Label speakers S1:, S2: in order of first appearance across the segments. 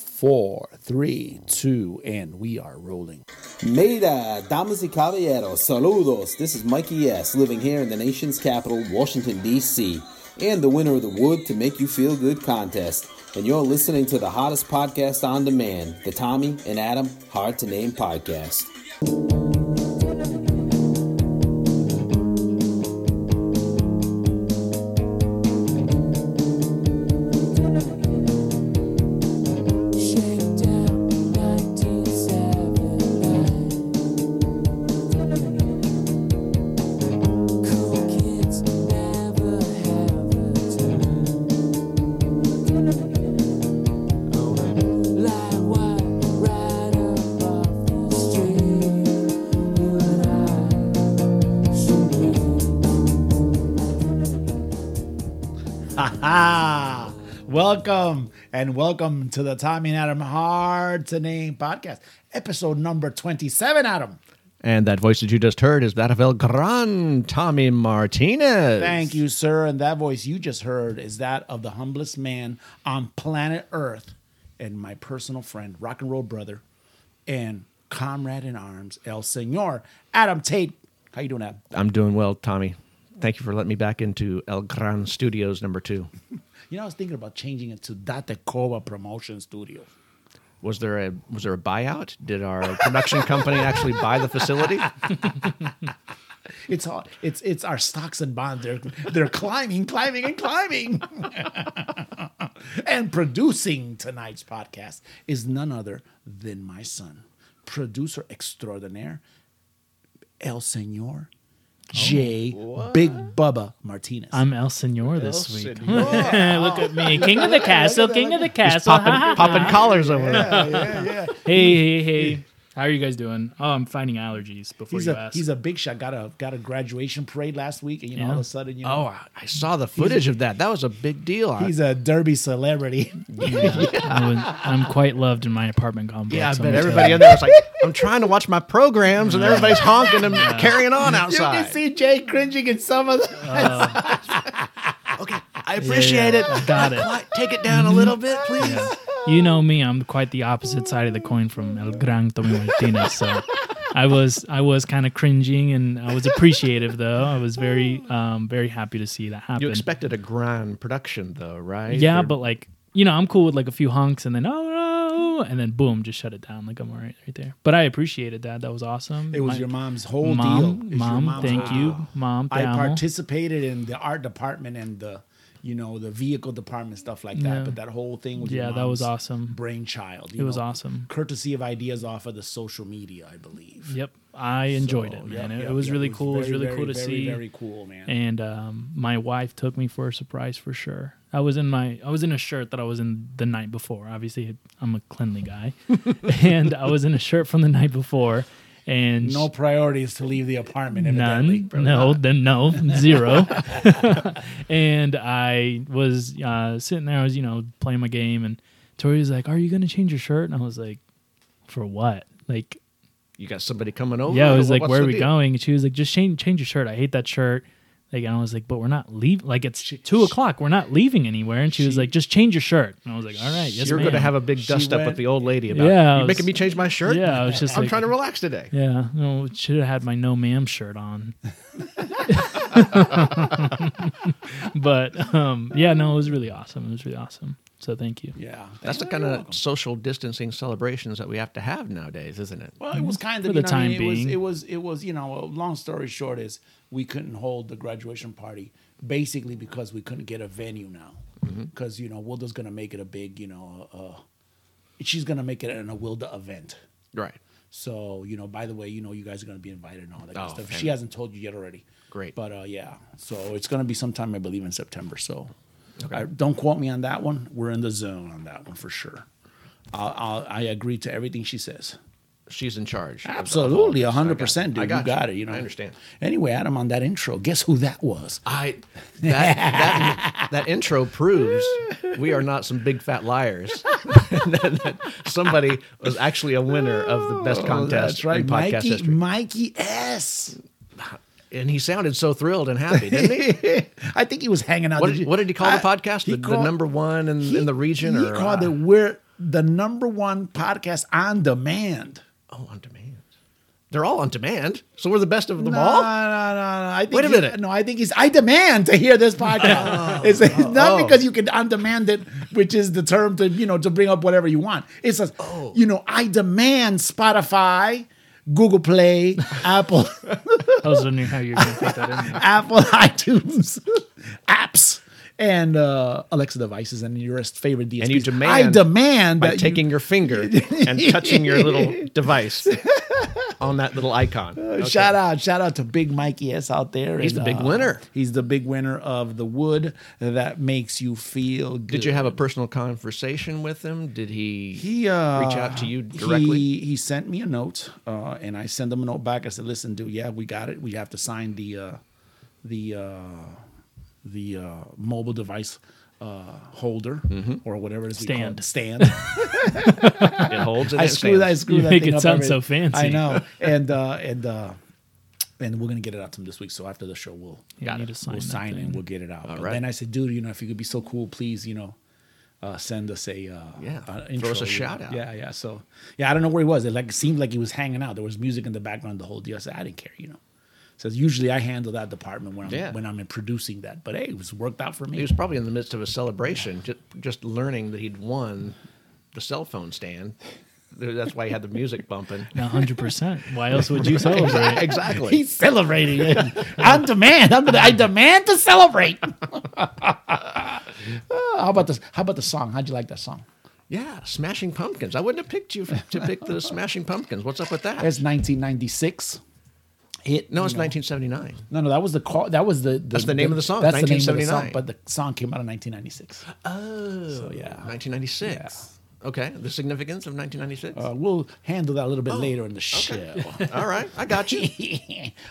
S1: four, three, two, and we are rolling.
S2: Mera, damas y caballeros, saludos. This is Mikey S., living here in the nation's capital, Washington, D.C., and the winner of the Wood to Make You Feel Good contest. And you're listening to the hottest podcast on demand, the Tommy and Adam Hard to Name podcast.
S3: Shakedown 1979. Cool kids never have a time. Like what right up off the street, you and I should be.
S1: Ha ha! Welcome and welcome to the Tommy and Adam Hard to Name podcast, episode number 27, Adam.
S4: And that voice that you just heard is that of El Gran Tommy Martinez.
S1: Thank you, sir. And that voice you just heard is that of the humblest man on planet Earth and my personal friend, rock and roll brother, and comrade in arms, El Senor, Adam Tate. How you doing, Adam?
S4: I'm doing well, Tommy. Thank you for letting me back into El Gran Studios number two.
S1: You know, I was thinking about changing it to Datekova Promotion Studio.
S4: Was there a was there a buyout? Did our production company actually buy the facility?
S1: Uh-huh. It's all, it's it's our stocks and bonds. They're they're climbing, climbing, and climbing. and producing tonight's podcast is none other than my son, producer extraordinaire, El Senor J. Big Bubba Martinez.
S5: I'm El Senor this week. Look at me, king of the castle, king of the castle.
S1: Uh-huh.
S4: Popping popping collars over there.
S5: Hey, hey, hey. How are you guys doing? Oh, I'm fighting allergies. Before
S1: he's
S5: you
S1: a
S5: ask,
S1: he's a big shot. Got a got a graduation parade last week, and you know all
S5: Yeah.
S1: of a sudden you know.
S4: Oh, I- I saw the footage of that. That was a big deal. I-
S1: He's a derby celebrity.
S5: I was- I'm quite loved in my apartment complex.
S4: yeah, I
S5: I'm
S4: bet
S5: gonna
S4: everybody
S5: tell
S4: in there was like, "I'm trying to watch my programs," and everybody's honking and carrying on
S1: you can
S4: outside.
S1: see Jay cringing in some of the.
S4: Okay, I appreciate
S5: Yeah,
S4: it.
S5: got it.
S4: Quiet, Take it down a little bit, please.
S5: you. You know me. I'm quite the opposite side of the coin from El Gran Tommy Martinez. So. I was I was kind of cringing and I was appreciative though I was very um very happy to see that happen.
S4: You expected a grand production, though, right?
S5: Yeah,
S4: Or-
S5: but like you know, I'm cool with like a few honks and then oh no, and then boom, just shut it down. Like I'm all right right there. But I appreciated that. That was awesome.
S1: It was
S5: My-
S1: your mom's whole deal.
S5: mom.
S1: It's your
S5: Mom,
S1: mom's
S5: thank
S1: whole
S5: you,
S1: deal.
S5: mom.
S1: I
S5: te amo.
S1: participated in the art department and the, you know, the vehicle department stuff like that.
S5: Yeah.
S1: But that whole thing was
S5: Yeah,
S1: your
S5: that was
S1: mom's
S5: awesome.
S1: Brainchild. you
S5: It was
S1: know,
S5: awesome.
S1: Courtesy of ideas off of the social media, I believe.
S5: Yep, I enjoyed
S1: So,
S5: it,
S1: yeah,
S5: man. it,
S1: yeah,
S5: it was
S1: yeah,
S5: really cool. it was
S1: very,
S5: really
S1: very,
S5: cool to
S1: very,
S5: see.
S1: Very cool, man.
S5: and um, my wife took me for a surprise for sure. I was in my I was in a shirt that I was in the night before. Obviously, I'm a cleanly guy, and I was in a shirt from the night before. And
S1: no priorities to leave the apartment. Evidently.
S5: None. No, then no, zero. and I was uh, sitting there, I was, you know, playing my game, and Tori was like, Are you going to change your shirt? And I was like, For what? Like,
S4: you got somebody coming over.
S5: yeah, I was
S4: What-
S5: like,
S4: Oh, what's
S5: Where are
S4: the
S5: we
S4: deal?
S5: going? And she was like, Just change, change your shirt. I hate that shirt. Like, and I was like, But we're not leaving. Like, it's two o'clock. We're not leaving anywhere. And she, was like, Just change your shirt. And I was like, All right. Yes,
S4: You're going to
S5: ma'am."
S4: have a big dust up
S1: went-
S4: with the old lady about.
S5: Yeah, I
S4: You're
S5: was-
S4: making me change my shirt.
S5: Yeah, I was just
S4: I'm
S5: like-
S4: trying to relax today.
S5: Yeah, no, should have had my no ma'am shirt on. but um, yeah, no, it was really awesome. It was really awesome. So thank you.
S1: Yeah.
S4: That's the kind of social distancing celebrations that we have to have nowadays, isn't it?
S1: Well, it was kind of
S5: Mm-hmm. For the
S1: you know what I
S5: time
S1: mean?
S5: being.
S1: It was, it was, it was. You know, a long story short is we couldn't hold the graduation party basically because we couldn't get a venue now.
S5: Mm-hmm.
S1: Because you know, Wilda's gonna make it a big, you know, uh, she's gonna make it an a Wilda event.
S4: Right.
S1: So you know, by the way, you know, you guys are gonna be invited and all that kind of
S4: Oh,
S1: stuff.
S4: fan-
S1: She hasn't told you yet already.
S4: Great.
S1: But uh, yeah, so it's gonna be sometime I believe in September. So I, don't quote me on that one. We're in the zone on that one for sure. I'll, I'll, I agree to everything she says.
S4: She's in charge. of- of all
S1: Absolutely,
S4: this. Oh, I got-
S1: hundred percent, dude.
S4: I
S1: you got it. You know,
S4: I understand.
S1: Anyway, Adam, on that intro, guess who that was?
S4: I that that, that intro proves we are not some big fat liars. That Somebody was actually a winner of the best contest in podcast
S1: Oh, Mikey.
S4: history.
S1: Mikey S.
S4: And he sounded so thrilled and happy, didn't he?
S1: I think he was hanging out.
S4: What did, you, what did he call the
S1: I-
S4: podcast?
S1: he
S4: The, the
S1: called-
S4: number one in,
S1: he-
S4: in the region?
S1: He
S4: or,
S1: called
S4: uh,
S1: it "We're the number one podcast on demand.
S4: Oh, on demand. They're all on demand. So we're the best of
S1: No,
S4: them
S1: no, no, no.
S4: all.
S1: I think
S4: Wait a
S1: he-
S4: minute.
S1: No, I think he's. I demand to hear this podcast. it's, it's not
S4: oh.
S1: because you can undemand it, which is the term to you know to bring up whatever you want. It's a,
S4: Oh.
S1: you know, I demand Spotify, Google Play, Apple,
S5: I was wondering how you're going to put that in there.
S1: Apple iTunes apps. And uh, Alexa devices and your favorite DSPs.
S4: And you
S1: I
S4: demand
S1: demand
S4: By
S1: that you-
S4: taking your finger and touching your little device on that little icon. Okay.
S1: Oh, Shout out, shout out to Big Mikey S out there. uh,
S4: He's the big winner.
S1: He's the big winner of the wood that makes you feel good.
S4: Did you have a personal conversation with him? Did he,
S1: he uh,
S4: reach out to you directly?
S1: He, he sent me a note, uh, and I sent him a note back. I said, "Listen, dude, yeah, we got it. We have to sign the uh, the uh, the uh, mobile device uh, holder
S4: Mm-hmm.
S1: or whatever it is we call it. stand."
S4: it holds and
S1: I
S4: it
S1: screw that. I
S4: stands.
S1: screw
S5: You
S1: that
S5: make
S1: thing
S5: it
S1: up
S5: sound
S1: every-
S5: so fancy.
S1: I know, and uh, and uh, and we're gonna get it out to him this week. So after the show, we'll
S5: Yeah, you need to sign
S1: we'll
S5: that
S1: sign it.
S5: thing.
S1: and We'll get it out. But
S4: right.
S1: Then I said, dude, you know, if you could be so cool, please, you know. Uh, send us a uh,
S4: Yeah,
S1: an
S4: throw
S1: intro,
S4: us a
S1: you know.
S4: shout out.
S1: Yeah, yeah. So yeah, I don't know where he was. It like seemed like he was hanging out. There was music in the background the whole deal. I said I didn't care, you know. Says usually I handle that department when I'm
S4: Yeah.
S1: when I'm in producing that, but hey, it was worked out for me.
S4: He was probably in the midst of a celebration, just, just learning that he'd won the cell phone stand. That's why he had the music bumping.
S5: Now, 100%. Why else would you celebrate?
S4: Exactly.
S1: He's celebrating it on demand. I'm gonna, I demand to celebrate. Ah, how about this? How about the song? How'd you like that song?
S4: yeah, Smashing Pumpkins. I wouldn't have picked you f- to pick the Smashing Pumpkins. What's up with that?
S1: It's 1996. Hit
S4: no, it's
S1: you know.
S4: 1979.
S1: No, no, that was the call. That was the, the
S4: That's the name of the song,
S1: That's the name of the song.
S4: 1979.
S1: But the song came out in 1996.
S4: Oh, so
S1: yeah.
S4: 1996. Okay, the significance of 1996.
S1: Uh, we'll handle that a little bit
S4: Oh,
S1: later in the show.
S4: All right, I got you.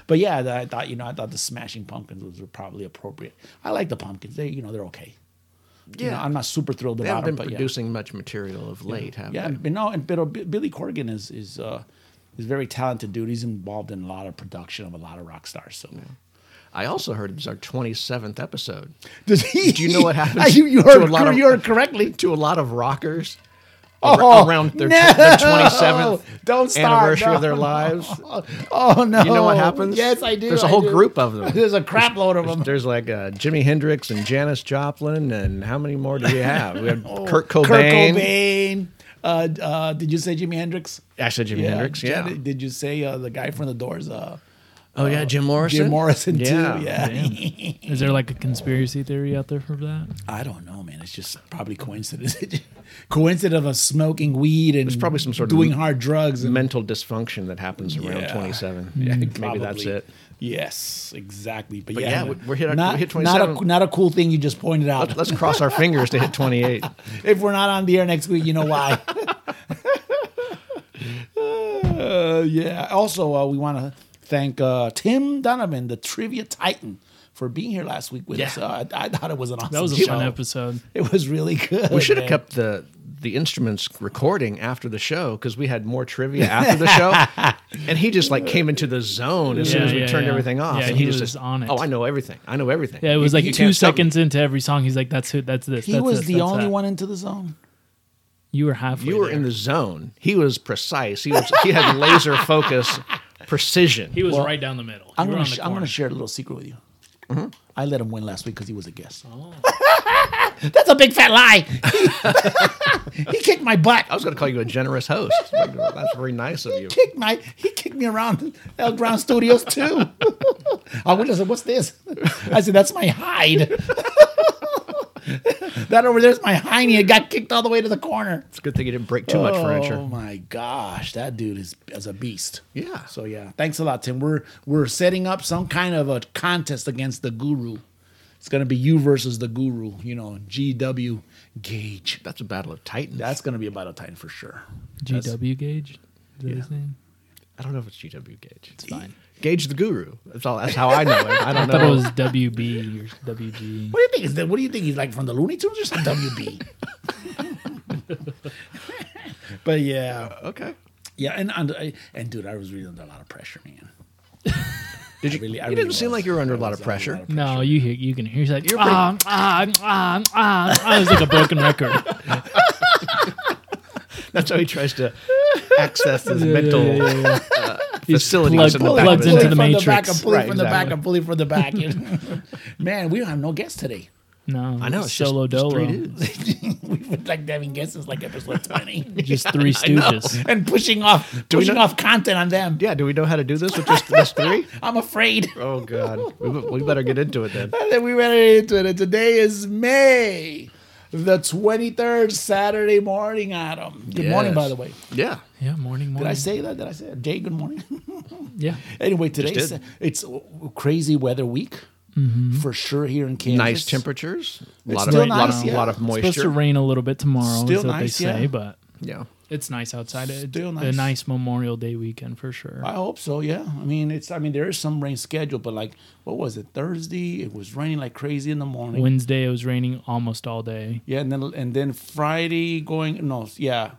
S1: but yeah, th- I thought you know I thought the Smashing Pumpkins was probably appropriate. I like the Pumpkins. They you know they're okay. Yeah,
S4: Yeah.
S1: I'm not super thrilled
S4: They
S1: about
S4: haven't
S1: them.
S4: been
S1: but yeah.
S4: producing much material of late, have
S1: Yeah,
S4: they?
S1: but no, and but uh, B- Billy Corgan is is uh, is very talented dude. He's involved in a lot of production of a lot of rock stars. So
S4: I also heard it was our 27th episode.
S1: does he?
S4: Do you know what happens
S1: you, you
S4: to
S1: heard,
S4: a lot of-
S1: you heard correctly.
S4: to a lot of rockers ar-
S1: Oh,
S4: around their,
S1: no!
S4: their 27th
S1: Don't start,
S4: anniversary
S1: no,
S4: of their lives.
S1: Oh no!
S4: You know what happens?
S1: Yes, I do.
S4: There's a
S1: I
S4: whole
S1: do.
S4: group of them.
S1: There's a crap load of them.
S4: There's like uh, Jimi Hendrix and Janis Joplin, and how many more do we have? We have Kurt Cobain.
S1: Oh, Kurt Cobain. Uh, uh, did you say Jimi Hendrix?
S4: I said Jimi Hendrix. Yeah.
S1: Jan- Did you say uh, the guy from the Doors? Uh,
S4: oh yeah, Jim Morrison.
S1: Jim Morrison
S4: Yeah.
S1: too. Yeah.
S5: Is there like a conspiracy theory out there for that?
S1: I don't know, man. It's just probably coincidence. coincidence of us smoking weed and
S4: probably some sort of
S1: doing
S4: m-
S1: hard drugs and
S4: Mental dysfunction that happens around
S1: Yeah.
S4: 27. Yeah, maybe that's
S1: Mm. Probably.
S4: it.
S1: Yes, exactly. But,
S4: But
S1: yeah,
S4: yeah, we- we're hit-
S1: not,
S4: we hit
S1: Not
S4: 27.
S1: a, not a cool thing you just pointed out.
S4: Let's cross our fingers to hit 28.
S1: if we're not on the air next week, you know why. Uh, yeah. Also, uh, we want to thank uh, Tim Donovan, the trivia titan, for being here last week with
S4: Yeah.
S1: us. Uh, I, I thought it was an awesome.
S5: That was a
S1: show.
S5: fun episode.
S1: It was really good.
S4: We should have
S1: man.
S4: kept the the instruments recording after the show because we had more trivia after the show, and he just like came into the zone as soon
S5: Yeah,
S4: as we
S5: yeah,
S4: turned
S5: yeah.
S4: everything off,
S5: Yeah,
S4: and
S5: he
S4: just
S5: was
S4: says,
S5: on it.
S4: Oh, I know everything. I know everything.
S5: Yeah, it was
S4: You-
S5: like
S4: you
S5: two
S4: can't stop me."
S5: seconds into every song. He's like, "That's who. That's this."
S1: He
S5: that's
S1: was
S5: this,
S1: the
S5: that's
S1: only
S5: that."
S1: one into the zone.
S5: You were halfway.
S4: You were
S5: there.
S4: in the zone. He was precise. He was. He had laser focus, precision.
S5: He was right down the middle.
S1: I'm
S5: You were
S1: gonna,
S5: on the
S1: sh- I'm gonna
S5: corner.
S1: share a little secret with you. I let him win last week because he was a guest.
S5: Oh.
S1: That's a big fat lie. he kicked my butt.
S4: I was going to call you a generous host. That's very nice of you.
S1: kicked my he kicked me around El Ground Studios too. I went and said, "What's this?" I said, "That's my hide." that over there's my hiney. It got kicked all the way to the corner.
S4: It's a good thing you didn't break too much
S1: Oh
S4: furniture.
S1: my gosh, that dude is as a beast.
S4: Yeah.
S1: So yeah, thanks a lot, Tim. We're we're setting up some kind of a contest against the Guru. It's gonna be you versus the Guru. You know, GW Gage.
S4: That's a battle of titans.
S1: That's gonna be a battle titan for sure.
S5: GW Gage. Is that his name?
S4: I don't know if it's GW Gage. It's
S5: fine.
S4: Gage the Guru. That's all. That's how I know it. I don't
S5: I thought it
S4: know.
S5: was WB or WG.
S1: What do you think? Is that, what do you think? He's like from the Looney Tunes or some WB? but yeah,
S4: okay.
S1: yeah, and, and and dude, I was really under a lot of pressure, man.
S4: Did you?
S1: really- I
S4: you
S1: really
S4: didn't seem
S1: was.
S4: like you were under a
S1: I
S4: lot
S1: was
S4: of
S1: under a lot
S4: pressure.
S1: of
S5: No, you hear, you can hear. He's like,
S4: You're pretty-
S5: ah, ah, ah, ah. It was like a broken record.
S4: That's how he tries to access his mental Uh,
S5: He's
S4: facilities
S5: plugged-
S4: in the back
S5: plugged
S4: of his
S5: into
S1: Pulley
S4: head.
S5: the
S1: from the back
S5: Matrix.
S1: and pulley
S4: Right,
S1: from the back
S4: exactly.
S1: and pulley from the back. Man, we don't have no guests today.
S5: No,
S4: I know. It's
S5: solo
S4: just, just three
S5: dolo,
S4: dudes.
S1: we would like having guests since like episode twenty.
S5: just three stooges.
S1: and pushing off
S4: we
S1: pushing
S4: know-
S1: off content on them.
S4: Yeah. Do we know how to do this with just this three?
S1: I'm afraid.
S4: Oh God. We, we better get into it then.
S1: And then we ran into it. And today is May the 23rd, Saturday morning, Adam. Good morning,
S4: Yes.
S1: by the way.
S4: Yeah.
S5: Yeah, morning, morning.
S1: Did I say that? Did I say it? Jay, good morning.
S5: Yeah,
S1: anyway, today's
S4: did. Mm-hmm.
S1: it's crazy weather week for sure here in Kansas.
S4: Nice temperatures. A
S1: It's
S4: lot of
S1: still
S4: a lot
S1: nice,
S4: of,
S1: yeah.
S4: lot of
S1: It's
S5: supposed to
S4: moisture.
S5: rain a little bit tomorrow.
S1: Still
S5: is what
S1: nice,
S5: they
S1: yeah.
S5: say, but
S4: Yeah.
S5: it's nice outside. It's
S1: Still
S5: a
S1: nice.
S5: nice Memorial Day weekend for sure.
S1: I hope so. Yeah. I mean, it's. I mean, there is some rain scheduled, but like, what was it? Thursday, it was raining like crazy in the morning.
S5: Wednesday it was raining almost all day.
S1: Yeah, and then and then Friday going no, yeah,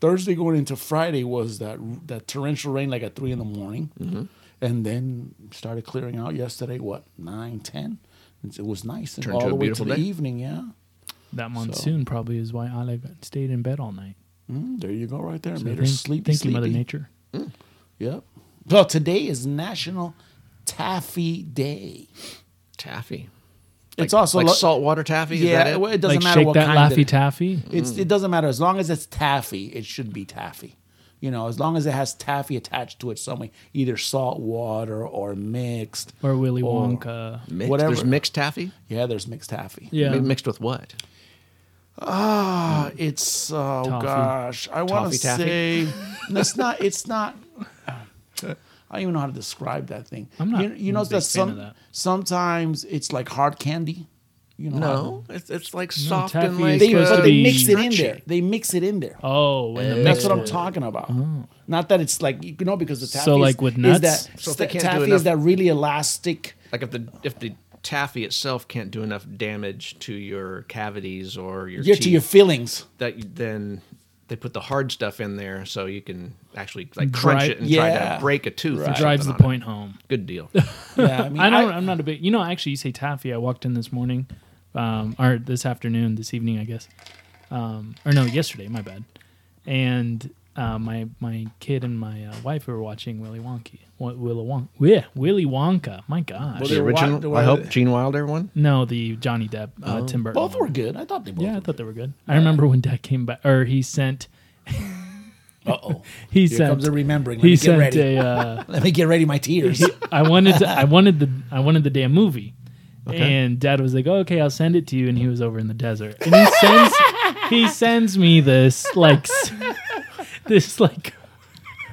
S1: Thursday going into Friday was that that torrential rain like at three in the morning,
S4: Mm-hmm.
S1: and then started clearing out yesterday. What nine ten? It was nice and
S4: Turned
S1: all
S4: to a
S1: the way to
S4: beautiful
S1: the
S4: day.
S1: evening. Yeah,
S5: That monsoon probably is why I stayed in bed all night.
S1: Mm, there you go, right there.
S5: So
S1: Made her
S5: thank,
S1: sleepy.
S5: thank you,
S1: sleepy.
S5: Mother Nature.
S1: Yep. Well, today is National Taffy Day.
S4: Taffy.
S1: it's also
S4: like
S1: lo-
S4: saltwater taffy. Is
S1: Yeah,
S4: that it?
S1: well, it Mm. doesn't
S5: like
S1: matter
S5: shake
S1: what
S5: that
S1: kind
S5: Laffy
S1: it-
S5: Taffy.
S1: It's it doesn't matter as long as it's taffy. It should be taffy. You know, as long as it has taffy attached to it some way, either salt water or mixed
S5: Or Willy
S1: or
S5: Wonka.
S4: Mixed.
S1: whatever.
S4: There's mixed taffy.
S1: yeah, there's mixed taffy.
S5: Yeah. Mm.
S4: Mi- Mixed with what?
S1: Ah, it's oh
S5: Toffee.
S1: gosh, I want
S4: Toffee
S1: to
S4: taffy?
S1: say no, it's not. It's not. I don't even know how to describe that thing.
S5: I'm not
S1: You, you
S5: a
S1: know
S5: big
S1: that
S5: fan of
S1: some
S5: that.
S1: sometimes it's like hard candy. You know,
S4: No, it's, it's like soft
S5: taffy
S4: and
S5: is
S4: like
S1: they,
S5: supposed
S1: but
S5: to
S1: they
S5: be
S1: uh, mix it in there.
S4: stretchy.
S1: They mix it in there.
S5: Oh, and the
S1: That's
S5: mixed
S1: what I'm
S5: with-
S1: talking about. Not that it's like you know because the taffy
S5: So,
S1: is-
S5: like, with
S1: is
S5: nuts?
S1: that
S4: So if they
S1: sta-
S4: can't do
S1: taffy
S4: enough-
S1: is that really elastic.
S4: like if the if the taffy itself can't do enough damage to your cavities or your
S1: You're
S4: teeth,
S1: to your feelings.
S4: that you, then they put the hard stuff in there so you can actually like
S5: Dri-
S4: crunch it and try
S1: Yeah.
S4: to break a tooth. Or
S1: Right.
S5: Drives the
S4: something on
S5: point home.
S4: It. Good deal.
S1: Yeah, I mean,
S5: I don't. I, am not a big. You know, actually, you say taffy. I walked in this morning, um, or this afternoon, this evening, I guess, um, or no, yesterday. My bad. And uh, my my kid and my uh, wife were watching Willy Wonka. Wi- Willy Wonka. Yeah, Willy Wonka. My gosh.
S1: Well,
S4: the
S1: They're wa-
S4: original.
S1: they're-
S4: I hope Gene Wilder one.
S5: no, the Johnny Depp, uh, Tim Burton.
S1: Oh. both were good. I thought they both.
S5: Yeah, I
S1: were
S5: thought they were good. I remember when Dad came back, or he sent.
S1: Uh oh.
S5: He
S1: Here
S5: sent.
S1: comes the remembering. Let
S5: he
S1: me get
S5: sent
S1: ready.
S5: a. Uh,
S1: Let me get ready. My tears.
S5: I wanted to. I wanted the. I wanted the damn movie. And Dad was like, oh, "Okay, I'll send it to you." And he was over in the desert, and he sends. he sends me this like. s- This like.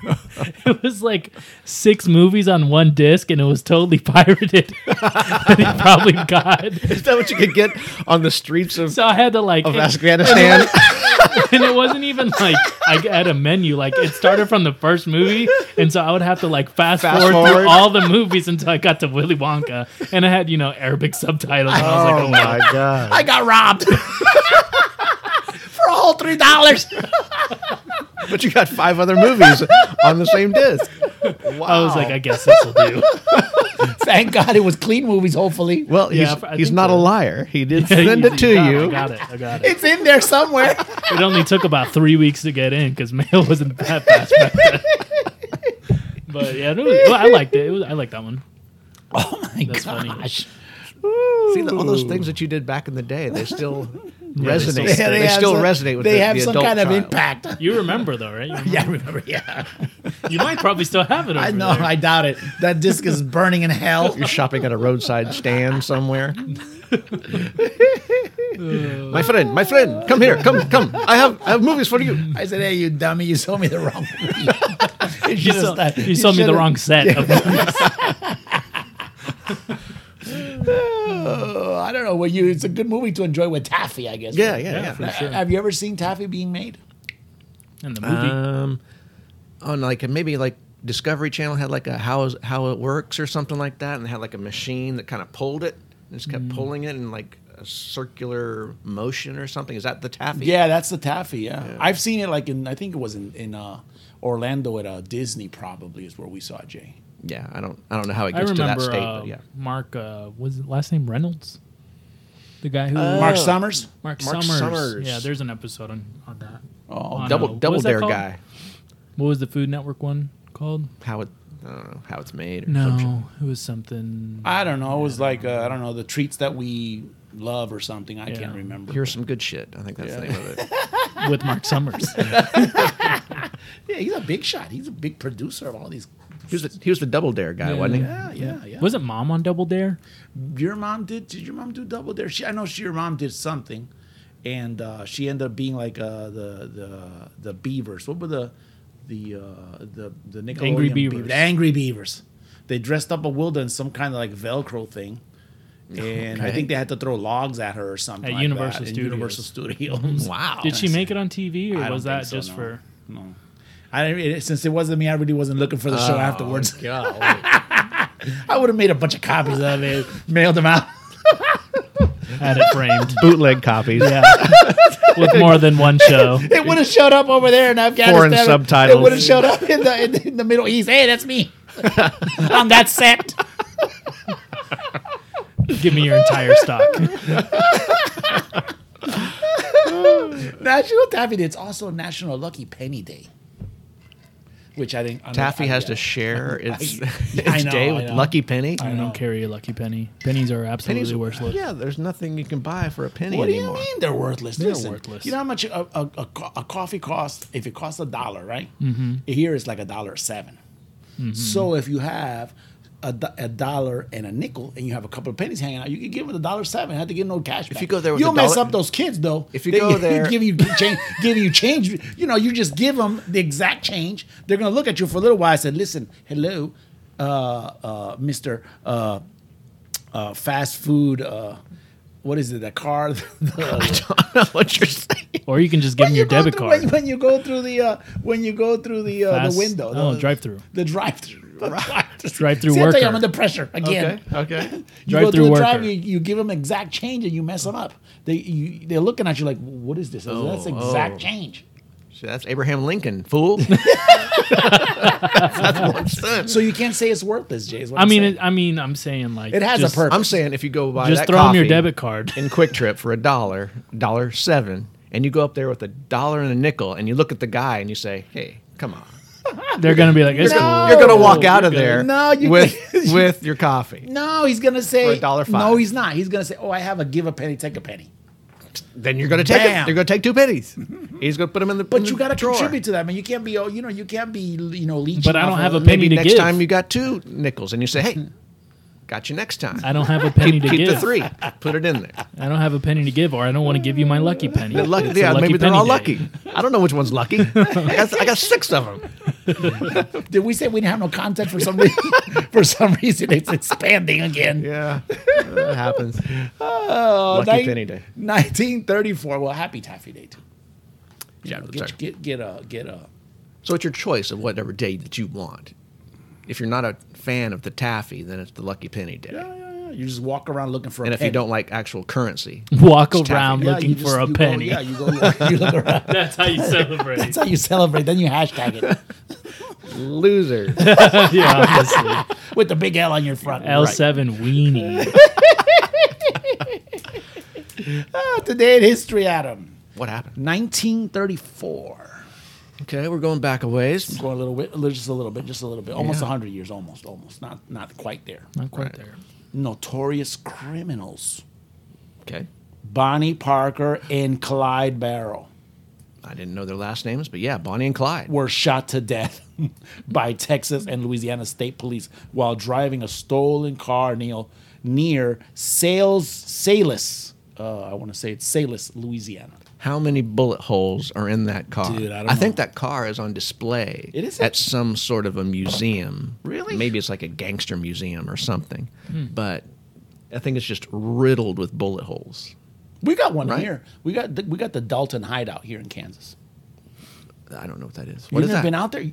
S5: It was like six movies on one disc, and it was totally pirated. that he probably got.
S4: Is that what you could get on the streets of,
S5: So I had to like
S4: of Afghanistan?
S5: and it wasn't even like I had a menu. Like it started from the first movie, and so I would have to like fast,
S4: Fast
S5: forward,
S4: forward.
S5: through all the movies until I got to Willy Wonka, and I had you know Arabic subtitles. And I was like, oh my.
S4: god!
S1: I got robbed for a whole three dollars.
S4: But you got five other movies on the same disc. Wow.
S5: I was like, I guess this will do.
S1: Thank God it was clean movies. Hopefully,
S4: well,
S5: Yeah,
S4: he's,
S5: I
S4: he's
S5: think
S4: not a
S5: so.
S4: liar. He did send it to
S5: God, I
S4: you.
S5: got it. I got it.
S1: it's in there somewhere.
S5: It only took about three weeks to get in because mail wasn't that fast back then. But yeah, it was, well, I liked it. it was, I liked that one.
S1: oh my
S5: That's funny.
S1: gosh.
S4: See the, all those things that you did back in the day, they still
S5: they
S4: resonate.
S5: still
S4: They,
S5: stick.
S1: have
S4: still
S1: some-
S4: resonate with
S1: They
S4: the,
S1: have
S4: the
S1: some
S4: adult
S1: kind of
S4: child.
S1: impact.
S5: You remember though, right? You, remember-
S1: Yeah, I remember. Yeah,
S5: you might probably still have it. Over
S1: I know. I doubt it. That disc is burning in hell.
S4: You're shopping at a roadside stand somewhere. my friend, my friend, come here, come, come. I have, I have movies for you.
S1: I said, "Hey, you dummy! You sold me the wrong movie. you
S5: You,
S1: should've
S5: saw,
S1: sta-
S5: you saw me the
S1: should've-
S5: wrong set. Of
S1: Oh, I don't know. Well, you, it's a good movie to enjoy with Taffy, I guess. Uh,
S4: Yeah, yeah, yeah.
S5: for sure.
S1: Have you ever seen Taffy being made?
S5: in the movie.
S4: Um, on like maybe like Discovery Channel had like a how is, how it works or something like that, and they had like a machine that kind of pulled it and just kept pulling it in like a circular motion or something. Is that the taffy?
S1: Yeah, that's the Taffy. Yeah. I've seen it like in. I think it was in in uh, Orlando at uh, Disney. Probably is where we saw it, Jay.
S4: yeah. I don't, I don't know how it
S5: I
S4: gets to that
S5: remember
S4: state.
S5: uh,
S4: but yeah.
S5: Mark uh, was it last name Reynolds, the guy who
S1: Mark Summers.
S5: Mark,
S4: Oh, Mark
S5: Summers.
S4: Summers.
S5: Yeah, there's an episode on, on that.
S4: Oh,
S5: on a-
S4: double
S5: what
S4: double
S5: was that
S4: dare
S5: called?
S4: guy.
S5: What was the Food Network one called?
S4: How it? I don't know how it's made. Or some shit.
S5: No, it was something.
S1: I don't know. It was like uh, I don't know the treats that we love or something. I can't
S5: Yeah.
S1: remember.
S4: Here's some good shit. I think that's the
S1: Yeah.
S4: name of it.
S5: with Mark Summers.
S1: yeah, he's a big shot. He's a big producer of all these.
S4: He was the, he was the double dare guy,
S5: Yeah.
S4: wasn't he?
S1: Yeah, yeah, yeah.
S5: Wasn't Mom on Double Dare?
S1: your mom did? Did your mom do Double Dare? She, I know she, your mom did something, and uh, she ended up being like uh, the the the Beavers. What were the the uh, the the Nickelodeon
S5: Angry
S1: Beav-
S5: Beavers.
S1: the Angry Beavers. They dressed up a Wilda in some kind of like Velcro thing. And I
S4: Okay.
S1: think they had to throw logs at her or something.
S5: At
S1: like
S5: Universal
S1: that, in
S5: Studios.
S1: Universal Studios.
S4: Wow.
S5: Did she make it on TV, or
S1: I
S5: was
S1: don't
S5: that
S1: think so,
S5: just
S1: no.
S5: for?
S1: No. I didn't, it, since it wasn't me, I really wasn't looking for the show afterwards. I would have made a bunch of copies of it, mailed them out.
S5: Had it framed
S6: Bootleg copies.
S5: Yeah. with more than one show.
S1: It would have showed up over there in Afghanistan.
S6: subtitles.
S1: It would have showed up in the, in the in the Middle East. Hey, that's me on that set.
S5: Give me your entire stock.
S1: National Taffy Day. It's also National Lucky Penny Day, which I didn't. I don't-
S4: Taffy
S1: I-
S4: has to
S1: yeah.
S4: share its,
S1: I
S4: its
S1: know,
S4: day
S1: I
S4: with
S1: know.
S4: Lucky Penny.
S5: I don't carry a lucky penny. Pennies are absolutely worthless.
S4: Yeah, there's nothing you can buy for a penny
S1: What do you
S4: anymore.
S1: mean they're worthless? They're
S5: worthless.
S1: You know how much a, a, a, co- a coffee costs? If it costs a dollar, right? Mm-hmm. Here it's like a dollar 7
S4: Mm-hmm.
S1: So if you have a, do- a dollar and a nickel, and you have a couple of pennies hanging out, you can give them a dollar seven. Have to give no cash. If
S4: you go there with
S1: you'll
S4: a
S1: mess
S4: dollar-
S1: up those kids though.
S4: If you go there-
S1: give you change, give you change. You know, you just give them the exact change. They're gonna look at you for a little while. I said, listen, hello, uh, uh, Mister. Uh, uh, fast food. Uh, what is it? The car. The,
S4: what you're saying?
S5: Or you can just give them your
S1: go
S5: debit
S1: through-
S5: card.
S1: When, when you go through the uh, when you go through the uh,
S5: Fast-
S1: the window.
S5: oh,
S1: the,
S5: drive-through.
S1: The drive through.
S5: Drive-through
S1: See, I tell you, I'm
S5: worker.
S1: under pressure again.
S4: Okay. Okay.
S1: You go
S5: Drive-through
S1: through the
S5: worker.
S1: drive, you, you give them exact change, and you mess them up. They you, they're looking at you like, what is this? I said,
S4: Oh,
S1: That's exact
S4: oh.
S1: change.
S4: So that's Abraham Lincoln, fool. that's one sense.
S1: So you can't say it's worthless, Jay. Is what
S5: I
S1: I'm
S5: mean,
S1: saying.
S5: it, I mean, I'm saying like
S1: It has a
S5: just-
S1: purpose.
S4: I'm saying if you go buy
S5: Just
S4: that
S5: throw 'em your
S4: coffee
S5: debit card.
S4: in Quick Trip for a dollar, dollar seven, and you go up there with a dollar and a nickel, and you look at the guy and you say, "Hey, come on."
S5: They're gonna be like, it's
S1: No.
S5: cool.
S4: You're gonna walk
S1: You're
S4: out of
S1: good.
S4: there
S1: No, you-
S4: with with your coffee.
S1: no, he's gonna say
S4: For a dollar five.
S1: No, he's not. He's gonna say, oh, I have a give a penny, take a penny.
S4: Then you're gonna take
S1: Bam.
S4: it. You're gonna take two pennies. He's gonna put them in the. in
S1: But
S4: the
S1: you got to
S4: drawer.
S1: contribute to that, man. You can't be, oh, you know, you can't be, you know, leeching.
S5: But I
S1: off
S5: don't
S1: of
S5: have a
S1: other-
S5: penny
S4: Maybe
S5: to
S4: next
S5: give.
S4: time you got two nickels, and you say, "Hey, got you next time."
S5: I don't have a penny to
S4: Keep
S5: give.
S4: the three. Put it in there.
S5: I don't have a penny to give, or I don't want to give you my lucky penny.
S4: They're lucky.
S5: It's a
S4: Yeah, maybe they're
S5: penny
S4: all
S5: day.
S4: lucky. I don't know which one's lucky. I got, I got six of them.
S1: Did we say we didn't have no content for some reason? for some reason, it's expanding again.
S4: Yeah, that happens.
S1: Uh,
S4: Lucky
S1: nine-
S4: penny day.
S1: 1934. Well, happy Taffy Day too.
S4: Yeah,
S1: Get
S4: sorry.
S1: get get a get a.
S4: So it's your choice of whatever day that you want. If you're not a fan of the taffy, then it's the lucky penny day.
S1: Yeah, yeah, yeah. You just walk around looking for.
S4: And
S1: a
S4: if you
S1: penny.
S4: don't like actual currency,
S5: Walk
S4: It's
S5: around
S4: taffy.
S1: Yeah,
S5: looking
S1: you just-
S5: for a
S1: you go-
S5: penny.
S1: yeah, you go. You look around.
S5: That's how you celebrate.
S1: That's how you celebrate. Then you hashtag it
S4: loser.
S5: yeah, obviously.
S1: with the big L on your front.
S5: L7 weenie.
S1: Ah, today in history, Adam.
S4: what happened?
S1: 1934.
S4: Okay, we're going back a ways.
S1: Going a little bit, just a little bit, just a little bit. Almost a 100 years, almost, almost. Not not quite there.
S5: Not quite there.
S1: Notorious criminals.
S4: Okay,
S1: Bonnie Parker and Clyde Barrow
S4: I didn't know their last names, but yeah, Bonnie and Clyde.
S1: were shot to death by Texas and Louisiana state police while driving a stolen car near, near Sales, Salis. Uh, I want to say it's Salis, Louisiana.
S4: How many bullet holes are in that car?
S1: Dude, I don't
S4: think
S1: know.
S4: that car is on display
S1: It is a-
S4: at some sort of a museum.
S1: Really? Hmm.
S4: Maybe it's like a gangster museum or something. But I think it's just riddled with bullet holes.
S1: We got one
S4: Right.
S1: here. We got the, we got the Dalton hideout here in Kansas.
S4: I don't know what that is.
S1: You
S4: What is
S1: never
S4: that?
S1: been out there?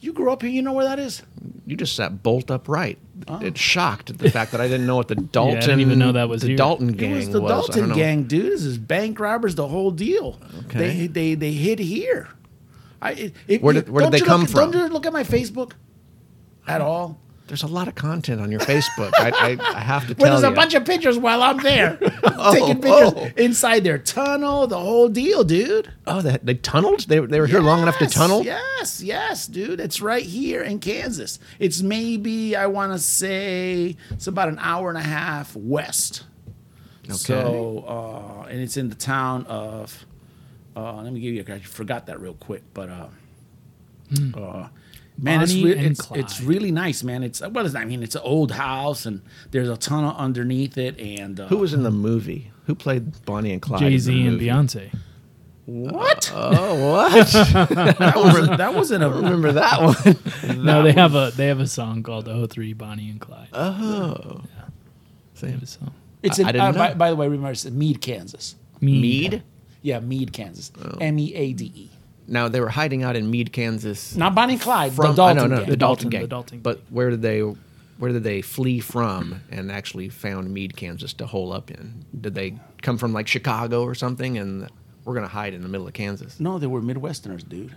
S1: You grew up here. You know where that is.
S4: you just sat bolt upright.
S1: Oh.
S4: It shocked at the fact that I didn't know what the Dalton.
S5: even know that was
S4: the
S5: here.
S4: Dalton
S1: It
S4: gang
S1: was the
S4: was. I don't
S1: Dalton
S4: know.
S1: gang, dude. This is bank robbers, the whole deal. They
S4: Okay.
S1: they they hit here. I, it, it-
S4: Where did- where did
S1: don't
S4: they
S1: you
S4: come
S1: look,
S4: from?
S1: Don't you look at my Facebook at all.
S4: There's a lot of content on your Facebook. I, I, I have to tell
S1: Where there's
S4: you.
S1: a bunch of pictures while I'm there, taking
S4: oh.
S1: pictures inside their tunnel, the whole deal, dude.
S4: oh, they, they tunneled. They, they were here long enough to
S1: Yes,
S4: tunnel.
S1: Yes, yes, dude. It's right here in Kansas. It's maybe I want to say it's about an hour and a half west. Okay. So, uh, and it's in the town of. Uh, let me give you. I forgot that real quick, but. Uh,
S4: Hmm.
S1: uh, Man, it's,
S5: Bonnie
S1: re-
S5: and
S1: it's it's
S5: Clyde.
S1: really nice, man. It's well, it's, I mean, it's an old house, and there's a tunnel underneath it, and uh,
S4: Who was in the movie? Who played Bonnie and Clyde? in the
S5: Jay Z and
S4: movie?
S5: Beyonce.
S1: what?
S4: Oh, what?
S1: that, wasn't, that wasn't a
S4: Remember that one?
S5: No, they have a they have a song called "O3 Bonnie and Clyde."
S4: Oh,
S5: they have a song.
S1: It's
S4: I-
S1: in,
S4: I didn't
S1: uh, by,
S4: know.
S1: by the way, remember it's in Mead, Kansas.
S4: Mead.
S1: Yeah, Mead, Kansas.
S4: Oh.
S1: M E A D E.
S4: Now they were hiding out in Mead, Kansas.
S1: Not Bonnie and Clyde.
S4: From
S1: the Dalton
S4: I know, no,
S1: gang.
S4: the Dalton,
S5: Dalton,
S4: gang.
S5: the Dalton
S4: But where did they? Where did they flee from and actually found Mead, Kansas to hole up in? Did they come from like Chicago or something? And we're gonna hide in the middle of Kansas.
S1: No, they were Midwesterners, dude.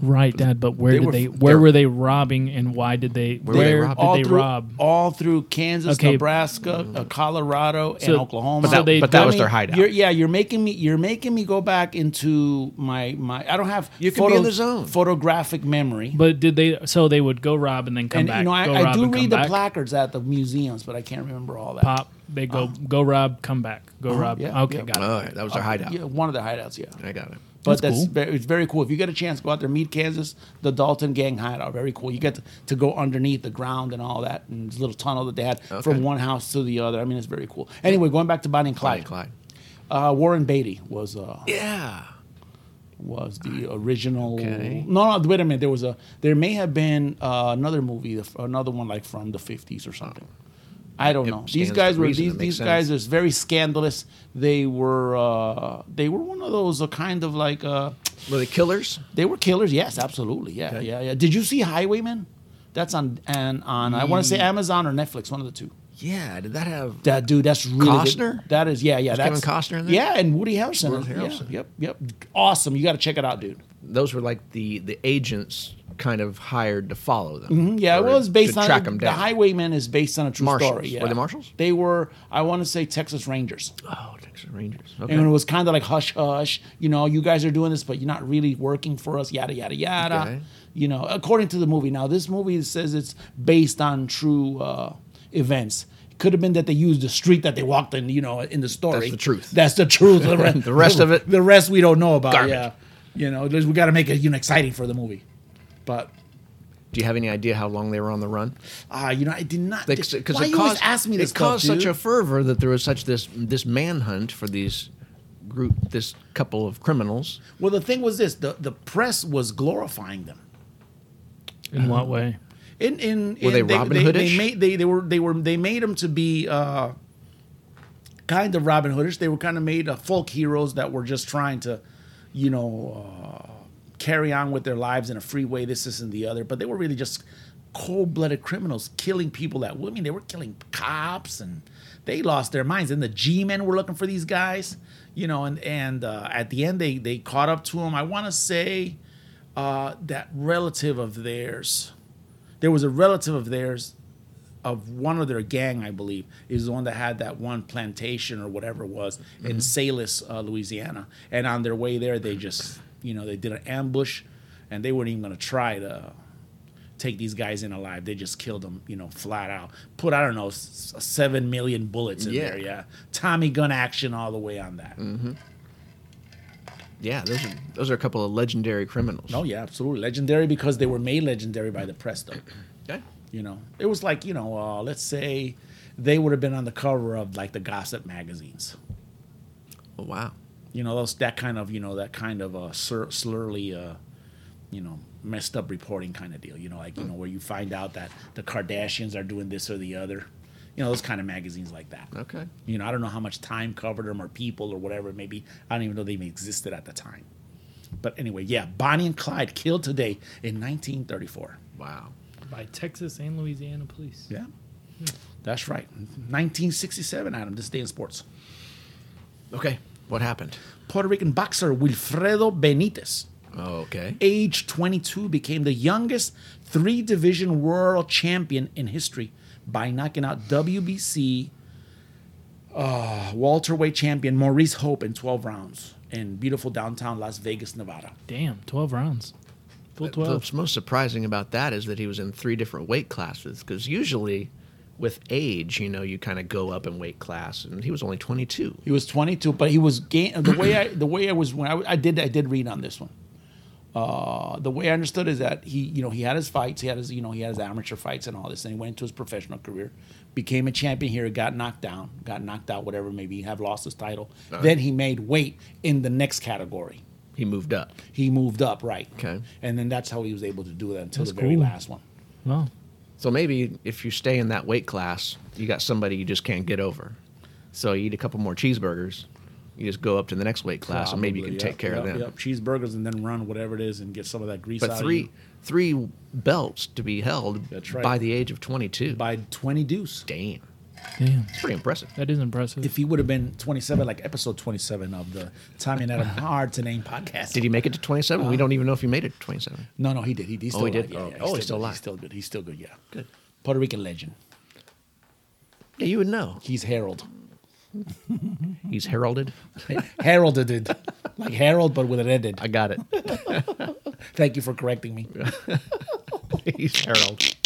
S5: Right, Dad. But where
S1: They
S5: did
S1: were-
S5: they?
S4: they're-
S5: Where were they robbing? And why did they? Where,
S4: were they
S5: did
S4: robbing?
S1: all
S5: they
S1: through,
S5: rob?
S1: All through Kansas,
S5: Okay.
S1: Nebraska, uh, Colorado, and
S5: So-
S1: Oklahoma.
S5: but that- So they-
S4: Mm. but that
S5: I
S4: was
S5: mean,
S4: their hideout.
S1: You're, yeah, you're making me. You're making me go back into my my. I don't have.
S4: You can be in the zone.
S1: Photographic memory.
S5: But did they? So they would go rob and then come
S1: and
S5: back.
S1: you know,
S5: go
S1: I, I
S5: rob
S1: do
S5: and come
S1: read the
S5: back.
S1: placards at the museums, but I can't remember all that.
S5: Pop. They go go rob, come back. Go rob.
S1: yeah,
S5: okay,
S1: yeah.
S5: got it.
S4: All right, that was their hideout.
S1: oh, Yeah, one of their hideouts. Yeah.
S4: I got it.
S1: But that's,
S5: That's cool.
S1: very, it's very cool. If you get a chance, go out there, meet Kansas, the Dalton Gang Hideout. Very cool. You get to, to go underneath the ground and all that, and this little tunnel that they had
S4: Okay.
S1: from one house to the other. I mean, it's very cool. Anyway, going back to Bonnie and
S4: Bonnie
S1: Clyde,
S4: and Clyde.
S1: Uh, Warren Beatty was uh,
S4: Yeah.
S1: was the original.
S4: Okay.
S1: No, no, wait a minute. There was a. There may have been uh, another movie, another one like from the fifties or something. I don't
S4: It
S1: know. These
S4: Oh. stands
S1: guys
S4: to
S1: were
S4: reason,
S1: these
S4: it
S1: these
S4: makes
S1: guys
S4: sense.
S1: are very scandalous. They were uh, they were one of those uh, kind of like. Uh,
S4: Were they killers?
S1: They were killers. Yes, absolutely. Yeah, yeah, yeah. Did you see Highwaymen? That's on and on. I want to
S4: Mm.
S1: say Amazon or Netflix, one of the two.
S4: Yeah. Did that have?
S1: That dude, that's really good.
S4: Costner?
S1: That is, yeah, yeah.
S4: Kevin
S1: That's
S4: Costner in there?
S1: Yeah, and Woody Harrelson.
S4: Woody
S1: Yeah,
S4: Harrelson.
S1: yep, yep. Awesome. You got to check it out, dude.
S4: Those were like the the agents kind of hired to follow them.
S1: Mm-hmm. Yeah,
S4: or
S1: well, it's based
S4: to
S1: on
S4: track them
S1: the
S4: down.
S1: Highwaymen is based on a true
S4: Marshals.
S1: story. Yeah.
S4: Were they marshals?
S1: They were. I want to say Texas Rangers.
S4: Oh, Texas Rangers.
S1: And it
S4: Okay.
S1: was kind of like hush hush, you know, you guys are doing this, but you're not really working for us, yada yada yada.
S4: Okay.
S1: You know, according to the movie. Now, this movie says it's based on true uh, events. It could have been that they used the street that they walked in, you know, in the story.
S4: the truth.
S1: That's the truth. the, re-
S4: The rest of it,
S1: the rest we don't know about.
S4: garbage.
S1: Yeah, you know, there's- we got to make it you know exciting for the movie. But
S4: Do you have any idea how long they were on the run?
S1: uh, you know, I did not.
S4: Because
S1: Why you always ask me this
S4: it
S1: stuff,
S4: caused
S1: dude?
S4: such a fervor that there was such this this manhunt for these group, this couple of criminals.
S1: well, the thing was this: the the press was glorifying them.
S5: In what way?
S1: In in
S4: Were
S1: in-
S4: they Robin
S1: they, They
S4: Hood-ish?
S1: made they, they were they were they made them to be uh, kind of Robin Hoodish. They were kind of made uh, folk heroes that were just trying to, you know, uh, carry on with their lives in a free way. This, this, and the other. But they were really just cold-blooded criminals killing people. That I mean, they were killing cops and they lost their minds. And the G-men were looking for these guys, you know. And and uh, at the end, they they caught up to them. I want to say uh, that relative of theirs there was a relative of theirs of one of their gang i believe is the one that had that one plantation or whatever it was in Salis, uh, louisiana and on their way there they just you know they did an ambush and they weren't even going to try to take these guys in alive they just killed them you know flat out put i don't know s- s- seven million bullets in
S4: Yeah.
S1: there yeah tommy gun action all the way on that
S4: Yeah, those are those are a couple of legendary criminals.
S1: oh yeah absolutely legendary because they were made legendary by the press though
S4: Okay.
S1: You know, it was like you know, uh, let's say they would have been on the cover of like the gossip magazines.
S4: Oh, wow.
S1: You know, those that kind of you know that kind of uh, slur, slurly, uh, you know, messed up reporting kind of deal. You know, like you know where you find out that the Kardashians are doing this or the other. You know, those kind of magazines like that.
S4: Okay.
S1: You know, I don't know how much time covered them or people or whatever. Maybe I don't even know they even existed at the time. But anyway, yeah, Bonnie and Clyde killed today in 1934.
S4: Wow.
S5: By Texas and Louisiana police.
S1: Yeah. That's right. 1967, Adam, this day in sports.
S4: Okay. What happened?
S1: Puerto Rican boxer Wilfredo Benitez
S4: Oh, okay.
S1: age 22, became the youngest three division world champion in history by knocking out WBC uh, welterweight champion Maurice Hope in 12 rounds in beautiful downtown Las Vegas, Nevada.
S5: Damn, 12 rounds. Full 12.
S4: What's most surprising about that is that he was in three different weight classes because usually with age, you know, you kind of go up in weight class, and he was only 22.
S1: He was 22, but he was gain- the way I the way I was when I, I did I did read on this one. Uh, the way I understood is that he you know he had his fights he had his you know he had his amateur fights and all this and he went into his professional career, became a champion here, got knocked down, got knocked out whatever maybe have lost his title. Then he made weight in the next category.
S4: He moved up.
S1: He moved up right.
S4: Okay.
S1: And then that's how he was able to do that until
S5: That's
S1: the very
S5: cool.
S1: last one.
S5: Wow.
S4: So maybe if you stay in that weight class, you got somebody you just can't get over. So you eat a couple more cheeseburgers, you just go up to the next weight class, and Ah, maybe you can
S1: Probably,
S4: take
S1: yep,
S4: care of
S1: yep,
S4: them.
S1: yep. Cheeseburgers and then run whatever it is and get some of that grease.
S4: But
S1: out of
S4: three
S1: you
S4: three belts to be held
S1: That's right.
S4: by the age of 22.
S1: by twenty deuce.
S4: Damn,
S5: Damn.
S4: it's pretty impressive.
S5: That is impressive.
S1: if he would have been 27, like episode 27 of the Tommy and Adam Hard to Name podcast.
S4: Did he make it to 27?
S1: Uh,
S4: we don't even know if he made it to 27.
S1: No, no, he did. He, he's
S4: Oh,
S1: still
S4: he did?
S1: alive. Yeah,
S4: Oh,
S1: yeah,
S4: oh, he's still
S1: good.
S4: alive.
S1: He's still good. He's still good. Yeah.
S4: Good.
S1: Puerto Rican legend.
S4: Yeah, you would know.
S1: He's Harold.
S4: He's heralded.
S1: Heralded it. Like Harold, but with an ended.
S4: I got it.
S1: Thank you for correcting me.
S4: He's heralded.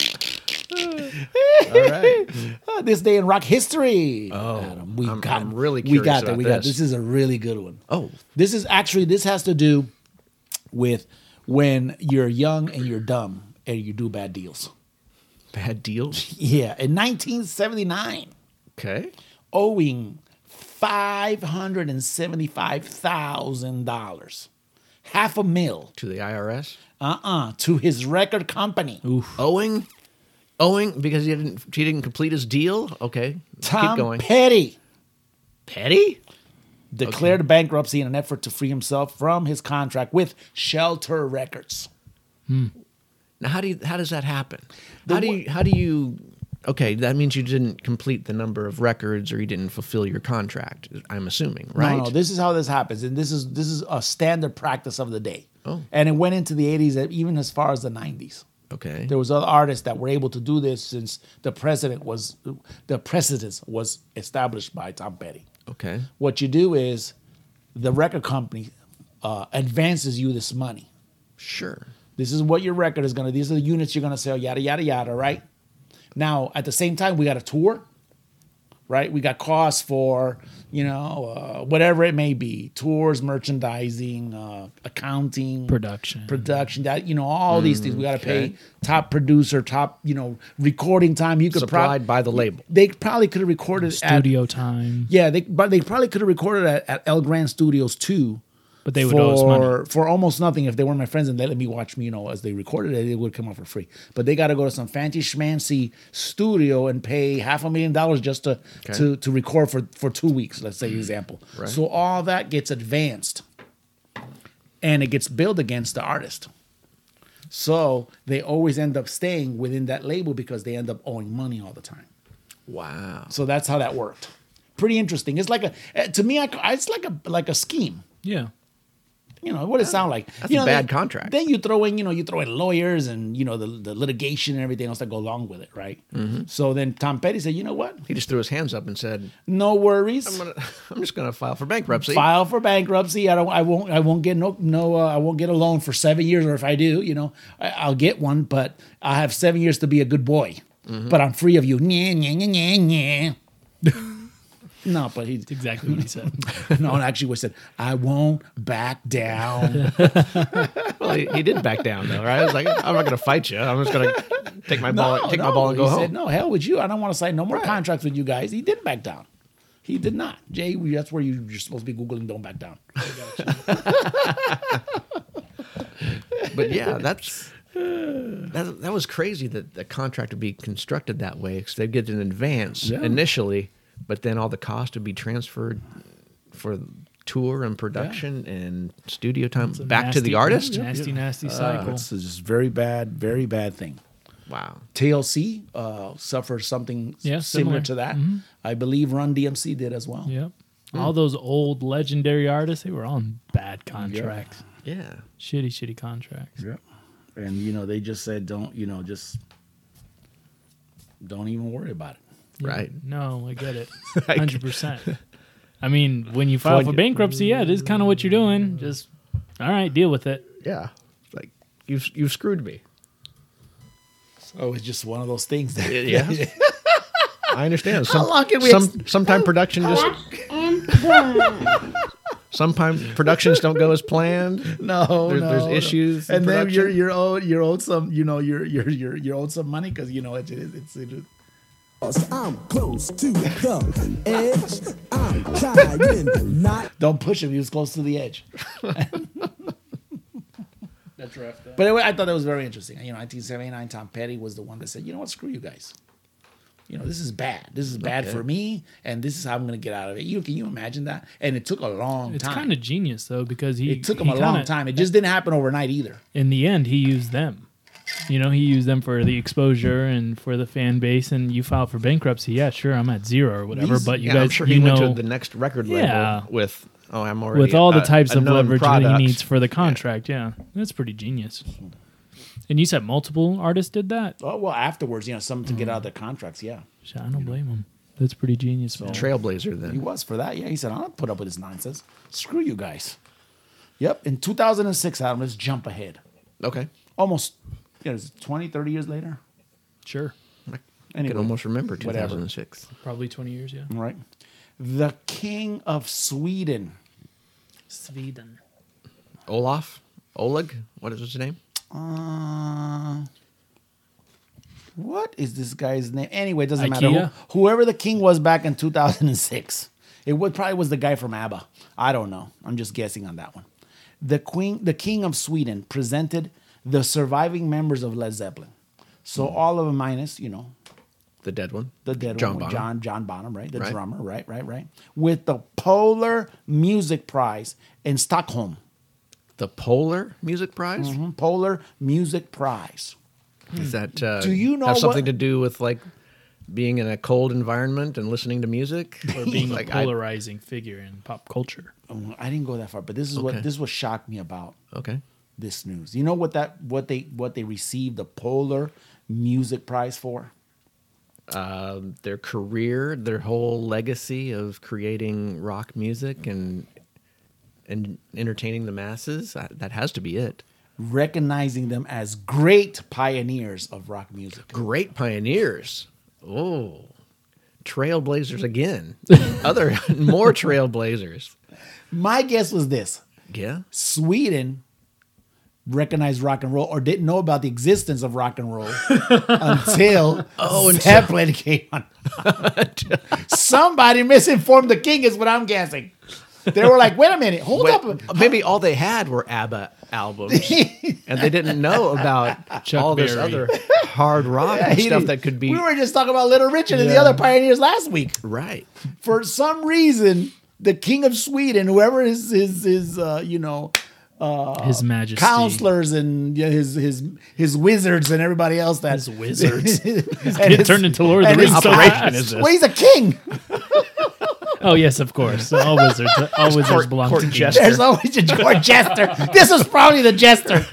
S1: Uh, this day in rock history. Oh, we
S4: I'm-
S1: got.
S4: I'm really
S1: we
S4: curious
S1: got that.
S4: about
S1: We got
S4: this.
S1: this is a really good one.
S4: Oh.
S1: this is actually this has to do with when you're young and you're dumb and you do bad deals.
S4: Bad deals.
S1: Yeah, in 1979.
S4: Okay.
S1: owing $575,000, half a mil,
S4: To the IRS.
S1: uh uh to his record company.
S4: Owing. Owing because he didn't he didn't complete his deal. Okay.
S1: Tom
S4: Keep going.
S1: Petty
S4: Petty?
S1: declared bankruptcy in an effort to free himself from his contract with Shelter Records.
S4: Now how do you how does that happen? how do you how do you Okay, that means you didn't complete the number of records or you didn't fulfill your contract, I'm assuming, right?
S1: No, no, this is how this happens, and this is this is a standard practice of the day.
S4: Oh.
S1: And it went into the 80s, and even as far as the 90s.
S4: okay.
S1: There was other artists that were able to do this since the president was the precedence was established by Tom Petty.
S4: okay.
S1: what you do is the record company uh, advances you this money.
S4: Sure.
S1: This is what your record is going to. These are the units you're going to sell. Yada yada yada. Right. Now, at the same time, we got a tour. Right. We got costs for you know uh, whatever it may be: tours, merchandising, uh, accounting,
S5: Production.
S1: production. That you know all these
S4: Mm,
S1: things we got to pay. Top producer, top you know recording time. You could prob-
S4: Supplied by the label.
S1: They probably could have recorded at-
S5: Studio time.
S1: yeah, they but they probably could have recorded at, at El Gran Studios too.
S5: But they would
S1: for,
S5: owe us money.
S1: for almost nothing if they were my friends and they let me watch me, you know, as they recorded it, it would come out for free. But they got to go to some fancy schmancy studio and pay half a million dollars just to
S4: Okay.
S1: to, to record for for two weeks. Let's
S5: Mm.
S1: say example.
S4: Right.
S1: So all that gets advanced, and it gets billed against the artist. So they always end up staying within that label because they end up owing money all the time.
S4: Wow.
S1: So that's how that worked. Pretty interesting. It's like a eh, to me, I, I- it's like a like a scheme.
S5: Yeah.
S1: You know, what it sound like?
S4: That's
S1: you
S4: a
S1: know,
S4: bad
S1: then-
S4: contract.
S1: Then you throw in, you know, you throw in lawyers and you know the, the litigation and everything else that go along with it, right?
S4: Mm-hmm.
S1: So then Tom Petty said, you know what?
S4: He just threw his hands up and said,
S1: No worries.
S4: I'm, gonna, I'm just going to file for bankruptcy.
S1: file for bankruptcy. I don't. I won't. I won't get no. No. Uh, I won't get a loan for seven years. Or if I do, you know, I, I'll get one. But I have seven years to be a good boy.
S4: Mm-hmm.
S1: But I'm free of you. Nyeh, nyeh, nyeh, nyeh, nyeh. no, but he
S5: Exactly what he said.
S1: no, and actually, what he said, I won't back down.
S4: Well, he, he did back down though, right? I was like, I'm not going to fight you. I'm just going to take my ball, take my ball, and
S1: he
S4: go home.
S1: said, no, hell with you. I don't want to sign no more contracts with you guys. He did back down. He did not. Jay, we- that's where you, you're supposed to be Googling don't back down.
S4: But yeah, that's that, that was crazy that the contract would be constructed that way because they'd get an advance
S1: Yeah.
S4: initially, but then all the cost would be transferred for tour and production and studio time back to the
S5: Nasty-
S4: artist.
S5: Nasty, nasty cycle.
S1: This is Uh, just very bad, very bad thing.
S4: Wow.
S1: TLC uh, suffered something s-
S5: Yeah,
S1: similar,
S5: similar.
S1: to that.
S4: Mm-hmm.
S1: I believe Run DMC did as well.
S5: Yep. All those old legendary artists, they were on bad contracts.
S4: Yeah.
S5: Shitty, shitty contracts.
S1: Yep. And you know, they just said don't, you know, just don't even worry about it.
S4: Right.
S5: No, I get it.
S4: Like-
S5: Hundred percent. I mean, when you file for
S4: Flood-
S5: bankruptcy, yeah, it is kind of what you're doing. Just all right, deal with it.
S4: Yeah. Like you've you've screwed me.
S1: Oh, it's just one of those things that
S4: Yeah. I understand. Some,
S1: long can we
S4: some
S1: ex-
S4: sometime production just sometimes productions don't go as planned.
S1: no,
S4: There-
S1: no,
S4: there's
S1: no.
S4: issues in
S1: and then you're
S4: production.
S1: you're owed you're owed some you know you're you're you're you're owed some money because you know it, it, it's it,
S6: I'm close to the edge. I'm trying not.
S1: don't push him. He was close to the edge. That's rough. But anyway, I thought that was very interesting. You know, 1979, Tom Petty was the one that said, "You know what? Screw you guys. You know, this is bad. This is bad for me, and this is how I'm going to get out of it." You can you imagine that? And it took a long
S5: It's
S1: time.
S5: kind of genius though because he
S1: it took him
S5: he
S1: a long
S5: kinda-
S1: time. It just didn't happen overnight either.
S5: In the end, he used them. You know, he used them for the exposure and for the fan base. And you file for bankruptcy, yeah, sure, I'm at zero or whatever.
S1: These-
S5: but you
S4: yeah,
S5: guys,
S4: I'm sure
S5: you
S4: he
S5: know,
S4: went to the next record label
S5: Yeah.
S4: with oh I'm already
S5: with all the
S4: a-
S5: types
S4: a
S5: of
S4: known
S5: leverage that
S4: product.
S5: he needs for the contract. Yeah. that's pretty genius. And you said multiple artists did that.
S1: Oh well, afterwards, you know, some to get out of their contracts. Yeah,
S5: Shit, I don't blame him. That's pretty genius. man.
S4: Trailblazer
S1: he
S4: then.
S1: was for that. Yeah, he said, "I'll not put up with this nonsense. Screw you guys." Yep. In 2006, Adam, let's jump ahead.
S4: Okay.
S1: Almost, you know, it's 20, 30 years later.
S5: Sure,
S4: I
S1: Anyway,
S4: can almost remember
S1: whatever.
S4: 2006.
S5: probably twenty years. Yeah,
S1: Right. The King of Sweden.
S5: Sweden.
S4: Olaf? Oleg? What is his name?
S1: Uh, what is this guy's name? Anyway, it doesn't matter.
S5: Ikea?
S1: Who, whoever the king was back in 2006. It would, probably was the guy from ABBA. I don't know. I'm just guessing on that one. The queen, the king of Sweden presented the surviving members of Led Zeppelin. So all of them minus, you know,
S4: The dead one.
S1: the dead
S4: Hmm. John
S1: one,
S4: Bonham.
S1: John John Bonham, right? The
S4: Right.
S1: drummer, right, right, right. With the Polar Music Prize in Stockholm.
S4: The Polar Music Prize?
S1: Mhm, Polar Music Prize.
S4: Is that uh,
S1: Hmm. Do you know
S4: have something
S1: what-
S4: to do with like being in a cold environment and listening to music?
S5: Or being
S4: Like,
S5: a
S4: I-
S5: polarizing figure in pop culture.
S1: Oh, I didn't go that far, but this is what
S4: Okay.
S1: this is what shocked me about
S4: okay.
S1: this news. You know what that what they what they received the Polar Music Prize for?
S4: Um, their career, their whole legacy of creating rock music and and entertaining the masses. I, that has to be it.
S1: Recognizing them as great pioneers of rock music.
S4: Great pioneers. Oh, trailblazers again. Other more trailblazers.
S1: My guess was this:
S4: Yeah.
S1: Sweden recognized rock and roll or didn't know about the existence of rock and roll until Zeppelin came on. Somebody misinformed the king is what I'm guessing. They were like, "Wait a minute, hold
S4: Well,
S1: up."
S4: maybe all they had were ABBA albums, and they didn't know about
S5: Chuck
S4: all this
S5: Berry.
S4: other hard rock
S1: He
S4: stuff
S1: did-
S4: that could be
S1: We were just talking about Little Richard and the
S5: Yeah.
S1: other pioneers last week.
S4: right.
S1: For some reason, the King of Sweden, whoever is is is uh, you know
S4: Oh,
S5: His Majesty.
S1: counselors and yeah, his his his wizards and everybody else that
S5: His wizards.
S1: And
S5: It
S1: his-
S5: turned into Lord of the
S1: and
S5: Rings
S1: his-
S5: so
S4: operation
S5: fast.
S4: is
S1: Well, he's a king.
S5: Oh yes, of course. All wizards, all wizards belong
S4: court
S5: to kings.
S4: jester.
S1: There's always a court jester. This is probably the jester.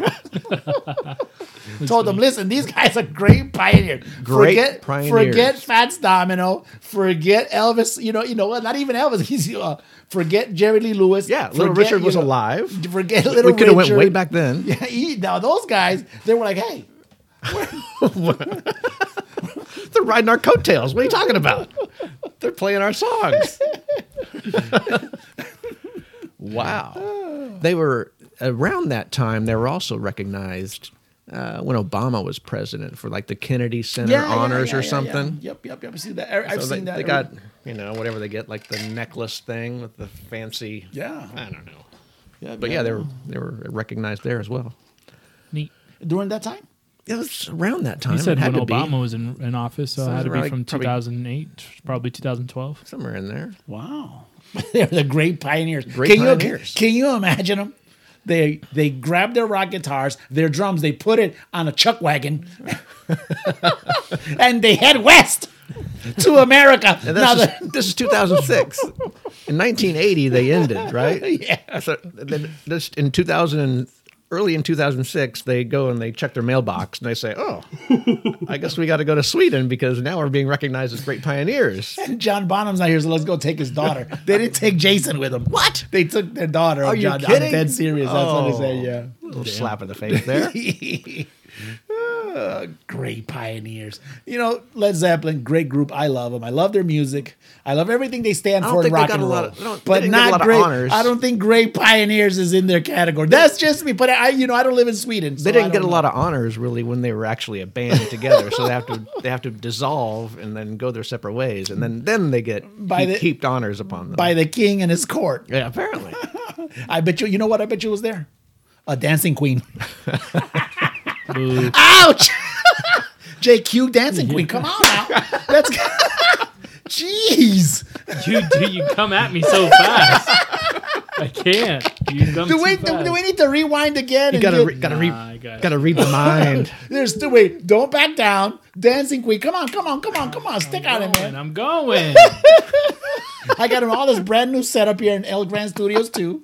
S1: Told them, listen, these guys are great pioneers.
S4: Great
S1: forget,
S4: pioneers."
S1: forget Fats Domino. Forget Elvis. You know, you know what? Not even Elvis. He's uh, forget Jerry Lee Lewis.
S4: Yeah, Little
S1: Forget,
S4: Richard
S1: you
S4: was
S1: know,
S4: alive.
S1: Forget Little
S4: we could have went
S1: Richard.
S4: way back then.
S1: Yeah, he- now those guys, they were like, hey,
S4: They're riding our coattails. What are you talking about? They're playing our songs. wow. They were around that time. They were also recognized uh, when Obama was president for like the Kennedy Center
S1: yeah, yeah,
S4: honors
S1: yeah,
S4: or
S1: yeah, yeah.
S4: something.
S1: Yep, yep, yep. I've seen that. I- I've
S4: So
S1: seen
S4: they,
S1: that.
S4: they got you know whatever they get like the necklace thing with the fancy.
S1: Yeah.
S4: I don't know.
S1: Yeah,
S4: But yeah, they were they were recognized there as well.
S5: Neat.
S1: during that time.
S4: It was around that time.
S5: You said
S4: it had
S5: when
S4: to be
S5: Obama was in, in office, so,
S4: So
S5: it had to
S4: around,
S5: be
S4: like,
S5: from
S4: probably-
S5: 2008, probably 2012.
S4: somewhere in there.
S1: Wow. They're the great pioneers.
S4: Great
S1: can
S4: pioneers.
S1: You, can you imagine them? They they grab their rock guitars, their drums, they put it on a chuck wagon, and they head west to America.
S4: And
S1: Now
S4: this,
S1: the-
S4: is, this is 2006. In 1980, they ended, right? yeah. So then this, in 2000, and- early in 2006, they go and they check their mailbox and they say, "Oh, I guess we got to go to Sweden because now we're being recognized as great pioneers."
S1: John Bonham's not here, so let's go take his daughter. they didn't take Jason with them. What? They took their daughter.
S4: Are
S1: Are
S4: you
S1: John,
S4: kidding?
S1: I'm dead serious. That's what
S4: Oh.
S1: they say. Yeah.
S4: little slap in the face there.
S1: Ah, great pioneers. You know, Led Zeppelin, great group. I love them. I love their music. I love everything they stand
S4: I don't
S1: for in
S4: think they
S1: rock
S4: got
S1: and
S4: a
S1: roll.
S4: lot of- I don't- they
S1: but
S4: didn't get a
S1: not
S4: lot of
S1: great.
S4: honors.
S1: I don't think great pioneers is in their category. That's just me. But I, you know, I don't live in Sweden. so
S4: They
S1: I
S4: didn't
S1: don't
S4: get a
S1: know.
S4: lot of honors really when they were actually a band together, so they have to they have to dissolve and then go their separate ways, and then then they get
S1: By
S4: heap-
S1: the-
S4: heaped honors upon them.
S1: by the king and his court.
S4: yeah, apparently.
S1: I bet you. You know what? I bet you was there. A dancing queen.
S5: Ooh.
S1: Ouch! JQ dancing queen. Come on now. Let's go. Jeez.
S5: You do you come at me so fast? I can't. You come
S1: Do
S5: too
S1: we do,
S5: fast.
S1: do we need to rewind again?
S4: You
S1: and
S4: gotta
S1: get-
S4: re, gotta re,
S5: Nah, I got it.
S4: gotta read the mind.
S1: There's the wait. Don't back down. Dancing queen. Come on, come on, come on, come on. Stick on it,
S5: And
S1: man.
S5: I'm going.
S1: I got him all this brand new setup here in El Gran Studios too.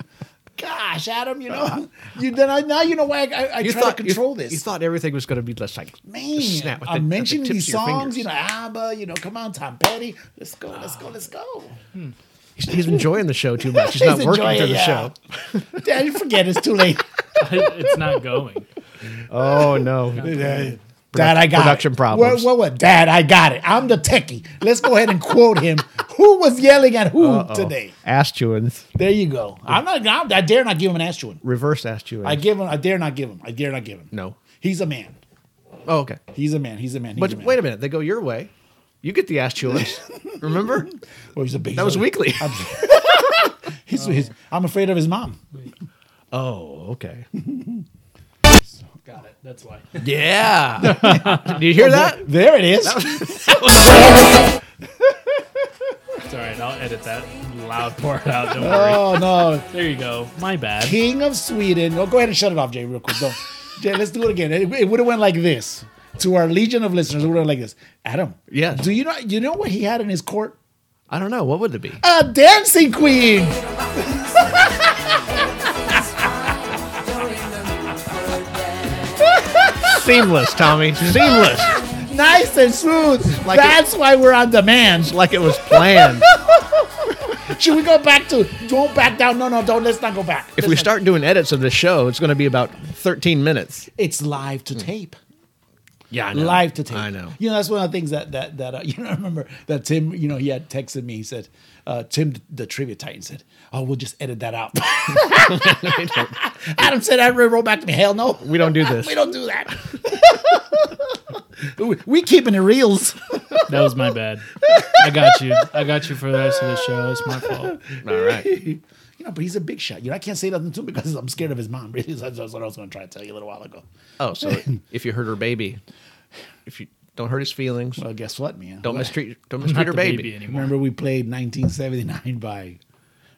S1: Gosh, Adam, you know, you then I, now you know why I, I, I try to control
S4: you,
S1: this.
S4: You thought everything was going to be less like
S1: man,
S4: snap with the- with
S1: I'm
S4: the
S1: mentioning
S4: tips
S1: these
S4: of your
S1: songs, you know,
S4: fingers.
S1: ABBA, you know, come on, Tom Petty. Let's go, let's go, let's go.
S4: He's, he's enjoying the show too much. He's not
S1: He's
S4: working
S1: enjoying
S4: through
S1: it,
S4: the
S1: yeah.
S4: show.
S1: Dad, you forget it's too late.
S5: it's not going.
S4: Oh no!
S1: Dad, I got
S4: production
S1: it.
S4: problems.
S1: What, what, what? Dad, I got it. I'm the techie. Let's go ahead and quote him. Who was yelling at who today?
S4: Astuins,
S1: There you go. I'm not. I'm- I dare not give him an astuin.
S4: reverse Astuins.
S1: I give him. I dare not give him. I dare not give him.
S4: no.
S1: He's a man.
S4: Oh okay.
S1: He's a man. He's a man. He's
S4: But
S1: a man.
S4: wait a minute, they go your way. You get the Astuins. Remember?
S1: Well, he's a big.
S4: That was Oh. weekly.
S1: He's, he's- I'm afraid of his mom.
S4: oh, okay.
S5: Got it. That's why.
S4: Yeah. Did you hear that?
S1: There it is.
S5: It's all right. I'll edit that loud part out. Don't worry.
S1: Oh no,
S5: There you go. My bad.
S1: King of Sweden. Oh, go ahead and shut it off, Jay, real quick. Don't. Jay, let's do it again. It, it would have went like this to our legion of listeners. It would have like this. Adam.
S4: Yes.
S1: Do you know? You know what he had in his court?
S4: I don't know. What would it be?
S1: A dancing queen.
S4: Seamless, Tommy. Seamless.
S1: Nice and smooth.
S4: Like it-
S1: That's why we're on demand.
S4: like it was planned.
S1: Should we go back to don't back down? No, no, don't. Let's not go back.
S4: If we start doing edits of the show, it's going to be about 13 minutes.
S1: it's live to tape.
S4: Hmm. Yeah, I
S1: Live to tape.
S4: I know.
S1: You know, that's one of the things that that that uh, you know. I remember that Tim. You know, he had texted me. He said, uh, "Tim, the trivia titan said, oh, we'll just edit that out." Adam said, "I wrote back to me, hell no,
S4: We don't do this.
S1: we don't do that. we, we keeping it reels."
S5: That was my bad. I got you. I got you for the rest of the show. It's my fault.
S4: All right.
S1: You know, but he's a big shot. You know, I can't say nothing to him because I'm scared of his mom. Really, that's that's what I was going to try to tell you a little while ago.
S4: Oh, so if you hurt her baby, if you don't hurt his feelings,
S1: Well, guess what, man?
S4: don't mistreat don't
S5: I'm
S4: mistreat
S5: not
S4: her
S5: the
S4: baby.
S5: baby anymore.
S1: Remember we played 1979 by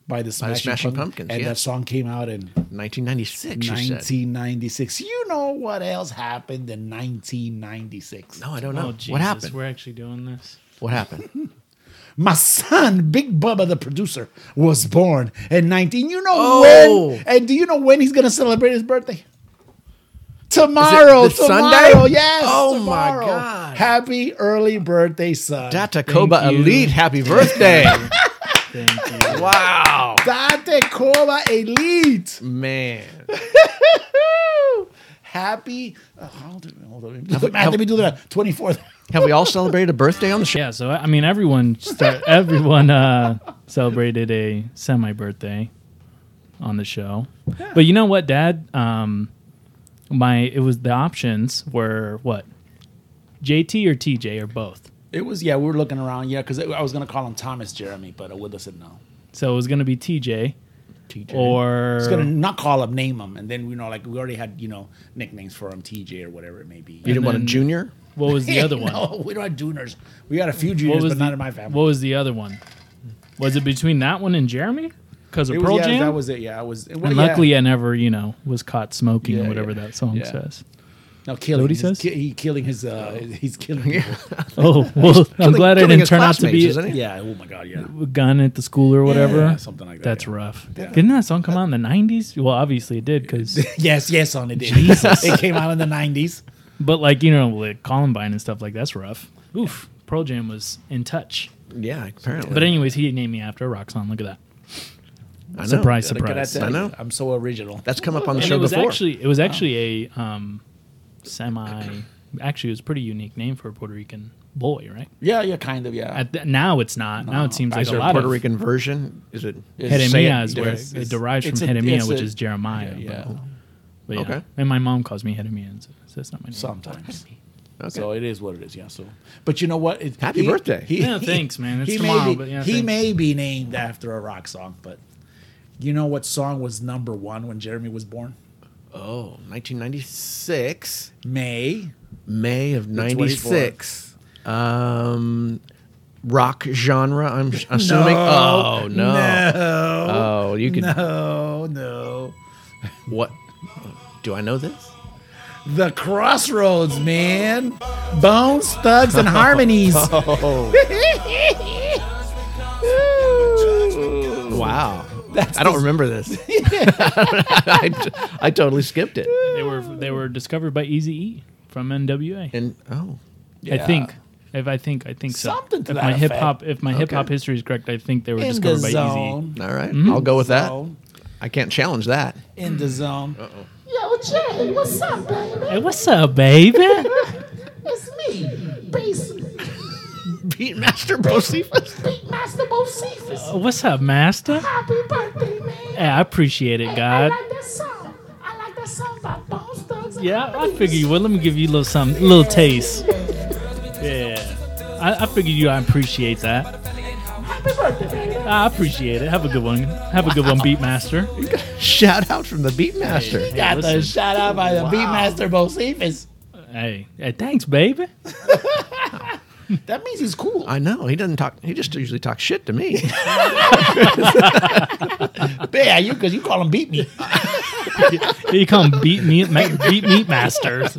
S1: by the Smashing,
S4: Smashing
S1: Pumpkins,
S4: Pumpkins,
S1: and that
S4: yes.
S1: song came out in
S4: 1996, you said.
S1: 1996. You know what else happened in 1996?
S4: No, I don't know.
S5: Oh, Jesus.
S4: what happened?
S5: We're actually doing this.
S4: What happened?
S1: My son, Big Bubba, the producer, was born in 19. You know
S4: Oh.
S1: when? And do you know when he's gonna celebrate his birthday? Tomorrow,
S4: this
S1: tomorrow,
S4: Sunday?
S1: yes.
S4: Oh, my
S1: tomorrow.
S4: God.
S1: Happy early birthday, son.
S4: Data Koba
S5: you.
S4: Elite, happy birthday.
S5: Thank you.
S4: wow.
S1: Date Cola Elite.
S4: Man.
S1: Happy. Uh, how do- hold on, let me do the math, let me do that. 24th.
S4: Have we all celebrated a birthday on the show?
S5: Yeah. So I I mean, everyone start, everyone uh, celebrated a semi birthday on the show. But you know what, Dad? Um, my it was the options were what JT or TJ or both.
S1: It was, yeah, we were looking around, yeah, because I was going to call him Thomas Jeremy, but uh, Woodley said no.
S5: So it was gonna be TJ
S4: TJ.
S5: or
S1: I was going to not call him, name him. And then, you know, like we already had, you know, nicknames for him, TJ or whatever it may be.
S4: you didn't want a
S5: then-
S4: junior?
S5: what was the other one?
S1: no, we don't have juniors. We got a few
S5: What
S1: juniors,
S5: was
S1: but
S5: the,
S1: not in my family.
S5: What was the other one? Was it between that one and Jeremy? Because of
S1: It was-
S5: Pearl
S1: yeah,
S5: Jam.
S1: that was it. Yeah, I was. well,
S5: and
S1: yeah.
S5: luckily, I never, you know, was caught smoking
S1: Yeah,
S5: or whatever
S1: yeah,
S5: that song
S1: yeah.
S5: says.
S1: No, killing.
S5: what he
S1: He's
S5: says?
S1: ki- he killing his. Uh, he's killing. People.
S5: Oh well, I'm
S4: Killing-
S5: glad I
S4: killing
S5: didn't
S4: his
S5: turn out to
S4: classmates,
S5: be
S4: isn't it?
S1: Yeah. Oh my god. Yeah.
S5: a gun at the school or whatever.
S1: Yeah, something like that,
S5: That's
S1: yeah.
S5: rough. Didn't that song come out in the '90s? Well, obviously it did, because
S1: Yes. Yes. On it. Jesus. it came out in the nineties.
S5: but like you know, like Columbine and stuff like that's rough. Oof. Pearl Jam was in touch.
S4: Yeah, apparently.
S5: But anyways, he named me after Roxanne. Look at that.
S4: I know.
S5: Surprise,
S4: Look at
S5: surprise.
S4: that. I know.
S1: I'm so original.
S4: That's come up on the
S5: and
S4: show
S5: it was
S4: before.
S5: actually it was actually a um, semi. Actually, it was a pretty unique name for a Puerto Rican boy, right?
S1: Yeah. Yeah. Kind of. Yeah.
S5: At th- now it's not. now it seems like
S4: is
S5: a
S4: there a
S5: lot
S4: Puerto
S5: of
S4: Rican version? Is it?
S5: Jeremiah is where
S1: Yes,
S5: it,
S1: it's-
S5: derives from
S1: it's a-
S5: Jeremiah,
S1: it's
S5: which
S1: a-
S5: is Jeremiah. but-
S1: yeah.
S5: but yeah.
S4: Okay.
S5: And my mom calls me Jeremiah. So that's not my name.
S1: Sometimes.
S4: Okay.
S1: So it is what it is. Yeah. So, but you know what? It,
S4: Happy birthday.
S5: Yeah, thanks, man. It's
S1: he
S5: tomorrow,
S1: may be,
S5: but yeah,
S1: he
S5: thanks.
S1: may be named after a rock song, but you know what song was number one when Jeremy was born?
S4: oh, 1996,
S1: May.
S4: May of
S1: It's
S4: 96. Um, rock genre, I'm sh- assuming. oh,
S1: No.
S4: no.
S5: Uh,
S4: Oh, you can.
S1: No. No.
S4: What? Do I know this?
S1: The Crossroads, man. Bones, thugs, and harmonies.
S5: Oh.
S4: Wow. I don't remember this. I, t- I totally skipped it.
S5: They were they were discovered by Easy E from NWA.
S4: And oh,
S5: I think. If I think I think so.
S1: Something to
S5: if
S1: that
S5: my hip
S1: effect.
S5: hop if my hip hop history is correct, I think they were
S1: In the
S5: discovered by Easy.
S1: zone.
S4: all right. I'll go with that.
S1: Zone.
S4: I can't challenge that.
S1: In the zone.
S5: Oh.
S7: Yo, Jay, what's up, baby?
S5: Hey, what's up, baby?
S7: It's me, Beast
S4: Beatmaster Bocephus.
S7: Beatmaster Bocephus.
S5: what's up, master?
S7: Happy birthday, man.
S5: Hey, I appreciate it, God.
S7: I like that song. I like that song by Bones Thugs. and
S5: Yeah, I
S7: Harmonies.
S5: figured you would. Let me give you a little something, a little taste. Yeah. I, I figured you. I appreciate that.
S7: Happy birthday, baby.
S5: I appreciate it. Have a good one. Have a good one, Beatmaster.
S4: Shout out from the Beatmaster.
S5: Hey,
S1: Got the
S5: listen.
S1: shout out by the Beatmaster Bocephus.
S5: Hey, hey, thanks, baby.
S1: That means he's cool.
S4: I know. He doesn't talk. He just usually talks shit to me.
S1: yeah, you because you call him beat me.
S5: You come beat me, ma- beat meat masters.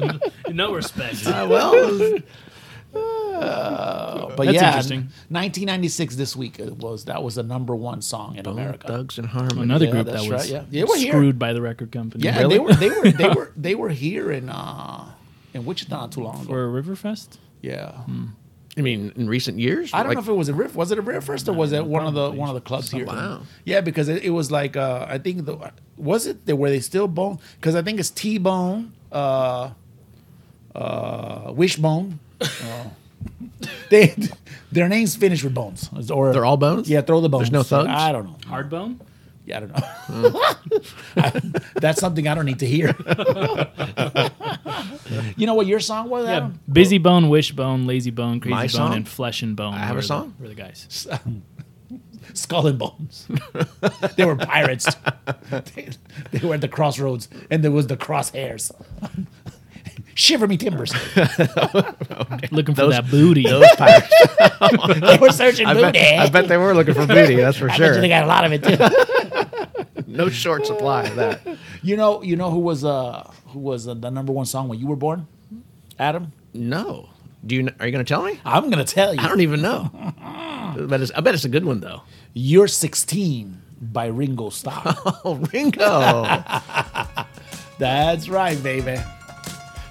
S5: No respect.
S1: Uh,
S4: well,
S1: But
S5: That's
S1: yeah,
S5: interesting.
S1: 1996 this week it was that was the number one song in America.
S4: thugs and harmony.
S5: Another
S1: Yeah,
S5: group that
S1: that's
S5: was
S1: right, yeah. They were here.
S5: screwed by the record company.
S1: Yeah, and they were they were they were they were here in uh in Wichita not too long ago.
S5: for Riverfest.
S1: Yeah,
S4: I mean, in recent years.
S1: I don't
S4: Mm-hmm. Like,
S1: know if it was a riff. Was it a riff first or was it one of the one of the clubs here?
S4: Wow.
S1: Yeah, because it, it was like uh I think the was it the, were they still Bone? Because I think it's T Bone, uh, uh, Wishbone. Uh, they their names finish with bones. Or
S4: They're all bones?
S1: Yeah, throw the bones.
S4: There's no thugs?
S1: I don't know.
S5: Hardbone.
S1: Yeah, I don't know. I- that's something I don't need to hear. you know what your song was?
S5: Yeah,
S1: Adam?
S5: Busy Bone, Wishbone, Lazy Bone, Crazy
S4: My
S5: Bone,
S4: song?
S5: and Flesh and Bone. I
S4: have a song?
S5: The, were the guys.
S1: Skull and Bones. they were pirates. they, they were at the crossroads, and there was the crosshairs. Shiver me timbers.
S5: Looking for that booty.
S4: Those pirates.
S1: They were searching
S4: I,
S1: booty.
S4: bet, I bet they were looking for booty. That's for
S1: I bet you
S4: sure.
S1: they got a lot of it too.
S4: No short supply of that.
S1: you know, you know who was uh who was uh, the number one song when you were born, Adam.
S4: No. Do you? kn- Are you going to tell me?
S1: I'm gonna tell you.
S4: I don't even know. But it's, I bet it's a good one though.
S1: You're 16 by Ringo Starr.
S4: Oh, Ringo,
S1: That's right, baby.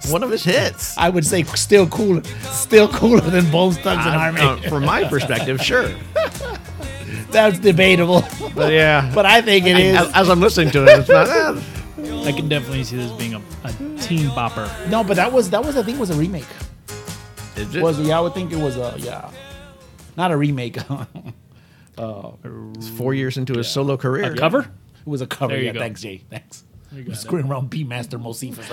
S4: one of his hits.
S1: I would say still cooler, still cooler than Bones Thugs and Harmony.
S4: Uh, from my perspective, sure.
S1: That's debatable,
S4: But yeah,
S1: but I think it is.
S4: as, as I'm listening to it, it's not. eh,
S5: I can definitely see this being a, a teen bopper.
S1: No, but that was that was I think was a remake.
S4: is it?
S1: Was yeah, I would think it was a yeah, not a remake. it
S4: four years into his solo career.
S5: A cover?
S1: was a cover.
S5: There you
S1: Yeah,
S5: go.
S1: thanks Jay. Thanks.
S5: go, Adam.
S1: Screwing around Beatmaster Mosifus.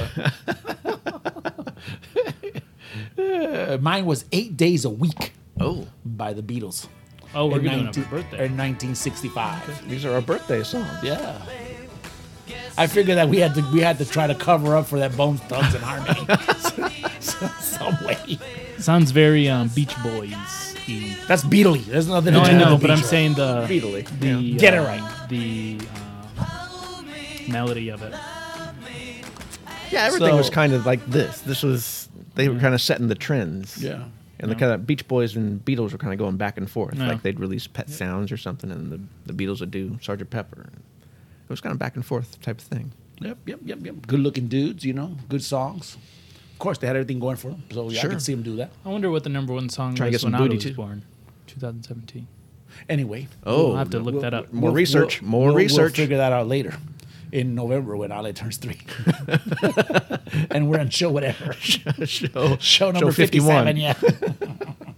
S1: Uh, Mine was eight days a week
S4: Oh,
S1: by the Beatles.
S5: Oh, we're
S1: in,
S5: doing it
S1: 19
S5: for birthday.
S1: in 1965.
S4: these are our birthday songs.
S1: Yeah. I figured that we had to we had to try to cover up for that Bones Thugs and Harmony some way.
S5: Sounds very um, Beach Boys.
S1: That's Beatley. There's nothing.
S5: No,
S1: to
S5: I
S1: do with
S5: know,
S1: the
S5: but I'm
S1: Beatles.
S5: saying the
S4: Beatly.
S5: the
S1: Yeah. Get it
S5: uh,
S1: right.
S5: the uh, melody of it.
S4: Yeah, everything was
S1: So-
S4: kind of like this. This was they were kind of setting the trends.
S1: Yeah.
S4: And the kind of Beach Boys and Beatles were kind of going back and forth.
S5: Yeah.
S4: Like they'd release Pet Sounds or something, and the, the Beatles would do Sgt. Pepper. It was kind of back and forth type of thing.
S1: Yep, yep, yep, yep. Good looking dudes, you know, good songs. Of course, they had everything going for them, so yeah, I
S4: Sure.
S1: could see them do that.
S5: I wonder what the number one song
S4: Try to
S5: was
S4: get some
S5: when I
S4: booty,
S5: was
S4: too.
S5: born, 2017.
S1: Anyway,
S4: Oh,
S5: I'll have to look that up.
S4: More research, more
S1: We'll
S4: research.
S1: figure that out later in November when Ale turns three, and we're on show whatever.
S4: show,
S1: Show number fifty-seven. Yeah.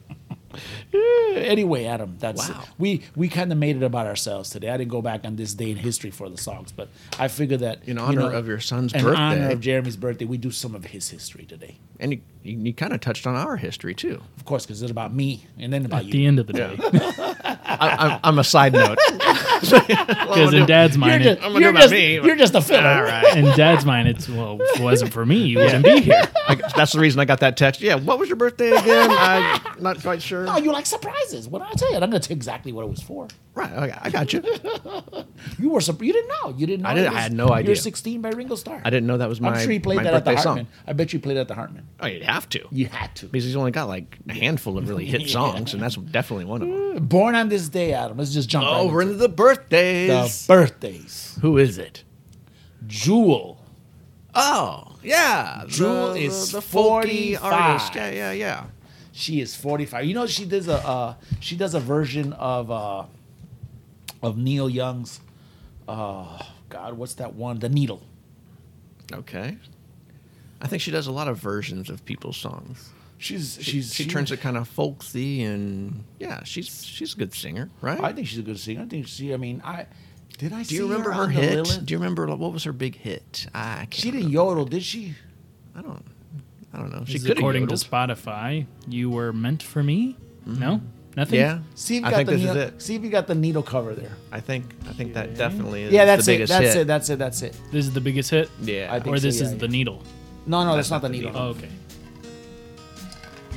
S1: Yeah, anyway, Adam, that's
S4: Wow.
S1: we we kind of made it about ourselves today. I didn't go back on this day in history for the songs, but I figured that
S4: In honor of your son's
S1: in honor
S4: birthday.
S1: of Jeremy's birthday, we do some of his history today.
S4: And you, you, you kind of touched on our history too.
S1: Of course, because it's about me and then about
S5: At
S1: you.
S5: the end of the day,
S4: I, I'm, I'm a side note.
S5: because in Dad's
S1: You're
S5: mind,
S1: just,
S5: it,
S4: gonna do
S1: you're
S4: about
S1: just,
S4: me, but-
S1: You're just a filler.
S5: in Dad's mind, it's well, if it wasn't for me, you wouldn't be here.
S4: I, that's the reason I got that text. Yeah, what was your birthday again? I'm not quite sure.
S1: Oh, you like surprises? What did I tell you? I'm gonna tell you exactly what it was for.
S4: Right, I, I got you.
S1: You were surprised. You didn't know. You didn't know.
S4: I didn't-
S1: it was
S4: I had no
S1: You're
S4: idea.
S1: 16 by Ringo Starr.
S4: I didn't know that was my,
S1: I'm sure you played
S4: my
S1: that at
S4: birthday
S1: the
S4: song.
S1: Hartman. I bet you played at the Hartman.
S4: Oh, you'd have to.
S1: You had to.
S4: Because he's only got like a handful of really hit songs, and that's definitely one of them.
S1: Born on this day, Adam. Let's just jump.
S4: Oh,
S1: right
S4: we're
S1: into
S4: into the birthdays.
S1: Mm, the birthdays.
S4: Who is it?
S1: Jewel.
S4: Oh, yeah. the-
S1: Jewel
S4: the,
S1: is
S4: the folky
S1: 45.
S4: artist. Yeah, yeah, yeah.
S1: She is 45. You know she does a uh, she does a version of uh, of Neil Young's. Uh, God, what's that one? The Needle.
S4: Okay. I think she does a lot of versions of people's songs.
S1: She's
S4: She,
S1: she's
S4: she, turns it kind of folksy, and yeah, she's she's a good singer, right?
S1: I think she's a good singer. I think she. I mean, I did I.
S4: Do you
S1: see
S4: remember her
S1: on the
S4: hit?
S1: Lilith?
S4: Do you remember like, what was her big hit? I can't
S1: she didn't
S4: remember.
S1: yodel, did she?
S4: I don't. I don't know. She
S5: This is
S4: could
S5: according
S4: have
S5: to Spotify, you were meant for me. No, nothing.
S4: Mm-hmm. Yeah.
S1: See if you
S4: I
S1: got
S4: think
S1: the
S4: this
S1: needle,
S4: is it.
S1: See if you got the needle cover there.
S4: I think I think that definitely is.
S1: yeah, that's
S4: the
S1: it.
S4: biggest
S1: That's
S4: hit.
S1: it. That's it. That's it.
S5: This is the biggest hit.
S4: Yeah.
S1: I think-
S5: Or this
S1: so, yeah,
S5: is
S1: yeah.
S5: the needle.
S1: No, no, that's, not, the needle.
S5: Oh, okay.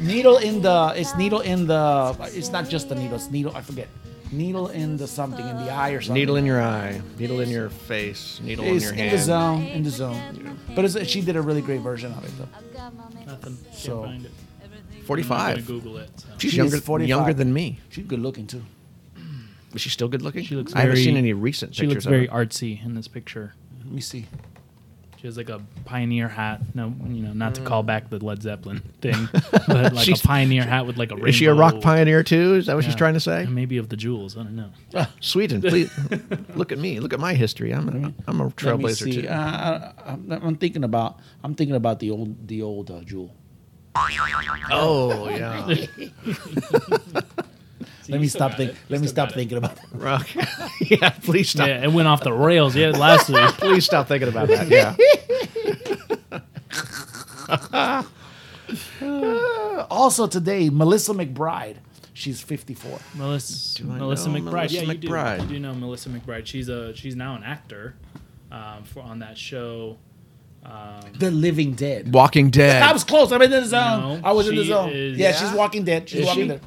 S1: Needle in the. It's needle in the. It's not just the needle. It's needle. I forget. Needle in the something in the eye or something.
S4: needle in your eye, needle in your face, needle
S1: It's
S4: in your
S1: in
S4: hand.
S1: the zone. In the zone. But it's, she did a really great version of it though.
S5: Nothing. Can't
S1: So-
S5: find it. I'm gonna
S4: Forty-five.
S5: Google it. so.
S4: She's
S1: She is
S4: younger,
S1: 45.
S4: younger than me.
S1: She's good looking too.
S4: Is she still good looking?
S5: She looks
S4: I haven't
S5: very-
S4: seen any recent
S5: She looks
S4: pictures
S5: very
S4: of her.
S5: artsy in this picture.
S1: Let me see.
S5: She has like a pioneer hat. No, you know, not to call back the Led Zeppelin thing, but like a
S4: Mm. She's-
S5: pioneer hat with like a. Rainbow.
S4: Is she a rock pioneer too? Is that what she's
S5: Yeah.
S4: trying to say?
S5: And maybe of the jewels. I don't know.
S4: Sweden, please look at me. Look at my history. I'm a, I'm
S1: Let
S4: a
S1: me
S4: trailblazer
S1: see.
S4: too.
S1: Uh, I, I'm, I'm thinking about. I'm thinking about the old. The old uh, jewel.
S4: oh yeah,
S1: Let me stop think. Let me stop thinking about. It.
S4: rock. yeah, please stop.
S5: Yeah, it went off the rails. Yeah, last week.
S4: Please stop thinking about that. Yeah.
S1: Also today, Melissa McBride. She's 54.
S5: Melissa,
S4: I
S5: Melissa
S4: know
S5: McBride.
S4: Melissa
S5: yeah, you
S4: McBride?
S5: do. You do know Melissa McBride. She's a she's now an actor um, for on that show.
S1: The Living Dead.
S4: Walking Dead.
S1: I was close. I'm in the zone.
S5: No,
S1: I was in the
S5: she
S1: zone.
S5: is-
S1: yeah,
S5: Yeah?
S1: she's Walking Dead. She's
S4: Is
S1: Walking
S4: she?
S1: Dead.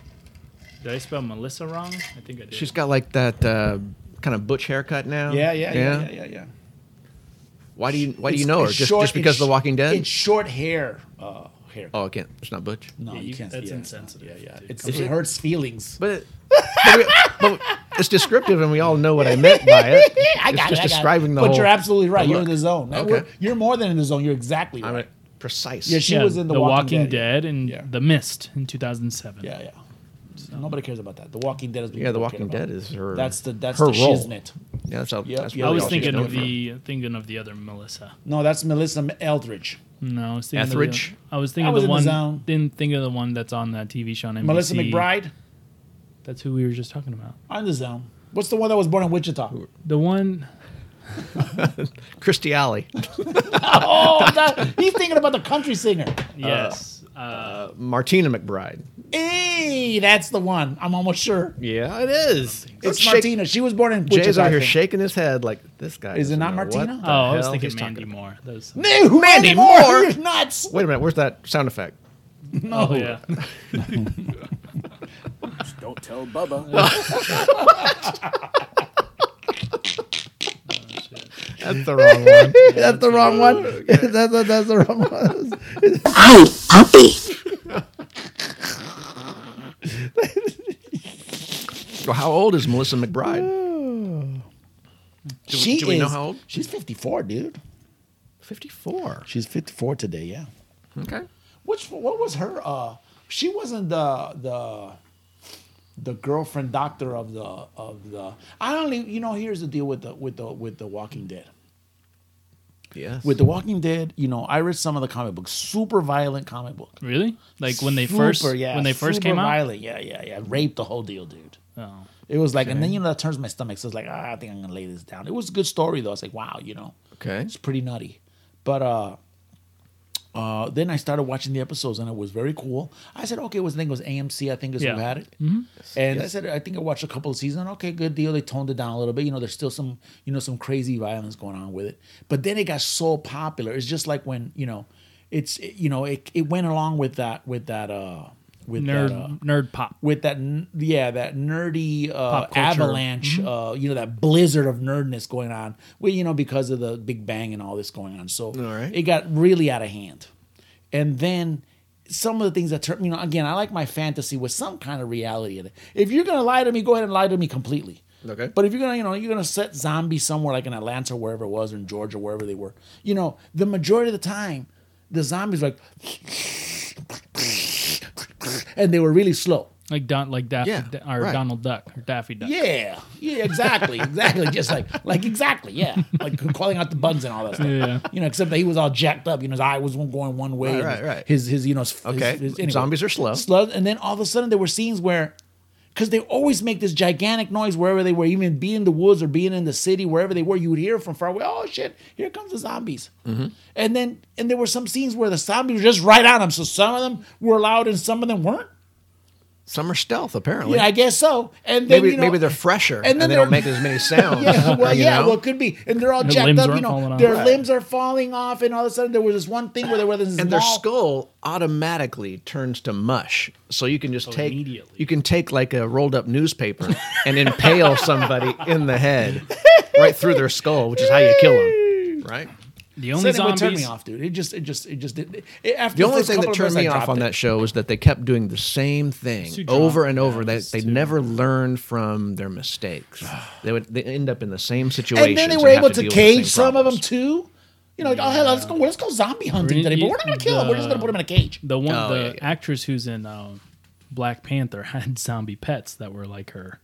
S5: Did I spell Melissa wrong? I think I did.
S4: She's got like that uh, kind of butch haircut now.
S1: Yeah, yeah, yeah, yeah, yeah. yeah.
S4: Why do you Why do you
S1: It's-
S4: know her?
S1: it's
S4: Just,
S1: short-
S4: just because
S1: it's-
S4: of The Walking Dead?
S1: It's short hair. Uh, hair.
S4: oh, again, it's not butch.
S1: no,
S5: Yeah,
S1: you,
S5: you-
S1: can't.
S5: that's
S1: yeah.
S5: insensitive,
S1: Yeah, yeah.
S5: dude.
S1: It's,
S4: Is
S1: it
S4: it?
S1: hurts feelings.
S4: But, it, but, we- but it's descriptive, and we all know what I meant by it.
S1: I got
S4: it's just
S1: it, I got it.
S4: describing the
S1: But
S4: whole.
S1: you're absolutely right.
S4: the
S1: You're in the
S4: look.
S1: zone.
S4: Okay.
S1: We're- You're more than in the zone. You're exactly
S4: I'm
S1: right.
S4: a, precise.
S1: Yeah, she was in The, Walking, Dead.
S5: and
S1: Yeah.
S5: The Mist in 2007.
S1: Yeah, yeah. Nobody cares about that. The Walking Dead is. what
S4: Yeah,
S1: people
S4: The
S1: care
S4: Walking
S1: about.
S4: Dead is her.
S1: That's the that's
S4: her
S1: the
S4: role.
S1: shiznit.
S4: Yeah, that's, all,
S1: Yep,
S4: that's
S1: yep.
S5: I
S4: really
S5: was
S4: all she's
S5: thinking
S4: known
S5: of
S4: for.
S5: the thinking of the other Melissa.
S1: No, that's Melissa Eldridge.
S5: No, I was thinking of the-
S4: Etheridge?
S5: I was thinking
S1: I was
S5: of the
S1: in the
S5: one.
S1: zone.
S5: Didn't think of the one that's on that TV show on NBC.
S1: Melissa McBride.
S5: That's who we were just talking about.
S1: I'm in the zone. What's the one that was born in Wichita?
S5: The one.
S4: Christy Alley.
S1: Oh, that, he's thinking about the country singer.
S5: Yes. Uh,
S4: Martina McBride.
S1: Hey, that's the one. I'm almost sure.
S4: Yeah, it is.
S1: It's Martina. She was born in Wichita.
S4: Jay's out
S1: I
S4: here
S1: think.
S4: shaking his head like this guy.
S1: Is it
S4: doesn't
S1: not
S4: know what
S1: Martina?
S4: the
S5: oh, I was
S4: hell he's
S5: thinking
S4: talking
S5: Mandy
S4: about.
S5: Moore. That was-
S1: Hey, who Mandy
S4: Mandy
S1: Moore.
S4: Moore?
S1: You're nuts.
S4: Wait a minute, where's that sound effect?
S5: oh yeah.
S6: Don't tell Bubba.
S8: That's the wrong one. that's the wrong one. that's, that's, that's the wrong one.
S9: I'm Poppy.
S4: Well, how old is Melissa McBride? Do, we-
S8: she
S4: do we know
S8: is-
S4: how old?
S8: She's 54, dude.
S4: 54.
S8: She's 54 today, yeah.
S4: Okay.
S8: Which what was her uh she wasn't the the the girlfriend doctor of the of the I only you know here's the deal with the with the with the Walking Dead.
S4: Yes.
S8: With the Walking Dead, you know, I read some of the comic books, super violent comic book.
S5: Really? Like when they
S8: Super,
S5: first when they first
S8: super
S5: came out.
S8: violent. Yeah, yeah, yeah. Raped the whole deal, dude.
S5: Oh.
S8: It was like, and then you know that turns my stomach. So it's like, ah, I think I'm gonna lay this down. It was a good story though. I was like, wow, you know,
S4: Okay.
S8: it's pretty nutty. But uh, uh, then I started watching the episodes and it was very cool. I said, okay, it was I think it was AMC. I think is
S5: Yeah. Mm-hmm.
S8: who had it. And I said, I think I watched a couple of seasons. Okay, good deal. They toned it down a little bit. You know, there's still some, you know, some crazy violence going on with it. But then it got so popular. It's just like when you know, it's you know, it it went along with that with that uh with
S5: Nerd
S8: that, uh,
S5: nerd pop.
S8: with that n- yeah that nerdy uh,
S5: Pop culture.
S8: avalanche uh, you know that blizzard of nerdness going on well you know because of the big bang and all this going on so
S4: right.
S8: it got really out of hand and then some of the things that turn you know again i like my fantasy with some kind of reality in it if you're gonna lie to me go ahead and lie to me completely
S4: Okay.
S8: but if you're gonna you know you're gonna set zombies somewhere like in atlanta wherever it was or in georgia wherever they were you know the majority of the time the zombies like and they were really slow
S5: Like Don like Daffy
S4: Yeah,
S5: Da- or
S4: right.
S5: Donald Duck or Daffy Duck.
S8: yeah, yeah, exactly, exactly. Just like, like exactly, yeah. Like calling out the bugs and all that stuff.
S5: Yeah.
S8: You know, except that he was all jacked up. You know, his eye was going one way.
S4: Right,
S8: and
S4: right, right.
S8: His, his, you know, his,
S4: Okay.
S8: his- his- anyway.
S4: Zombies are slow.
S8: Slow. And then all of a sudden there were scenes where, because they always make this gigantic noise wherever they were, even being in the woods or being in the city, wherever they were, you would hear from far away. Oh shit, here comes the zombies.
S4: Mm-hmm.
S8: And then, and there were some scenes where the zombies were just right on them. So some of them were loud and some of them weren't.
S4: Some are stealth, apparently.
S8: Yeah, I guess so. And then,
S4: maybe
S8: you know,
S4: maybe they're fresher and,
S8: then
S4: they don't
S8: they're-
S4: make as many sounds.
S8: Yeah, well,
S4: you
S8: yeah,
S4: know?
S8: well, it could be. And they're all
S5: Their
S8: jacked
S5: limbs
S8: up, you
S5: aren't falling
S8: know.
S5: off.
S8: Their
S5: Right.
S8: limbs are falling off, and all of a sudden there was this one thing where there was this
S4: and their
S8: small-
S4: skull automatically turns to mush. So you can just take
S5: Oh, Immediately.
S4: you can take like a rolled up newspaper and impale somebody in the head right through their skull, which is how you kill them, right?
S5: The
S8: So
S5: only
S8: it would turn me
S5: zombies
S8: off, dude. It just, it just, it just did. It, after
S4: The only
S8: first
S4: thing
S8: couple
S4: that
S8: of
S4: turned
S8: minutes,
S4: me
S8: I
S4: off
S8: dropped
S4: on
S8: it.
S4: that show was that they kept doing the same
S5: too
S4: thing
S5: drunk.
S4: over and
S5: Yeah,
S4: over. They
S5: it's
S4: they
S5: too-
S4: never learned from their mistakes. they would they end up in the same situation.
S8: and then they were able to, cage some of them too. You know, like, oh hell, let's go, let's go zombie hunting
S5: We're gonna
S8: today, but
S5: eat
S8: we're not gonna kill them. We're just gonna put them in a cage.
S5: the one
S4: Oh,
S5: the
S4: yeah, yeah.
S5: actress who's in uh, Black Panther had zombie pets that were like her.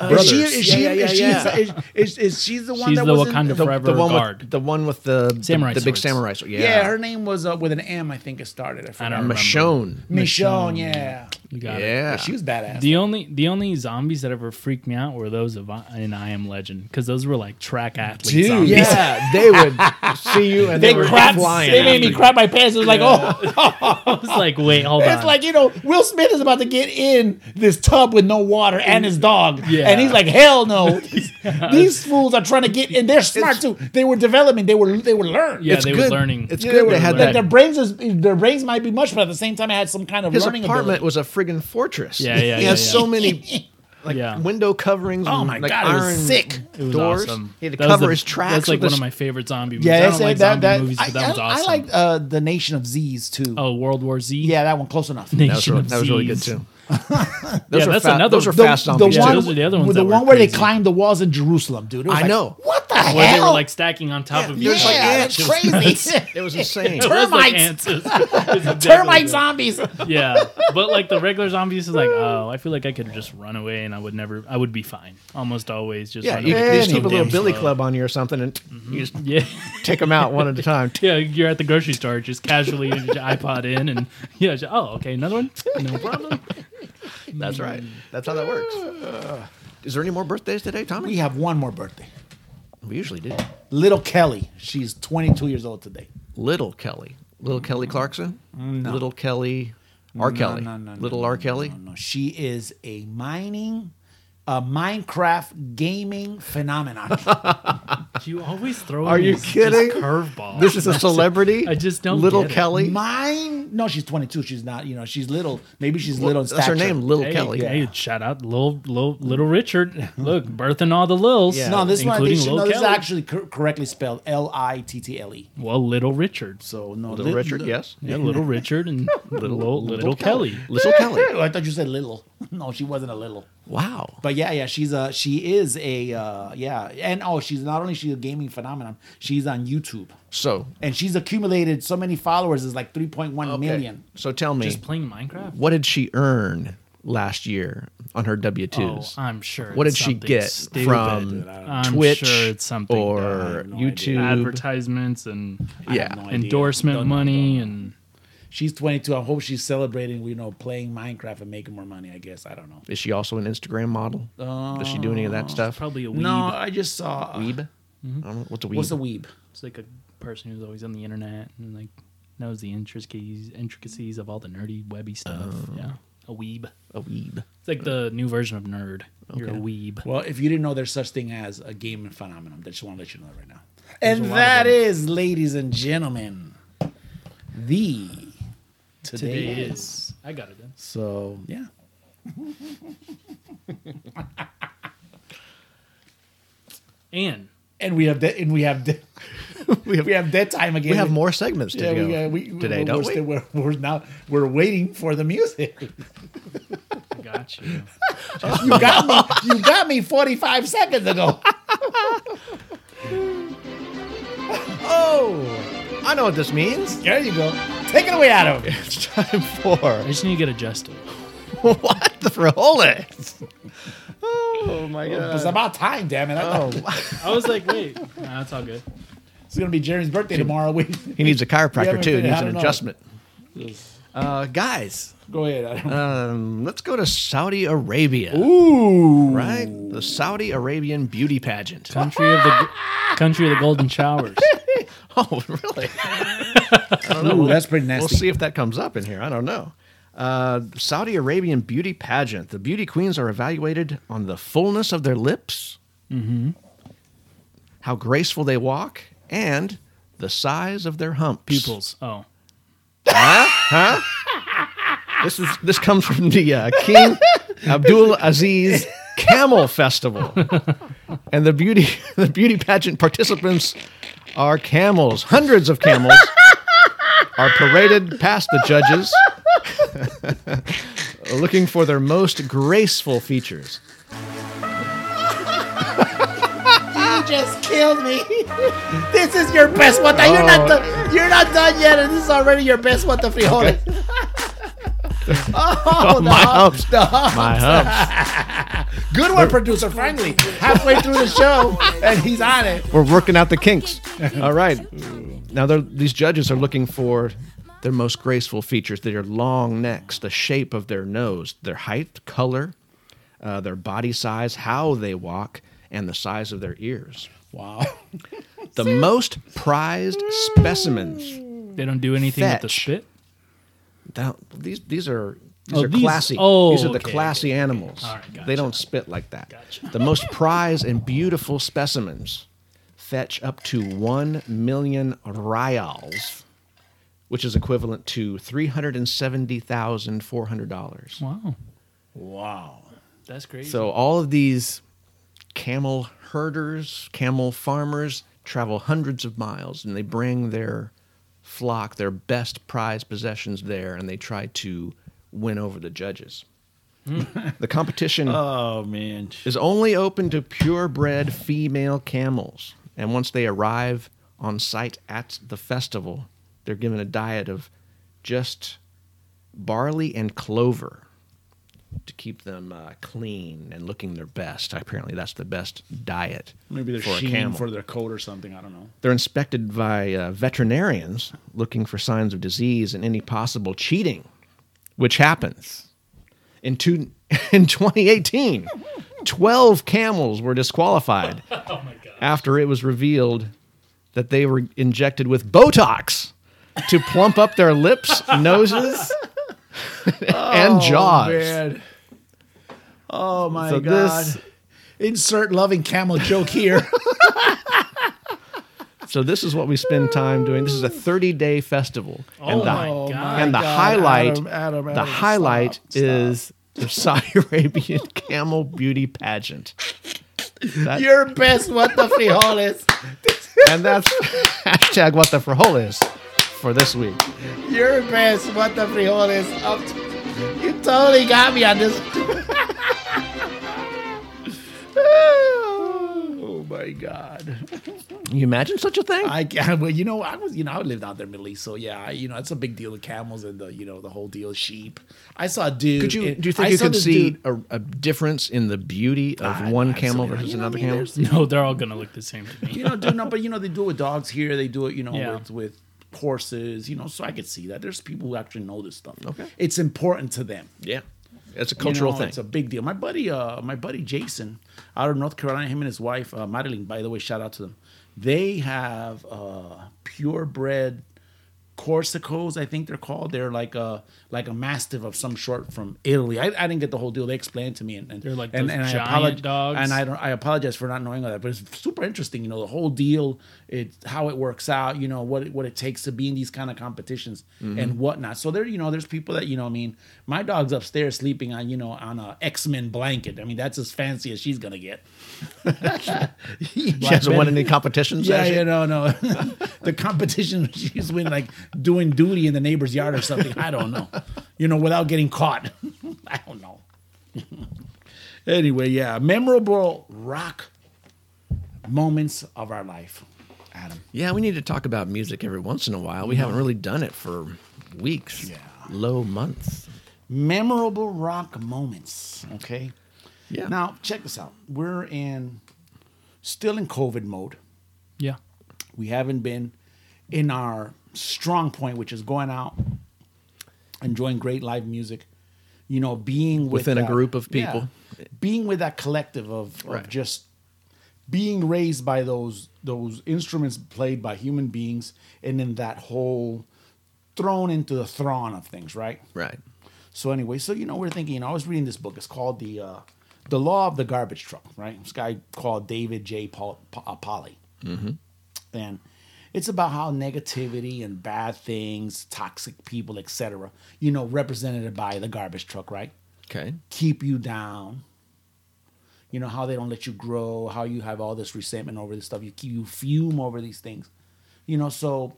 S8: Is she, is she,
S4: Yeah, yeah,
S8: is she,
S4: yeah,
S8: is, is, is she the one
S5: She's
S8: that
S5: the
S8: was in-
S5: Wakanda
S8: the-
S5: Forever
S4: The one
S5: guard.
S4: with the one with the
S5: Samurai
S4: the, big
S5: swords.
S4: samurai sword. Yeah,
S8: Yeah. her name was uh, with an M. I think it started. I
S5: I
S8: forgot.
S5: don't remember.
S4: Michonne.
S8: Michonne, yeah,
S5: You got it.
S4: Yeah,
S8: she was badass.
S5: The only the only zombies that ever freaked me out were those of I- in I Am Legend because those were like track athletes.
S8: Dude.
S5: zombies.
S4: Yeah, they would see you and they,
S8: they
S4: were
S8: crap.
S4: flying.
S8: They made me
S4: after
S8: crap my pants. It was like, oh.
S5: I was like, wait, hold
S8: It's
S5: on.
S8: like, you know, Will Smith is about to get in this tub with no water and his dog.
S5: Yeah.
S8: And he's like, hell no. These fools are trying to get and they're smart too. They were developing, they were they were learning.
S5: yeah,
S4: it's
S5: they were
S4: good-
S5: learning.
S4: it's
S5: Yeah,
S4: good
S5: were
S4: they had
S8: Like
S5: learning.
S8: their brains is their brains might be much, but at the same time it had some kind of
S4: you. His
S8: learning
S4: apartment
S8: ability.
S4: was a friggin' fortress.
S5: Yeah, yeah,
S4: He
S5: yeah,
S4: had
S5: yeah.
S4: so many like
S5: Yeah.
S4: window coverings.
S8: Oh
S4: and,
S8: my
S4: like,
S8: god, it
S4: iron
S8: was sick.
S5: It was
S4: doors.
S5: awesome.
S4: He had to
S5: That was
S4: cover
S5: the-
S4: his tracks.
S5: That's like
S4: with
S5: one
S4: a
S5: of my
S4: s-
S5: favorite zombie movies.
S8: Yeah,
S5: I
S8: that's
S5: don't like
S8: it. that,
S5: zombie
S8: that,
S5: movies,
S8: I,
S5: but that was
S8: I-
S5: awesome.
S8: I like uh, the Nation of Z's too.
S5: oh, World War Z.
S8: Yeah, that one close enough.
S5: Nation
S4: That was, real-
S5: of
S4: that was really good
S5: Z's.
S4: too. Those
S5: Yeah,
S4: are
S5: that's
S4: fa-
S5: another-
S4: Those are
S5: the-
S4: fast
S8: the
S4: zombies.
S8: one,
S5: those are the other ones
S8: the
S5: that were
S8: one where they
S5: crazy.
S8: climbed the walls in Jerusalem, dude. It was
S4: I
S8: like,
S4: know.
S8: What the hell?
S5: Where they were like stacking on top of each
S4: There's
S5: other.
S4: like
S8: yeah,
S4: ants.
S8: that's crazy.
S4: It was insane.
S5: It was like ants.
S8: termites.
S5: It's exactly
S8: Termite
S5: that.
S8: zombies.
S5: Yeah, but like the regular zombies is like, oh, I feel like I could just run away and I would never, I would be fine. Almost always, just
S4: Yeah,
S5: run
S4: you
S5: away.
S4: could just
S5: So
S4: keep a little
S5: damn
S4: billy
S5: slow.
S4: club on you or something, and you just
S5: Yeah,
S4: take them out one at a time.
S5: yeah. You're at the grocery store, just casually you just iPod in, and yeah. just, oh, okay, another one. No problem.
S4: That's right. That's how that works. Is there any more birthdays today,
S8: We
S4: Tommy?
S8: have one more birthday.
S4: We usually do.
S8: Little Kelly. She's 22 years old today.
S4: Little Kelly. Little Kelly Clarkson? Little Kelly R. Kelly.
S8: no, no, no,
S4: Little R. Kelly?
S8: No, she is a mining
S1: a Minecraft gaming phenomenon.
S5: You always throw.
S4: Are
S5: in
S4: you
S5: these just
S4: kidding?
S5: Curveballs.
S4: This is a celebrity.
S5: I just don't
S4: Little
S5: get it.
S4: Kelly.
S1: Mine? No, she's 22. She's not. You know, she's little. Maybe she's little. In
S4: That's her
S1: stature.
S4: name, Little
S5: Hey,
S4: Kelly.
S5: hey, shout out little, little, little Richard. Look, birthing all the lils.
S4: Yeah.
S1: No, this one I think
S5: including
S1: she,
S5: Lil
S1: no, this is
S5: Kelly.
S1: actually cor- correctly spelled L I T T L E.
S5: well, little Richard.
S1: So no,
S4: Little
S1: li-
S4: Richard.
S1: li-
S4: yes.
S5: Yeah, little Richard and little, little, Kelly.
S4: Little Kelly.
S1: Oh, I thought you said little. No, she wasn't a little.
S4: Wow.
S1: But yeah, yeah, she's a she is a uh, yeah, and oh, she's not only she's a gaming phenomenon. She's on YouTube,
S4: So
S1: and she's accumulated so many followers is like three point one
S4: okay.
S1: million.
S4: So tell me,
S5: Just playing Minecraft.
S4: what did she earn last year on her W
S5: Oh,
S4: twos?
S5: I'm sure.
S4: what
S5: it's
S4: did she
S5: something
S4: get
S5: stupid.
S4: from
S5: I'm
S4: Twitch
S5: sure it's something
S4: or
S5: dumb. I
S4: YouTube?
S5: advertisements and
S4: yeah.
S1: no idea.
S5: endorsement
S1: Don't know,
S5: money
S1: don't
S5: and
S1: She's twenty two. I hope she's celebrating. You know, playing Minecraft and making more money. I guess I don't know.
S4: Is she also an Instagram model? Does she do any of that stuff?
S5: probably a weeb.
S1: No, I just saw. uh,
S4: Weeb. I don't know. What's a weeb?
S1: What's a weeb?
S5: It's like a person who's always on the internet and like knows the intricacies intricacies of all the nerdy webby stuff.
S4: Oh.
S5: yeah, a weeb.
S4: A weeb.
S5: It's like the new version of nerd. You're a
S4: Okay.
S5: weeb.
S1: Well, if you didn't know, there's such thing as a gaming phenomenon. I just want to let you know that right now. And
S5: a lot of
S1: that
S5: them.
S1: is, ladies and gentlemen, the
S5: Today
S1: today, is.
S5: is. I got it. Then.
S1: So yeah,
S5: And
S1: and we have de- and we have de- we have we have dead time again.
S4: We have more segments to
S1: Yeah,
S4: go
S1: we, uh, we,
S4: today,
S1: we're,
S4: don't
S1: we're
S4: we?
S1: still- we're, we're now we're waiting for the music.
S5: I got you.
S1: You got me. You got me 45 seconds ago.
S4: oh, I know what this means.
S1: There you go. Take it away, Adam.
S4: It's time for
S5: I just need to get adjusted.
S4: what the frijoles. Oh my
S1: It's
S4: god!
S1: about time, damn it. I
S4: Oh,
S1: thought
S5: I was like, wait, nah, that's all good.
S1: It's gonna be Jerry's birthday tomorrow. We
S4: He needs a
S1: haven't
S4: chiropractor too. He
S1: figured- I
S4: needs an
S1: don't know.
S4: adjustment. Uh, guys,
S1: go ahead. Adam.
S4: um, let's go to Saudi Arabia.
S1: Ooh.
S4: Right, the Saudi Arabian beauty pageant.
S5: Country of the country of the golden showers.
S4: Oh, really? Oh,
S1: Ooh, that's pretty
S4: We'll
S1: nasty.
S4: see if that comes up in here. I don't know. Uh, Saudi Arabian beauty pageant. The beauty queens are evaluated on the fullness of their lips, how graceful they walk, and the size of their humps.
S5: Pupils. Oh,
S4: This is this comes from the uh, King Abdul Aziz Camel Festival, and the beauty the beauty pageant participants are camels. Hundreds of camels are paraded past the judges, looking for their most graceful features.
S1: You just killed me. This is your best one. You're
S4: Oh.
S1: not done. You're not done yet, and this is already your best one. The frijoles.
S4: Oh, my humps! My humps!
S1: Good one, producer. Finally, halfway through the show, and he's on it.
S4: We're working out the kinks. All right. Now they're- these judges are looking for their most graceful features: their long necks, the shape of their nose, their height, color, uh, their body size, how they walk, and the size of their ears.
S1: Wow.
S4: The most prized specimens.
S5: they don't do anything with the
S4: Fetch.
S5: spit.
S4: Now, these these are. These
S5: Oh,
S4: are
S5: these-
S4: classy.
S5: oh,
S4: these are the
S5: okay,
S4: classy animals.
S5: All right,
S4: They
S5: gotcha.
S4: don't spit like that.
S5: Gotcha.
S4: The most prized and beautiful specimens fetch up to 1 million rials, which is equivalent to $370,400.
S5: Wow,
S1: Wow.
S5: that's crazy.
S4: So all of these camel herders, camel farmers travel hundreds of miles and they bring their flock, their best prize possessions there and they try to win over the judges. the competition
S1: Hmm. Oh man.
S4: is only open to purebred female camels. And once they arrive on site at the festival, they're given a diet of just barley and clover to keep them uh, clean and looking their best. Apparently, that's the best diet
S1: Maybe they're
S4: for a
S1: sheen
S4: camel.
S1: for their coat or something. I don't know.
S4: They're inspected by uh, veterinarians looking for signs of disease and any possible cheating, which happens. In, two, in 2018, 12 camels were disqualified
S1: Oh
S4: after it was revealed that they were injected with Botox to plump up their
S1: Oh,
S4: lips, noses, and jaws.
S8: Oh my
S4: So
S8: god!
S4: this-
S8: Insert loving camel joke here.
S4: So this is what we spend time doing. This is a 30-day festival, and the,
S5: my God.
S4: and the
S8: Oh God,
S4: highlight,
S8: Adam, Adam,
S4: the
S8: Adam,
S4: highlight
S8: stop, stop.
S4: is the Saudi Arabian Camel Beauty Pageant,
S8: Your best what the frijoles.
S4: and that's hashtag What the Frijoles for this week.
S8: Your best what the frijoles. Up to, you totally got me on this. oh my god!
S4: Can you imagine such a thing?
S8: I can well, you know, I was, you know, I lived out there in the Middle East, so yeah, I, you know, it's a big deal. The camels and the, you know, the whole deal, sheep. I saw a dude.
S4: could you
S8: in-
S4: do you think
S8: I
S4: you
S8: saw
S4: could
S8: this
S4: see
S8: dude-
S4: a, a difference in the beauty of
S8: Ah,
S4: one
S8: absolutely
S4: camel
S8: not.
S4: versus
S8: You know what I
S4: another
S8: mean?
S4: camel?
S8: There's-
S5: No, they're all gonna look the same to me.
S8: you know, do no, but you know, they do it with dogs here. They do it, you know,
S5: Yeah.
S8: with, with horses. You know, so I could see that. There's people who actually know this stuff. Okay, it's important to them.
S4: Yeah, it's a
S8: you
S4: cultural
S8: know,
S4: thing.
S8: It's a big deal. My buddy, uh, my buddy Jason, out of North Carolina, him and his wife uh, Madeline. By the way, shout out to them. They have uh, purebred Corsicos, I think they're called. They're like a like a mastiff of some sort from Italy. I, I didn't get the whole deal. They explained to me, and, and
S5: They're like
S8: and,
S5: those
S8: and
S5: giant
S8: I apologize,
S5: dogs.
S8: And I don't. I apologize for not knowing all that, but it's super interesting. You know the whole deal, it how it works out. You know what it, what it takes to be in these kind of competitions
S5: Mm-hmm.
S8: and whatnot. So there, you know, there's people that you know. I mean, my dog's upstairs sleeping on you know on a X Men blanket. I mean, that's as fancy as she's gonna get.
S4: she hasn't won any competitions.
S8: Yeah,
S4: has she?
S8: yeah, no, no. the competition she's winning, like doing duty in the neighbor's yard or something. I don't know. You know, without getting caught. I don't know. anyway, yeah, memorable rock moments of our life, Adam.
S4: Yeah, we need to talk about music every once in a while. We haven't really done it for weeks,
S8: Yeah.
S4: low months.
S8: Memorable rock moments. Okay.
S4: Yeah.
S8: Now check this out. We're in still in COVID mode.
S5: Yeah.
S8: We haven't been in our strong point, which is going out, enjoying great live music, you know, being with
S4: Within a
S8: that-
S4: group of
S8: yeah,
S4: people.
S8: being with that collective of, of
S4: Right.
S8: just being raised by those those instruments played by human beings, and then that whole thrown into the thrawn of things, right?
S4: right.
S8: So anyway, so you know, we're thinking. You know, I was reading this book. It's called the uh, the Law of the Garbage Truck. Right, this guy called David J. Paul, Pa- uh, Polly, mm-hmm. and it's about how negativity and bad things, toxic people, etc. You know, represented by the garbage truck, right?
S4: Okay.
S8: Keep you down. You know how they don't let you grow. How you have all this resentment over this stuff. You keep you fume over these things. You know, so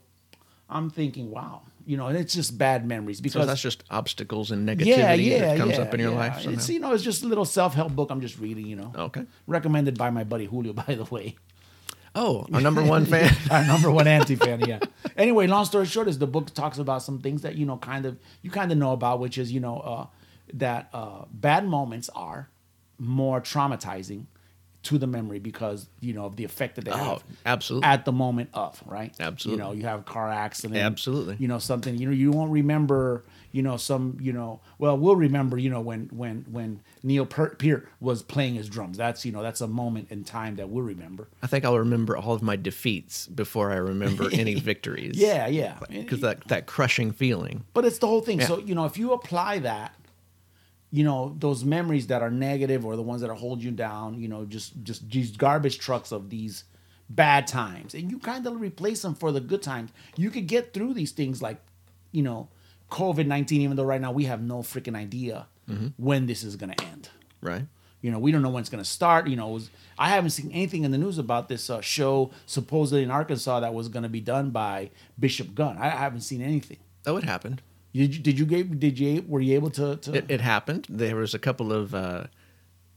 S8: I'm thinking, wow. You know, and it's just bad memories because
S4: So that's just obstacles and negativity that comes up in your
S8: yeah.
S4: life. somehow?
S8: It's you know, it's just a little self help book I'm just reading. You know,
S4: Okay.
S8: recommended by my buddy Julio, by the way,
S4: Oh, our number one fan.
S8: our number one anti fan. Yeah. Anyway, long story short is the book talks about some things that you know, kind of you kind of know about, which is you know uh, that uh, bad moments are more traumatizing to the memory because you know of the effect that they have
S4: Oh, absolutely.
S8: at the moment of right
S4: Absolutely.
S8: you know you have a car accident
S4: Absolutely.
S8: you know something you know you won't remember you know some you know well we'll remember you know when when when neil Per- peart was playing his drums that's you know that's a moment in time that we'll remember
S4: I think I'll remember all of my defeats before I remember any victories.
S8: yeah yeah
S4: Because that, that crushing feeling.
S8: But it's the whole thing.
S4: Yeah.
S8: So, you know, if you apply that, you know, those memories that are negative or the ones that are hold you down, you know, just just these garbage trucks of these bad times and you kind of replace them for the good times, you could get through these things like, you know, COVID-19 even though right now we have no freaking idea when this is going to end.
S4: Right.
S8: You know, we don't know when it's going to start. You know, it was, I haven't seen anything in the news about this uh, show supposedly in Arkansas that was going to be done by Bishop Gunn. I, I haven't seen anything.
S4: Oh, it happened.
S8: Did you, did you get did you were you able to, to
S4: It, it happened. There was a couple of uh,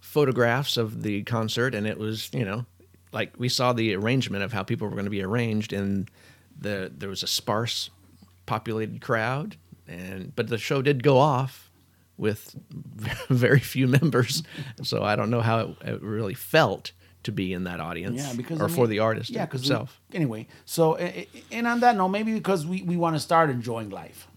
S4: photographs of the concert, and it was you know, like we saw the arrangement of how people were going to be arranged, and the there was a sparse populated crowd, and but the show did go off with very few members, so I don't know how it, it really felt to be in that audience,
S8: yeah because
S4: or
S8: I mean,
S4: for the artist
S8: yeah 'cause we-
S4: himself.
S8: anyway so a- a- and on that note maybe because we, we want to start enjoying life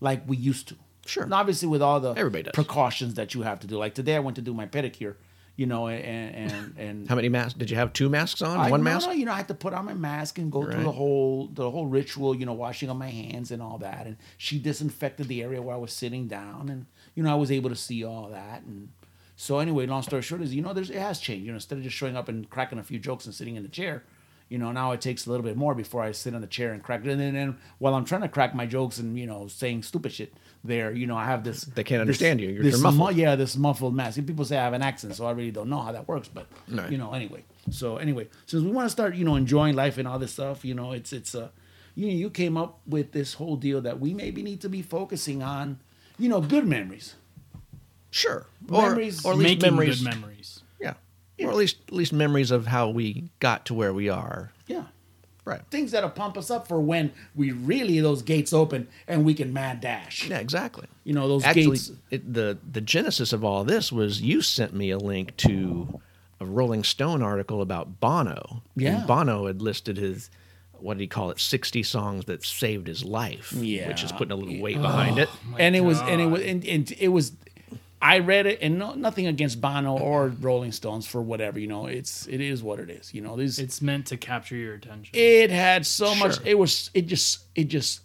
S8: like we used to
S4: Mm-hmm. Sure.
S8: and obviously with all the
S4: Everybody does.
S8: precautions that you have to do like today I went to do my pedicure you know and and and
S4: how many masks did you have? Two masks on,
S8: I,
S4: one
S8: no,
S4: mask.
S8: No, you know, I had to put on my mask and go through
S4: Right.
S8: the whole the whole ritual, you know, washing of my hands and all that. And she disinfected the area where I was sitting down, and you know, I was able to see all that. And
S1: So anyway, long story short is, you know, there's it has changed. You know, instead of just showing up and cracking a few jokes and sitting in the chair, you know, now it takes a little bit more before I sit on the chair and crack. And then and while I'm trying to crack my jokes and you know saying stupid shit, there, you know, I have this.
S4: They can't
S1: this-
S4: understand you. You're-
S1: this
S4: you're muffled.
S1: mu- yeah, this muffled mask. And People say I have an accent, so I really don't know how that works. But
S4: No.
S1: you know, anyway. So anyway, since we want to start, you know, enjoying life and all this stuff, you know, it's it's uh, you you came up with this whole deal that we maybe need to be focusing on, you know, good memories.
S4: Sure. Or,
S1: Memories,
S4: or at least
S5: Making
S4: memories.
S5: good memories.
S4: yeah. Or at least at least memories of how we got to where we are.
S1: Yeah.
S4: Right.
S1: Things that'll pump us up for when we really those gates open and we can mad dash.
S4: Yeah, exactly.
S1: You know, those
S4: Actually,
S1: gates-
S4: it, the the genesis of all this was you sent me a link to a Rolling Stone article about Bono.
S1: Yeah.
S4: And Bono had listed his what did he call it? Sixty songs that saved his life.
S1: Yeah.
S4: Which is putting a little weight behind it.
S1: and it was and it was and, and it was I read it and no, nothing against Bono or Rolling Stones for whatever, you know. It's it is what it is. You know, these
S5: It's meant to capture your attention.
S1: it had so much
S4: Sure.
S1: it was it just it just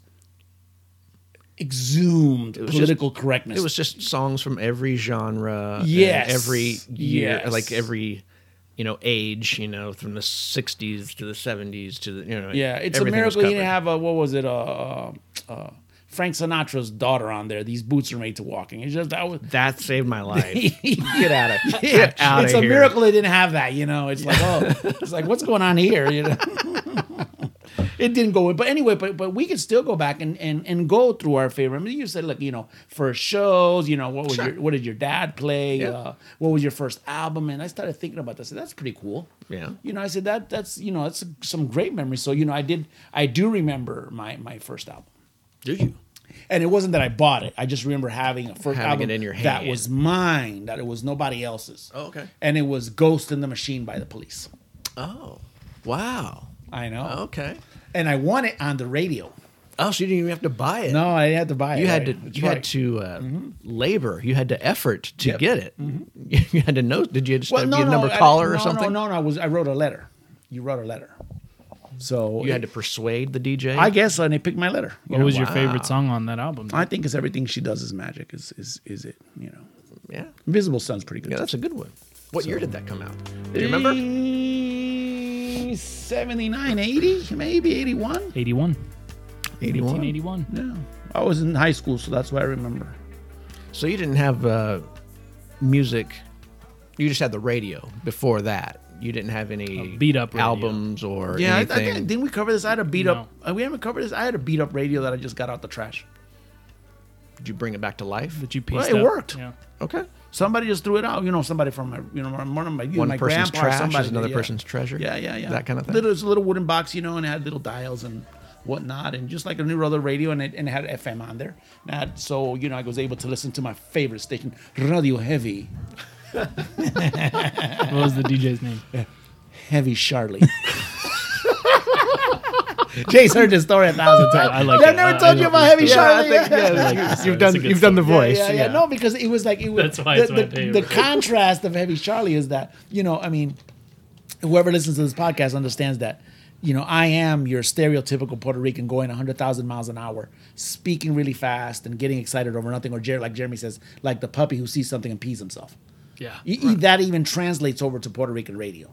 S1: exhumed
S4: was
S1: political correctness.
S4: It was just songs from every genre. and
S1: Yes.
S4: Every year,
S1: Yes.
S4: like every. You know, age. You know, from the '60s to the '70s to the you know.
S1: Yeah, it's a
S4: everything was
S1: miracle you didn't
S4: covered.
S1: have a what was it? Uh, uh, Frank Sinatra's daughter on there. These boots are made to walking. It's just that was
S4: That saved my life.
S1: get out of here.
S4: Get outta
S1: it's a
S4: here.
S1: miracle they didn't have that. You know, it's like oh, it's like what's going on here? You know, it didn't go. in. But anyway, but but we could still go back and and and go through our favorite. I mean, you said look, you know, first shows. You know, what was your what did your dad play? Uh, what was your first album? And I started thinking about this. I said, that's pretty cool.
S4: Yeah.
S1: You know, I said that that's you know that's some great memories. So you know, I did I do remember my my first album.
S4: Do you?
S1: And it wasn't that I bought it. I just remember having a first
S4: Having
S1: album
S4: it in your
S1: that
S4: hand.
S1: was mine, that it was nobody else's.
S4: Oh, okay.
S1: And it was Ghost in the Machine by the Police.
S4: Oh, wow.
S1: I know.
S4: Oh, Okay.
S1: And I won it on the radio.
S4: Oh, so you didn't even have to buy it.
S1: No, I had to buy it.
S4: You had
S1: right.
S4: to.
S1: That's
S4: you
S1: right. Mm-hmm.
S4: had to uh, labor. You had to effort to get it. You had to know. Did you just
S1: Mm-hmm. Well, no,
S4: have to be a
S1: no,
S4: number
S1: I-
S4: caller or
S1: no,
S4: something?
S1: No, no, no. I was. I wrote a letter. You wrote a letter. So
S4: You had to persuade the DJ.
S1: I guess, and they picked my letter. You
S5: What
S1: know,
S5: was your
S1: wow.
S5: favorite song on that album?
S1: I think it's everything she does is magic. Is is is it? You know,
S4: Yeah.
S1: Invisible Sun's pretty good.
S4: Yeah,
S1: too.
S4: that's a good one. What year did that come out? Do you remember?
S1: 79, 80, maybe 81.
S5: 81.
S4: 81.
S5: 1981.
S1: Yeah. I was in high school, so that's why I remember.
S4: So you didn't have uh, music. You just had the radio before that. You didn't have any
S5: A beat-up radio.
S4: albums or
S1: Yeah, I, I
S4: anything.
S1: think, didn't we cover this? I had a beat
S5: No.
S1: up. uh, We haven't covered this. I had a beat up radio that I just got out the trash.
S4: Did you bring it back to life?
S5: That you pieced
S1: it
S5: up.
S1: worked.
S5: Yeah.
S4: Okay.
S1: Somebody just threw it out. You know, somebody from my, you know, one of my, you,
S4: One
S1: my
S4: person's
S1: grandpa, or
S4: trash
S1: somebody
S4: is another
S1: yeah.
S4: person's treasure.
S1: Yeah, yeah, yeah.
S4: That kind of thing.
S1: Little, it was a little wooden box, you know, and it had little dials and whatnot, and just like a new other radio, and it, and it had FM on there. And I had- so, you know, I was able to listen to my favorite station, Radio Heavy,
S5: What was the DJ's name?
S1: Heavy Charlie. Jay's heard this story a thousand times.
S5: I like
S1: They
S5: it.
S1: uh, never
S5: I-
S1: told
S5: I
S1: you
S5: like
S1: about
S5: this
S1: Heavy
S5: story.
S1: Charlie. Yeah.
S5: You've done you've done the
S1: Yeah, yeah, yeah. No, because it was like it was.
S5: That's why
S1: the,
S5: it's my
S1: the-
S5: favorite.
S1: the contrast of Heavy Charlie is that you know, I mean, whoever listens to this podcast understands that. You know, I am your stereotypical Puerto Rican going 100,000 miles an hour, speaking really fast and getting excited over nothing, or Jer- like Jeremy says, like the puppy who sees something and pees himself.
S5: Yeah.
S1: E- e- That even translates over to Puerto Rican radio.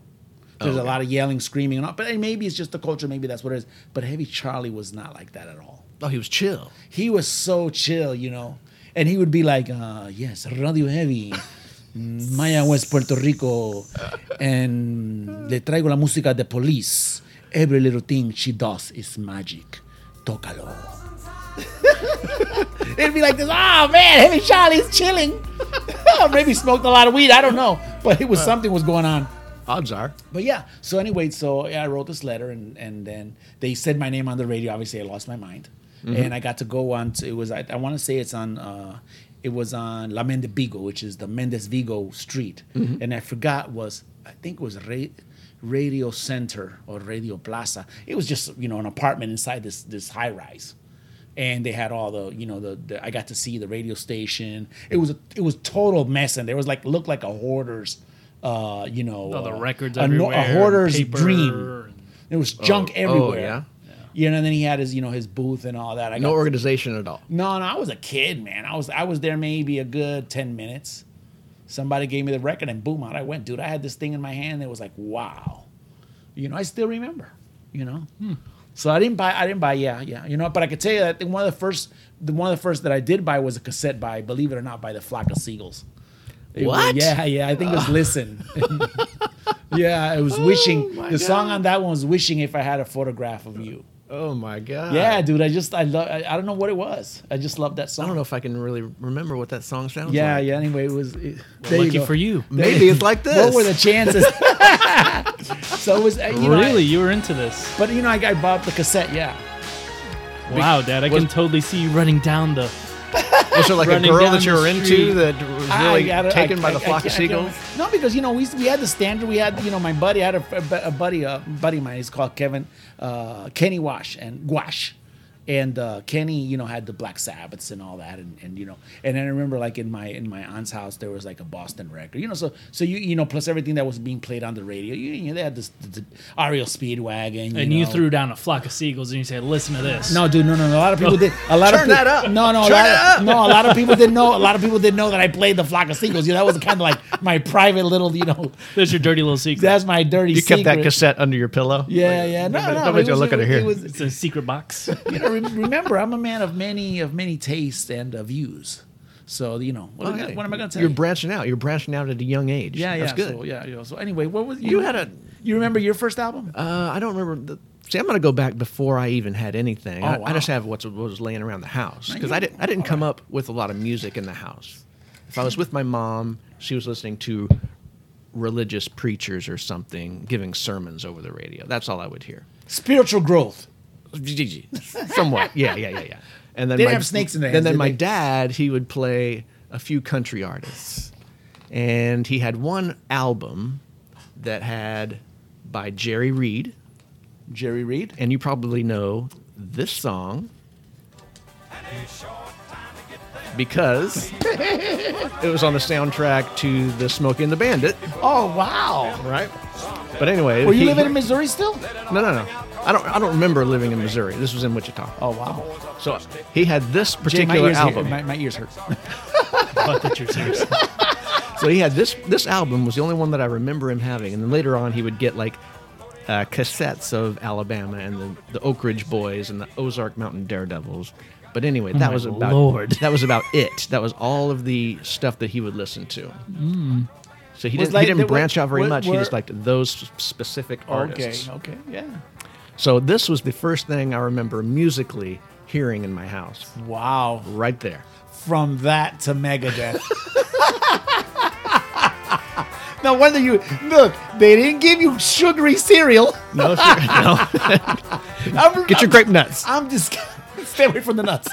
S1: There's a lot of yelling, screaming, and all, but maybe it's just the culture. Maybe that's what it is. But Heavy Charlie was not like that at all
S4: Oh, he was chill.
S1: he was so chill, you know. And he would be like, uh, yes, Radio Heavy, mm, Maya West, Puerto Rico, and le traigo la música de police. Every little thing she does is magic. Tócalo. It'd be like this, oh man, Heavy Charlie's chilling. Maybe smoked a lot of weed, I don't know. But it was something was going on.
S4: Odds are.
S1: But yeah, so anyway, so yeah, I wrote this letter, and and then they said my name on the radio. Obviously, I lost my mind,
S5: Mm-hmm.
S1: and I got to go on. To, it was I, I want to say it's on. Uh, it was on La Mende Vigo, which is the Mendes Vigo street,
S5: Mm-hmm.
S1: and I forgot was I think it was Ra- Radio Center or Radio Plaza. It was just you know an apartment inside this this high rise and they had all the you know the, the I got to see the radio station. It was a, it was total mess, and there was like looked like a hoarder's, uh, you know,
S5: All the
S1: uh,
S5: records
S1: a, no-
S5: everywhere.
S1: a
S5: and
S1: hoarder's
S5: paper
S1: dream.
S5: and-
S1: There was junk
S4: oh,
S1: everywhere.
S4: yeah.
S1: You know, and then he had his you know his booth and all that. I
S4: No
S1: got,
S4: organization at all.
S1: no, no, I was a kid, man. I was I was there maybe a good ten minutes. Somebody gave me the record, and boom, out I went, dude. I had this thing in my hand. It was like, wow, you know. I still remember, you know.
S4: Hmm.
S1: So I didn't buy. I didn't buy. Yeah, yeah. You know, but I could tell you that one of the first, the one of the first that I did buy was a cassette by, believe it or not, by the Flock of Seagulls. It was-
S4: What?
S1: yeah, yeah. I think it was Listen. yeah, uh, it was
S4: Oh
S1: Wishing. The song on that one was Wishing if I had a photograph of you.
S4: Oh my god.
S1: Yeah, dude. I just I love. I, I don't know what it was. I just loved that song.
S4: I don't know if I can really remember what that song sounds
S1: Yeah,
S4: like.
S1: yeah. Anyway, it was. It, there
S5: Lucky
S1: go.
S5: for you.
S4: Maybe it's like this.
S1: What were the chances? so it was uh, you know, I-
S5: really, you were into this.
S1: but you know, I, I bought the cassette. Yeah.
S5: Wow, Dad, I
S4: was-
S5: can totally see you running down the.
S4: Was there like a
S5: Running
S4: girl
S5: down
S4: that you
S5: the
S4: were
S5: street.
S4: into that was really
S1: gotta-
S4: taken by the
S1: I-
S4: flock
S1: I
S4: of
S1: can't- I can't-
S4: seagulls?
S1: No, because you know we used- we had the standard. We had you know my buddy had a, a bu- a buddy a buddy of mine. He's called Kevin uh, Kenny Wash and Guash. And uh, Kenny, you know, had the Black Sabbaths and all that, and, and you know, and I remember like in my in my aunt's house there was like a Boston record, you know, so so you you know plus everything that was being played on the radio, you, you know, they had this the, the Ariel Speedwagon,
S5: And you
S1: know.
S5: threw down a flock of seagulls and you said, listen to this.
S1: No, dude, no, no, no. A lot of people did. A lot of
S4: Turn
S1: peo-
S4: that up.
S1: No, no, a
S4: Turn
S1: lot
S4: it
S1: of, no. A lot of people didn't know. A lot of people didn't know that I played the flock of seagulls. You know, that was kind of like my private little, you know,
S5: There's your dirty little secret.
S1: that's my dirty.
S4: You kept that
S1: secret.
S4: cassette under your pillow?
S1: Yeah, yeah. No, no.
S4: nobody's
S1: it
S4: gonna
S1: was-
S4: look at it here.
S1: It was,
S5: it's a secret box.
S1: you know, re- remember, I'm a man of many of many tastes and uh, views. So you know, what, am I
S4: Okay.
S1: gonna- what am I going to tell
S4: Oh, You're
S1: you?
S4: branching out. You're branching out at a young age.
S1: yeah, yeah.
S4: That's good.
S1: So, yeah, yeah. So anyway, what was
S4: You had a-
S1: You remember your first album?
S4: Uh, I don't remember. The, see, I'm going to go back before I even had anything. I,
S1: Oh,
S4: I just
S1: wow.
S4: have what's, what was laying around the house because
S1: you-
S4: I didn't. I didn't come up with a lot of music in the house. If I was with my mom, she was listening to religious preachers or something giving sermons over the radio. That's all I would hear.
S1: Spiritual growth.
S4: Somewhat. Yeah, yeah, yeah, yeah. And then
S1: They
S4: my,
S1: didn't have snakes in their hands,
S4: And then
S1: did
S4: my
S1: they?
S4: dad, he would play a few country artists, and he had one album that had by Jerry Reed
S1: Jerry Reed.
S4: and you probably know this song because it was on the soundtrack to the Smokey and the Bandit,
S1: Oh wow.
S4: right? But anyway,
S1: Were you
S4: he-
S1: living in Missouri still?
S4: No, no, no. I don't. I don't remember living in Missouri. This was in Wichita.
S1: Oh wow.
S4: So he had this
S1: Jay, my
S4: particular
S1: ears,
S4: album.
S1: hurt. My, my ears hurt.
S5: Fuck that you're serious.
S4: So he had this. This album was the only one that I remember him having, and then later on he would get like uh, cassettes of Alabama and the, the Oak Ridge Boys and the Ozark Mountain Daredevils. But anyway, that
S5: my
S4: was about
S5: Lord.
S4: that was about it. That was all of the stuff that he would listen to. So he
S1: Hmm. Was
S4: didn't
S1: like-
S4: he
S1: there
S4: didn't branch
S1: were-
S4: out very
S1: were-
S4: much. he just
S1: were-
S4: liked those specific artists.
S1: Okay, okay, yeah.
S4: So this was the first thing I remember musically hearing in my house.
S1: Wow.
S4: Right there.
S1: From that to Megadeth. no wonder you look. They didn't give you sugary cereal.
S4: No, sure, no.
S1: I'm,
S4: Get your grape nuts.
S1: I'm just stay away from the nuts.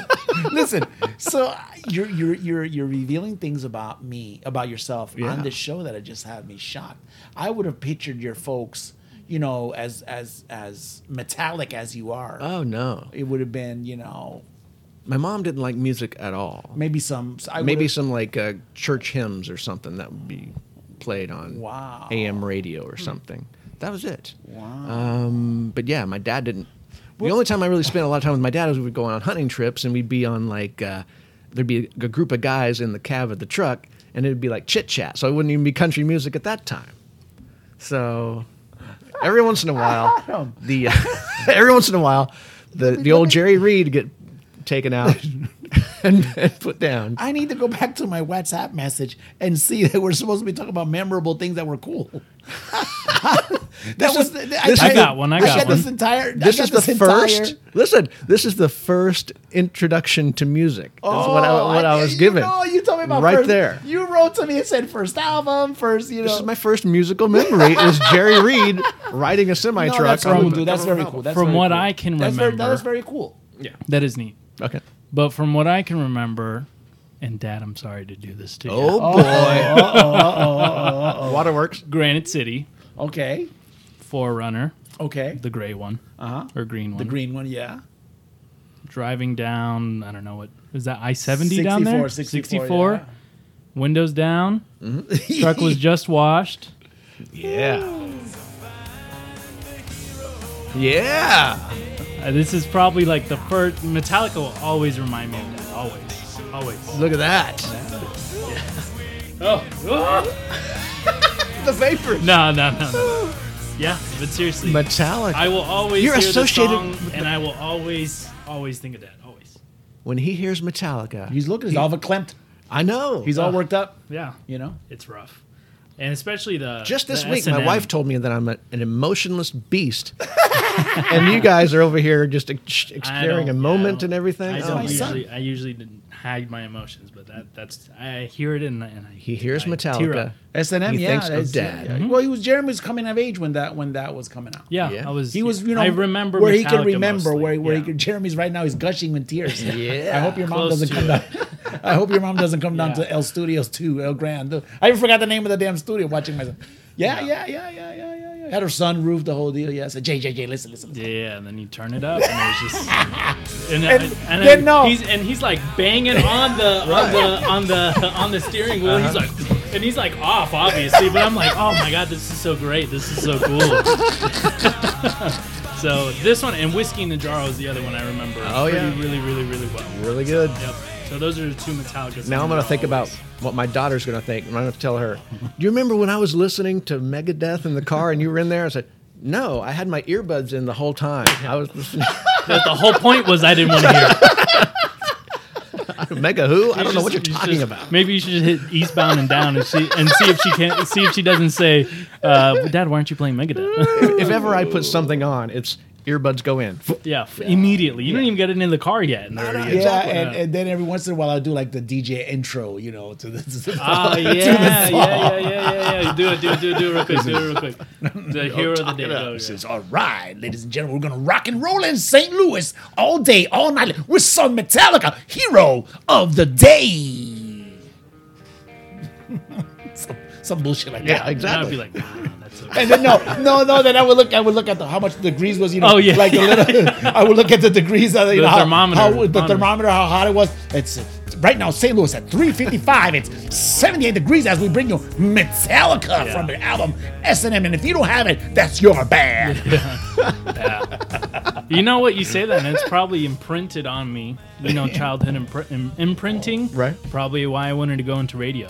S1: Listen, so uh, you're you're you're you're revealing things about me, about yourself
S4: Yeah.
S1: on this show that have just had me shocked. I would have pictured your folks, you know, as as as metallic as you are.
S4: Oh no.
S1: It would have been, you know,
S4: My mom didn't like music at all.
S1: maybe some. I
S4: maybe
S1: would've-
S4: some like uh, church hymns or something that would be played on
S1: Wow.
S4: AM radio or something. That was it. Wow. Um, but yeah, my dad didn't. the only time I really spent a lot of time with my dad was we would go on hunting trips and we'd be on like uh, there'd be a, group of guys in the cab of the truck and it'd be like chit chat. So it wouldn't even be country music at that time. So every once in a while, the uh, every once in a while, the the old Jerry Reed get taken out and, and put down.
S1: I need to go back to my WhatsApp message and see that we're supposed to be talking about memorable things that were cool. that was the, I,
S5: I got one, I got
S1: got this
S5: one.
S1: entire.
S4: this
S1: I
S4: is
S1: got
S4: the
S1: this entire-
S4: first. Listen, this is the first introduction to music. That's what I,
S1: Oh,
S4: what I was
S1: you
S4: given.
S1: know, you told me about
S4: right
S1: first-
S4: there.
S1: You wrote to me and said first album, first you know.
S4: This is my first musical memory. is Jerry Reed riding a semi
S1: no,
S4: truck?
S1: Oh, that's cool, dude. That's very cool. That's
S5: From
S1: very
S5: what
S1: cool.
S5: I can
S1: that's very, that
S5: remember.
S1: is very cool.
S5: that is neat.
S4: Okay.
S5: But from what I can remember, and Dad, I'm sorry to do this to you.
S4: Oh, boy.
S1: oh,
S4: Waterworks.
S5: Granite City,
S1: Okay,
S5: Forerunner,
S1: okay.
S5: the gray one
S1: Uh-huh.
S5: or green one.
S1: The green one, yeah.
S5: driving down, I don't know what is that I seventy down there.
S1: 64,
S5: 64,
S1: yeah. Mm-hmm.
S5: Windows down. Truck was just washed.
S4: Yeah. Yeah.
S5: Uh, this is probably like the first. Metallica will always remind me of that. Always, always.
S4: Look at that. The vapor.
S5: No, no, no, no. Yeah, but seriously,
S4: Metallic.
S5: I will always
S4: You're
S5: hear the
S4: associated
S5: song,
S4: with
S5: and I will always, always think of that. Always.
S4: when he hears Metallica,
S1: He's looking. He's all verklempt.
S4: I know.
S1: He's all worked up.
S5: Yeah,
S1: You know.
S5: it's rough, and especially the
S4: Just this
S5: the
S4: week, my
S5: S&M.
S4: wife told me that I'm a, an emotionless beast, and you guys are over here just ex- ex-
S5: I
S4: sharing a
S5: don't-
S4: moment
S5: I
S4: and everything.
S5: I
S4: Oh,
S5: don't
S4: my God.
S5: usually. I usually didn't hide my emotions, but that that's I hear it and, I- and I
S4: He hears
S5: I tear
S4: Metallica.
S5: up.
S1: S and M.
S4: He
S1: Yeah.
S4: thinks
S1: that's-
S4: of dad.
S1: yeah, yeah. Well, he was Jeremy was coming of age when that when that was coming out.
S5: Yeah,
S4: Yeah.
S5: I was.
S1: He was, you know,
S5: I remember
S1: where he
S5: Metallica
S1: can remember
S5: mostly,
S1: where, where
S5: yeah.
S1: he can, Jeremy's right now. He's gushing in tears.
S4: Yeah.
S1: I hope your mom
S5: Close
S1: doesn't
S5: to
S1: come down. I hope your mom doesn't come down
S5: Yeah.
S1: to El Studios too, El Grand. I even forgot the name of the damn studio. Watching myself. Yeah, yeah, yeah, yeah, yeah, yeah. yeah. Had her sunroof, the whole deal. Yeah, I said, Jay, Jay, Jay, listen, listen. listen.
S5: Yeah, and then you turn it up, and it's just and, uh,
S1: And-
S5: and,
S1: then no.
S5: he's and he's like banging on the on the on the on the steering wheel. He's
S4: Uh-huh.
S5: like, and he's like off, obviously. But I'm like, oh my god, this is so great. This is so cool. so this one and whiskey in the jar was the other one I remember.
S4: Oh,
S5: pretty,
S4: yeah.
S5: really, really, really well.
S4: Really good.
S5: Yep. So those are the two Metallica.
S4: Now I'm going to
S5: songs I
S4: think about
S5: always-
S4: what my daughter's going to think. and I'm going to tell her, Do you remember when I was listening to Megadeth in the car and you were in there? I said, No, I had my earbuds in the whole time. I was listening
S5: But the whole point was I didn't want to hear. it.
S4: to Mega Who? I don't know what you're
S5: You should- you
S4: talking
S5: should-
S4: about.
S5: Maybe you should just hit Eastbound and Down and see and see if she can see if she doesn't say, uh, "Dad, why aren't you playing Megadeth?"
S4: If ever I put something on, it's earbuds go in.
S5: yeah, f immediately. You don't even get it in the car yet. And they're already-
S1: Yeah, and, and then every once in a while I'll do like the DJ intro, you know, to the, to the
S5: Oh yeah, yeah, yeah, yeah, yeah, yeah. Do it, do it, do it, do it real quick, do it real quick. The hero of the day.
S1: It
S5: Go,
S1: up.
S5: yeah.
S1: Says, all right, ladies and gentlemen, we're gonna rock and roll in St. Louis all day, all night with some Metallica hero of the day. some, some bullshit like
S4: Yeah,
S1: that.
S5: And I'd be
S4: exactly.
S5: like, wow, that's so
S1: And then no, no, no. Then I would look. I would look at the how much degrees was. You know,
S5: Oh, yeah,
S1: like the
S5: yeah,
S1: little. I would look at the degrees. Of, you
S5: The
S1: know, how-
S5: thermometer,
S1: how, the
S5: thermometer.
S1: thermometer, how hot it was. It's it's right now St. Louis at 3:55. it's 78 degrees as we bring you Metallica
S5: Yeah.
S1: from the album S and M. And if you don't have it, that's your bad.
S5: You know what? You say that, and it's probably imprinted on me. You know, childhood impr- im- imprinting.
S4: Right.
S5: Probably why I wanted to go into radio.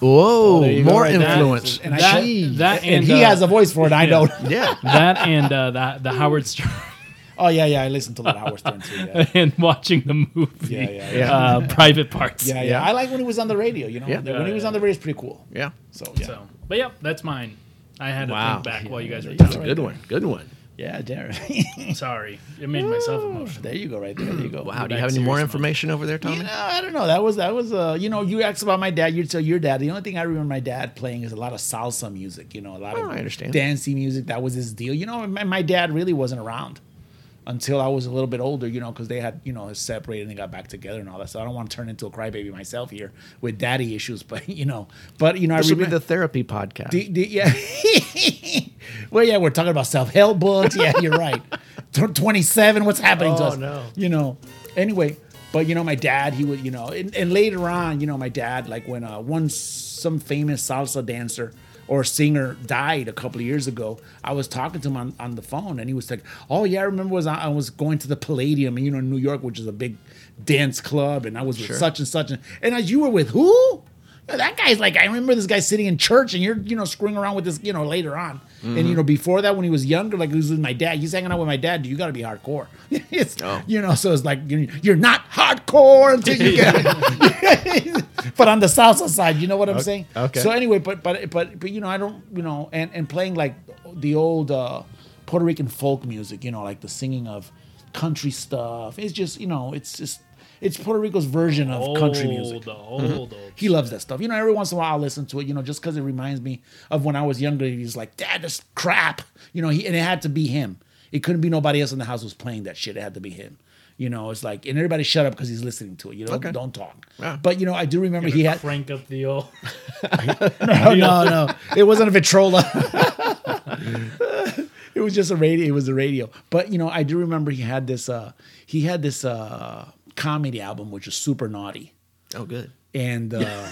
S4: Whoa,
S1: there you go,
S4: more
S1: right there.
S4: influence.
S1: And I-
S5: That,
S1: Jeez.
S5: that,
S1: And,
S5: and,
S1: he
S5: uh,
S1: has a voice for it. I know.
S4: yeah.
S5: that, and uh, the, the Howard Stern,
S1: Oh yeah, yeah. I listened to that Howard Stern too. Yeah.
S5: and watching the movie.
S1: Yeah, yeah, yeah.
S4: Yeah.
S5: uh, private parts.
S1: Yeah, yeah,
S4: Yeah.
S1: I like when he was on the radio. You know,
S4: Yeah.
S1: when he was on the radio, it's pretty cool.
S4: yeah.
S1: So yeah,
S5: So, but yep, that's mine. I had to
S4: Wow.
S5: think back while you guys were
S4: That's a
S5: talking.
S4: good one. Good one.
S1: yeah, Darren.
S5: Sorry, it made myself emotional.
S1: there you go, right there. There you go.
S4: Wow. Do
S5: back
S4: you have any more
S5: serious mode.
S4: information over there, Tommy?
S1: You know, I don't know. That was that was uh, you know, you asked about my dad. You tell your dad. The only thing I remember my dad playing is a lot of salsa music. You know, a lot
S4: Oh,
S1: of
S4: I understand.
S1: dancing music. That was his deal. You know, my, my dad really wasn't around until I was a little bit older. You know, because they had you know separated and they got back together and all that. So I don't want to turn into a crybaby myself here with daddy issues. But you know, but you know,
S4: This
S1: I
S4: will be
S1: remember
S4: the therapy podcast.
S1: the, the, yeah. well, yeah, we're talking about self help books. Yeah, you're right. Tw- 27, what's happening to
S4: Oh,
S1: us?
S4: no.
S1: You know, anyway, but you know, my dad, he would, you know, and, and later on, you know, my dad, like when uh, one, some famous salsa dancer or singer died a couple of years ago, I was talking to him on, on the phone and he was like, oh, yeah, I remember was, I was going to the Palladium, you know, in New York, which is a big dance club, and I was with
S4: Sure.
S1: such and such. And, and as you were with who? Yeah, that guy's like, I remember this guy sitting in church, and you're, you know, screwing around with this, you know, later on. And,
S4: Mm-hmm.
S1: you know, before that, when he was younger, like, he was with my dad. He's hanging out with my dad. dude, You got to be hardcore. it's,
S4: Oh.
S1: You know, so it's like, you- you're not hardcore until you get. but on the salsa side, you know what I'm saying?
S4: okay.
S1: So anyway, but, but, but, but, you know, I don't, you know, and, and playing like the old uh, Puerto Rican folk music, you know, like the singing of country stuff. It's just, you know, it's just, it's Puerto Rico's version of country music.
S5: Old,
S4: Mm-hmm.
S5: old, old.
S1: He loves that stuff. You know, every once in a while I'll listen to it, you know, just because it reminds me of when I was younger. He's like, Dad, this crap. You know, he, and it had to be him. It couldn't be nobody else in the house who was playing that shit. It had to be him. You know, it's like, and everybody shut up because he's listening to it. You know,
S4: Okay.
S1: don't talk.
S4: Yeah.
S1: But, you know, I do remember he had.
S5: crank up the old.
S1: No, Oh, no, no. It wasn't a Vitrola. it was just a radio. It was a radio. But you know, I do remember he had this. uh He had this uh comedy album, which was super naughty,
S4: oh, good.
S1: and uh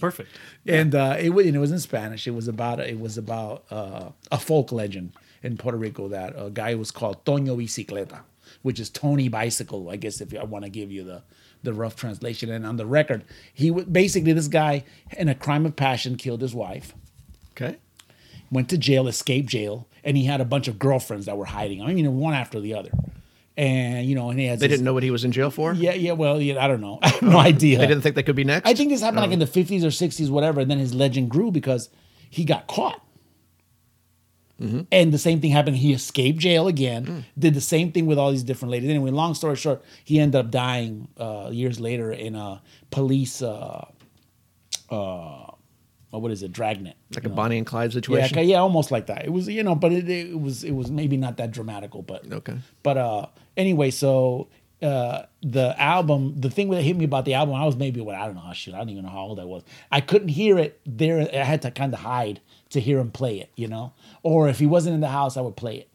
S5: Perfect.
S1: and uh, it was and it was in Spanish. It was about it was about uh, a folk legend in Puerto Rico that uh, a guy was called Toño Bicicleta, which is Tony Bicycle. I guess if I want to give you the the rough translation. And on the record, he w- basically this guy in a crime of passion killed his wife
S4: Okay.
S1: went to jail, escaped jail, and he had a bunch of girlfriends that were hiding. I mean, you know, one after the other, and you know, and he has
S4: They
S1: this-
S4: didn't know what he was in jail for.
S1: Yeah, yeah. Well, yeah, I don't know. I have no idea.
S4: They didn't think they could be next.
S1: I think this happened like in the fifties or sixties, whatever. And then his legend grew because he got caught. And the same thing happened. He escaped jail again. Did the same thing with all these different ladies. Anyway, long story short, he ended up dying uh, years later in a police. Uh, uh, what is it? Dragnet.
S4: like
S1: you
S4: a
S1: know?
S4: Bonnie and Clyde
S1: Yeah,
S4: situation.
S1: okay, yeah, almost like that. It was, you know, but it, it was it was maybe not that dramatical, but
S4: Okay.
S1: But uh, anyway, so uh, the album, the thing that hit me about the album, I was maybe what I don't know, how shit, I don't even know how old I was. I couldn't hear it there. I had to kind of hide to hear him play it, you know. Or if he wasn't in the house, I would play it,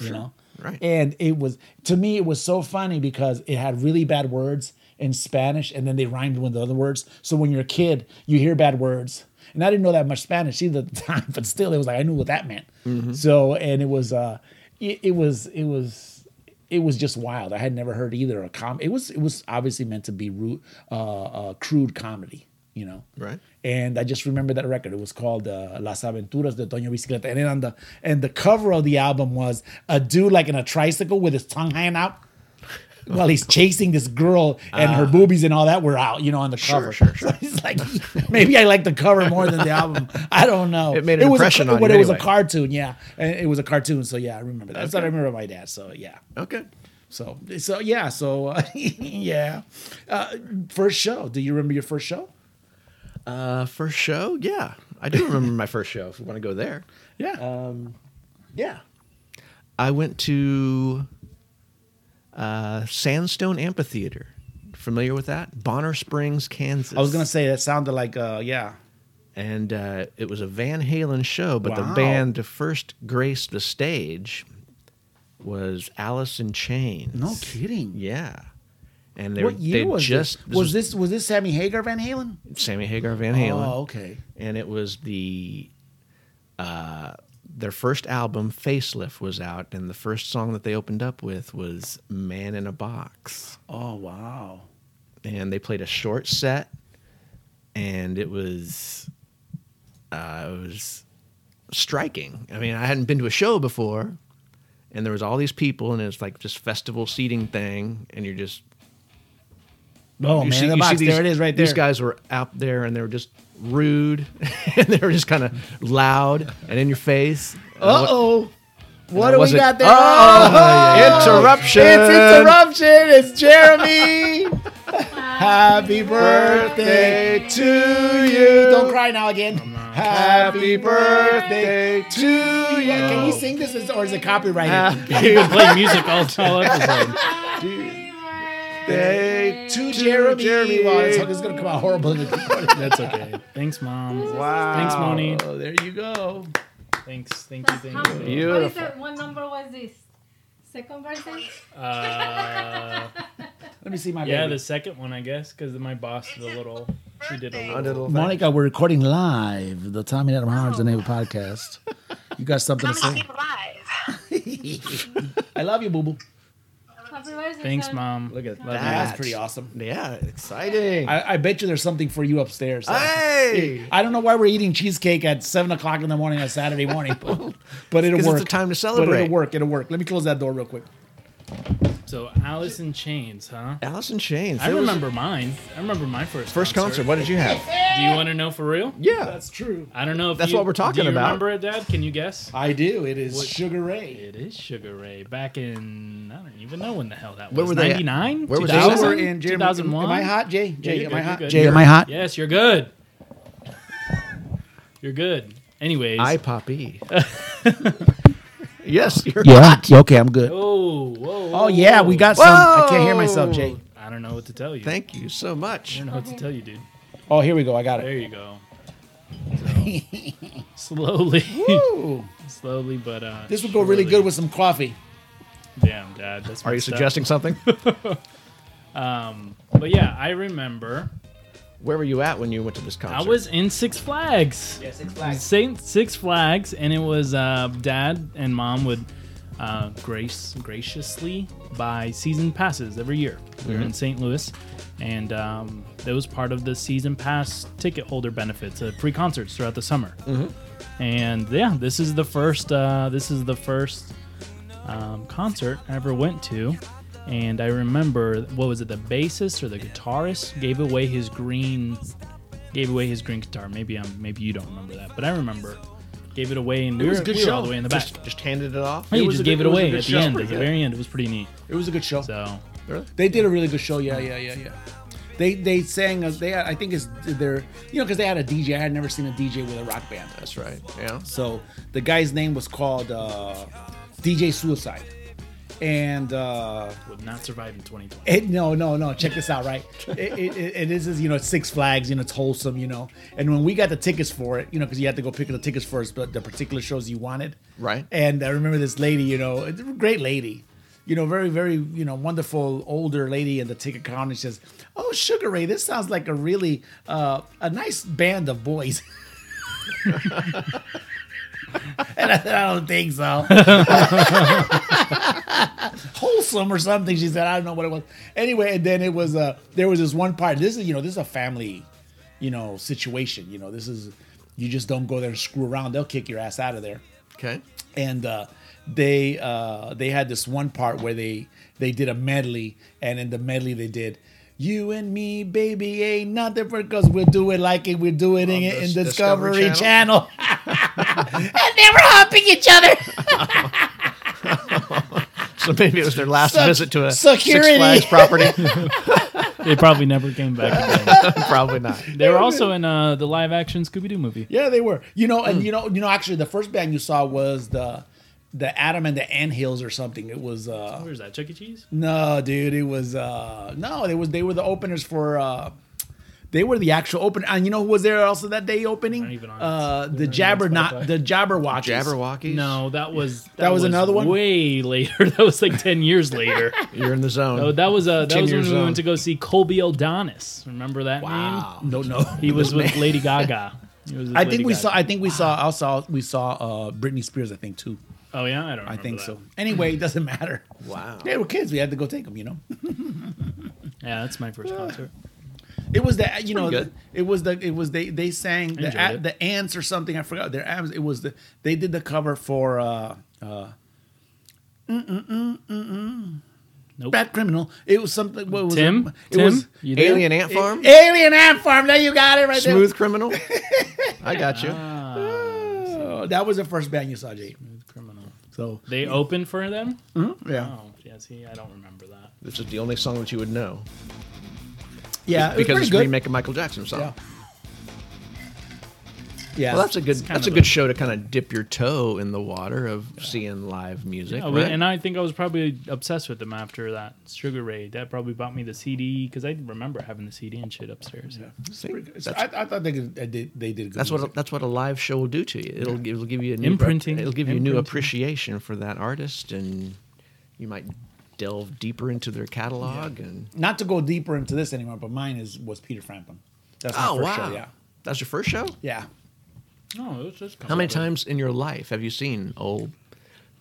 S1: you know.
S4: Right.
S1: And it was to me, it was so funny because it had really bad words in Spanish, and then they rhymed with the other words. So when you're a kid, you hear bad words. And I didn't know that much Spanish either at the time, but still, it was like I knew what that meant. So, and it was, uh, it, it was, it was, it was just wild. I had never heard either a com. It was, it was obviously meant to be rude, uh, uh, crude comedy, you know.
S4: Right.
S1: And I just remember that record. It was called uh, Las Aventuras de Toño Bicicleta. And then on the and the cover of the album was a dude like in a tricycle with his tongue hanging out while he's chasing this girl and her boobies and all that were out, you know, on the
S4: Ah. Sure,
S1: cover.
S4: sure, sure.
S1: So it's like maybe I like the cover more than the album. I don't know.
S4: It made an
S1: was a-
S4: impression on
S1: But
S4: you
S1: it was a
S4: anyway.
S1: cartoon, yeah. And it was a cartoon, so yeah, I remember that. That's what I remember my dad. So yeah.
S4: Okay.
S1: So so yeah, so uh, yeah. Uh, first show. Do you remember your first show?
S4: Uh, first show? Yeah. I do remember my first show if you want to go there.
S1: Yeah. Um,
S4: Yeah. I went to uh, Sandstone Amphitheater. Familiar with that? Bonner Springs, Kansas.
S1: I was gonna say that sounded like uh yeah.
S4: and uh, it was a Van Halen show, but
S1: Wow.
S4: the band to first grace the stage was Alice in Chains.
S1: No kidding.
S4: Yeah. And they
S1: what
S4: were
S1: year
S4: they
S1: was
S4: just
S1: this? Was this was this Sammy Hagar Van Halen?
S4: Sammy Hagar Van Halen?
S1: Oh, okay.
S4: and it was the uh, their first album facelift was out and the first song that they opened up with was man in a box
S1: Oh wow.
S4: and they played a short set and it was uh, it was striking i mean i hadn't been to a show before and there was all these people and it's like this festival seating thing and you're just
S1: Oh
S4: you
S1: man,
S4: see-
S1: the
S4: you see
S1: box.
S4: these-
S1: there it is, right there.
S4: These guys were out there and they were just rude and they were just kind of loud and in your face.
S1: Uh oh. What
S4: I
S1: do we
S4: wasn't- "Oh,
S1: got there? Oh,
S4: Interruption.
S1: It's interruption. It's Jeremy. Happy birthday to you. Don't cry now again. Happy birthday to you. Can we sing this, or is it copyrighted?
S5: You can play music all, all episode.
S4: They
S1: to Jeremy. Wow, this is going to come out horrible.
S5: That's okay. Thanks, mom.
S4: Wow.
S5: Thanks, Moni.
S4: Oh, there you go.
S5: Thanks. Thank you.
S10: That's how,
S5: Thank you.
S10: What is
S4: Beautiful.
S10: that? What number was this? Second version?
S5: Uh,
S1: Let me see my
S5: yeah,
S1: baby.
S5: the second one, I guess, because my boss did a little. She did a
S4: A
S5: little.
S4: little thing.
S1: Monica, we're recording live the Tommy Adam Harms the Name podcast. You got something to say?
S11: live.
S1: I love you, Boo Boo.
S10: Happy birthday,
S5: Thanks,
S10: son.
S5: mom.
S4: Look at that.
S5: Love you.
S1: That's pretty awesome.
S4: Yeah, exciting.
S1: I, I bet you there's something for you upstairs.
S4: hey.
S1: I don't know why we're eating cheesecake at seven o'clock in the morning on Saturday morning, but, but it'll
S4: 'Cause it's
S1: work.
S4: the time to
S1: But
S4: celebrate.
S1: it'll work. It'll work. Let me close that door real quick.
S5: So Alice in Chains, huh?
S4: Alice in Chains.
S5: I
S4: It was-
S5: remember mine. I remember my first
S4: First concert. What did you have?
S5: Do you want to know for real?
S4: Yeah.
S1: true.
S5: I don't know if
S4: That's
S5: you-
S4: what we're talking
S5: do you
S4: about.
S5: Remember it, Dad? Can you guess?
S1: I do. It is Sugar Ray.
S5: It is Sugar Ray. Back in I don't even know when the hell that was.
S4: Where were they at?
S5: 99?
S4: Where was they at?
S5: 2000?
S1: Now we're
S4: 2000?
S1: in Jeremy.
S5: 2001.
S1: Am I hot, Jay?
S5: Yeah,
S1: Jay,
S5: you're
S1: am I
S5: good, you're
S1: hot?
S5: good.
S1: Jay,
S5: You're-
S1: am I hot?
S5: Yes, you're good. You're good. Anyways.
S4: I Poppy. yes, you're
S1: Yeah.
S4: hot.
S1: Okay, I'm good.
S5: oh, whoa,
S1: Oh yeah, we got some. I can't hear myself,
S4: Whoa.
S1: Jay.
S5: I don't know what to tell you.
S4: Thank you so much.
S5: I don't know what to tell you, dude.
S1: Oh, here we go. I got
S5: There
S1: it.
S5: you go. So, slowly,
S1: Woo.
S5: slowly, but uh,
S1: This would go really
S5: surely.
S1: good with some coffee.
S5: Damn, Dad. That's
S4: Are you
S5: messed up.
S4: suggesting something?
S5: But yeah, I remember
S4: Where were you at when you went to this concert?
S5: I was in Six Flags.
S1: Six
S5: Saint Six Flags, and it was uh, dad and mom would uh, grace graciously by season passes every year. We were in St. Louis, and um, that was part of the season pass ticket holder benefits, uh, free concerts throughout the summer. And yeah, this is the first. Uh, this is the first um, concert I ever went to. And I remember, what was it? The bassist or the guitarist gave away his green, gave away his green guitar. Maybe I'm, maybe you don't remember that, but I remember, gave it away, and we
S4: was
S5: were,
S4: a good
S5: we were
S4: show.
S5: all the way in the back.
S4: Just, just handed it off.
S5: Hey,
S1: It
S5: you
S1: was
S5: just
S1: a
S5: gave
S1: good-
S5: it
S1: it was a
S5: away
S1: good
S5: at the
S1: show.
S5: end. At the very end, it was pretty neat.
S1: It was a good show.
S5: So
S1: They did a really good show. Yeah, yeah, yeah, yeah. They they sang. us. They I think it's their you know because they had a DJ. I had never seen a DJ with a rock band.
S4: That's right. Yeah.
S1: So the guy's name was called uh, DJ Suicide, and. Uh,
S5: would not survive in 2020.
S1: It, no, no, no. Check this out, right? It, it, it, it is, you know, it's Six Flags, you know, it's wholesome, you know. And when we got the tickets for it, you know, because you had to go pick the tickets for us, but the particular shows you wanted.
S4: Right.
S1: And I remember this lady, you know, it's a great lady, you know, very, very, you know, wonderful older lady in the ticket counter. She says, "Oh, Sugar Ray, this sounds like a really uh, a nice band of boys." and I said, "I don't think so." wholesome or something. She said, I don't know what it was. Anyway, and then it was uh there was this one part. This is you know, this is a family, you know, situation. You know, this is you just don't go there and screw around. They'll kick your ass out of there.
S4: Okay.
S1: And uh they uh they had this one part where they they did a medley and in the medley they did you and me, baby, ain't nothing for cause we'll do it like it, we're doing
S4: On
S1: it in
S4: this
S1: Discovery,
S4: Discovery
S1: Channel.
S4: Channel.
S1: and they were humping each other.
S4: So maybe it was their last
S1: Sec-
S4: visit to a
S1: security.
S4: Six Flags property.
S5: They probably never came back again.
S4: Probably not.
S5: They were also in uh, the live action Scooby Doo movie.
S1: Yeah, they were. You know, and you know, you know. Actually, the first band you saw was the the Adam and the Ant Hills or something. It was uh
S5: Where's that? Chuck E. Cheese?
S1: no, dude. It was uh no. They was they were the openers for. uh they were the actual open, and you know who was there also that day opening?
S5: Not even on-
S1: uh, the
S5: even on
S1: Jabberknock,
S5: Spotify.
S1: the Jabberwockies.
S4: Jabberwockies.
S5: No, that was that,
S1: was another one?
S5: way later. That was like 10 years later.
S4: You're in the zone.
S5: Oh, that was uh, that
S4: 10
S5: was when
S4: years
S5: we
S4: old.
S5: went to go see Colby O'Donis. Remember that
S4: Wow.
S5: name?
S1: No, no.
S5: He was with Lady Gaga. He was with
S1: I
S5: Lady
S1: think we
S5: Gaga.
S1: saw. I think we saw. I saw. We saw uh, Britney Spears. I think too.
S5: Oh yeah, I don't.
S1: I
S5: remember
S1: think
S5: that.
S1: so. Anyway, it doesn't matter.
S4: Wow.
S1: They were kids. We had to go take them. You know.
S5: Yeah, that's my first concert.
S1: Uh, It was the you know
S4: pretty good.
S1: it was the it was they they sang the,
S5: Enjoyed
S1: a,
S5: it.
S1: the ants or something I forgot their abs it was the they did the cover for uh uh
S5: Nope.
S1: Bad Criminal it was something what was
S5: Tim,
S1: it, it
S5: Tim,
S1: was
S5: you there?
S4: Alien Ant Farm.
S1: Alien Ant Farm there you got it right there
S4: Smooth criminal. I got you.
S1: Oh, that was the first band you saw Jay
S5: criminal.
S1: so
S5: They opened for them.
S1: yeah
S5: Oh yeah, see, I don't remember that.
S4: This is the only song that you would know
S1: yeah
S4: because
S1: it was
S4: it's a
S1: pretty good
S4: remake of Michael Jackson song.
S1: yeah yeah
S4: Well, that's a good
S5: kind
S4: that's a
S5: of
S4: good
S5: a-
S4: show to kind of dip your toe in the water of seeing live music,
S5: Oh,
S4: right?
S5: And I think I was probably obsessed with them after that Sugar Ray. That probably bought me the CD because I remember having the CD and shit upstairs.
S4: See?
S1: So
S4: that's,
S1: I, I thought they could, they did they did good
S4: that's
S1: music.
S4: what that's what a live show will do to you. It'll give- it'll give you a new
S5: Imprinting.
S4: It'll give you a new
S5: Imprinting.
S4: appreciation for that artist, and you might delve deeper into their catalog. And
S1: not to go deeper into this anymore but mine is was Peter Frampton that's my
S4: oh
S1: first
S4: wow,
S1: show yeah
S4: that's your first show.
S1: yeah
S5: No, it's Oh, just
S4: How many times in your life have you seen old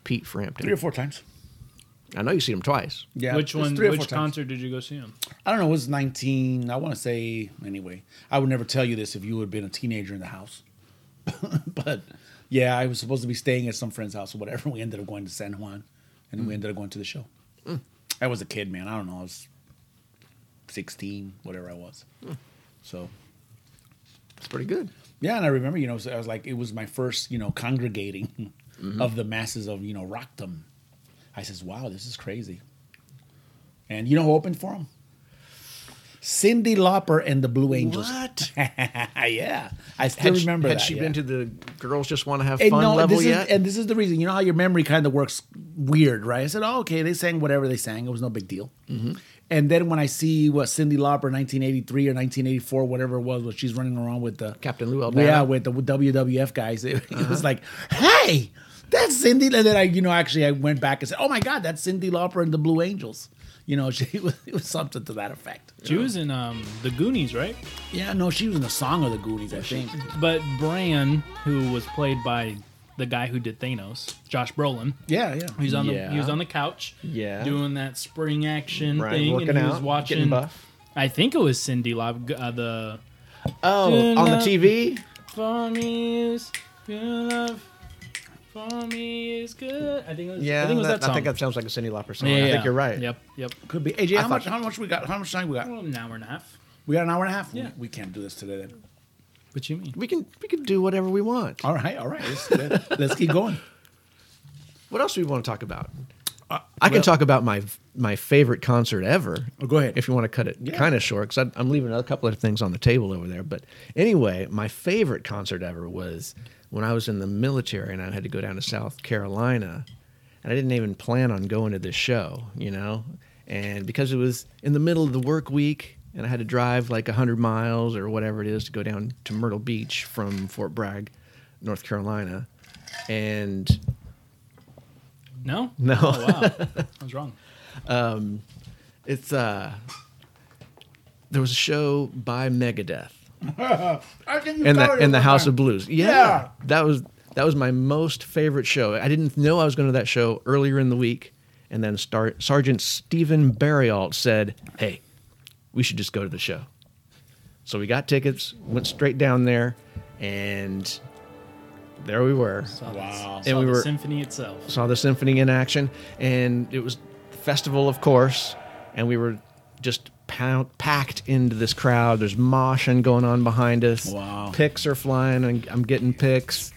S4: Pete Frampton?
S1: three or four times
S4: I know you've seen him twice.
S1: yeah
S5: which
S1: it's
S5: one?
S1: three or
S5: Which
S1: four times.
S5: concert did you go see him?
S1: I don't know, it was 19. I want to say, anyway, I would never tell you this if you would have been a teenager in the house. but yeah, I was supposed to be staying at some friend's house or whatever. We ended up going to San Juan and we ended up going to the show. I was a kid, man. I don't know. I was 16, whatever I was.
S4: Hmm.
S1: So
S4: It's pretty good.
S1: yeah, and I remember, you know, so I was like, it was my first, you know, congregating
S4: Mm-hmm.
S1: of the masses of, you know, rockdom. I says, wow, this is crazy. And you know who opened for him? Cindy Lauper and the Blue Angels.
S4: What?
S1: yeah, I still
S4: Had, she-
S1: remember
S4: had
S1: that.
S4: she
S1: yeah.
S4: been to the girls just want to have
S1: And
S4: fun
S1: no,
S4: level
S1: this
S4: yet?
S1: Is, and this is the reason. You know how your memory kind of works weird, right? I said, oh, okay, they sang whatever they sang. It was no big deal. And then when I see what Cindy Lauper, 1983 or 1984, whatever it was, when she's running around with the
S4: Captain Lou
S1: yeah,
S4: Albano.
S1: with the WWF guys, it, it
S8: Uh-huh.
S1: was like, hey, that's Cindy. And then I, you know, actually I went back and said, oh my God, that's Cindy Lauper and the Blue Angels. You know, she was, it was something to that effect.
S5: She was in um, the Goonies, right?
S1: Yeah, no, she was in the song of the Goonies, I think.
S5: But Bran, who was played by the guy who did Thanos, Josh Brolin.
S8: Yeah, yeah.
S5: He was on
S4: Yeah.
S5: the he was on the couch,
S4: Yeah.
S5: doing that spring action
S4: Right,
S5: thing,
S4: working
S5: and he was
S4: out,
S5: watching.
S4: getting buff.
S5: I think it was Cindy Lob uh, the
S4: Oh, on the TV.
S5: for me is good love, for me is good. I think it was,
S4: Yeah,
S5: I think it was that, song.
S4: I think that sounds like a Cindy Lauper song. I think you're right.
S5: Yep, yep.
S8: Could be. AJ, how
S4: thought-
S8: much? How much we got? How much time we got?
S5: Well, an hour and a half.
S8: We got an hour and a half.
S5: Yeah.
S8: We, we can't do this today. Then.
S5: What you mean?
S4: We can we can do whatever we want.
S8: All right, all right. Let's, let, let's keep going.
S4: What else do we want to talk about?
S8: Uh,
S4: I can talk about my my favorite concert ever.
S8: Oh, go ahead.
S4: If you want to cut it
S8: Yeah.
S4: kind of short, because I'm leaving a couple of things on the table over there. But anyway, my favorite concert ever was when I was in the military and I had to go down to South Carolina, and I didn't even plan on going to this show, you know, and because it was in the middle of the work week. And I had to drive like 100 miles or whatever it is to go down to Myrtle Beach from Fort Bragg, North Carolina. And
S5: No,
S4: No.
S5: Oh, wow, I was wrong.
S4: It's uh there was a show by Megadeth
S8: I think you
S4: in the
S8: covered it
S4: in the
S8: one
S4: House
S8: time.
S4: of Blues. Yeah,
S8: Yeah.
S4: That was that was my most favorite show. I didn't know I was going to that show earlier in the week and then Star- Sergeant Stephen Berrialt said, "Hey, we should just go to the show." So we got tickets, went straight down there and there we were.
S5: Saw
S8: Wow.
S5: The, saw
S4: And we
S5: the
S4: were-
S5: symphony itself.
S4: saw the symphony in action, and it was festival, of course, and we were just pound, packed into this crowd. There's moshing going on behind us.
S8: Wow.
S4: Picks are flying, and I'm getting picks.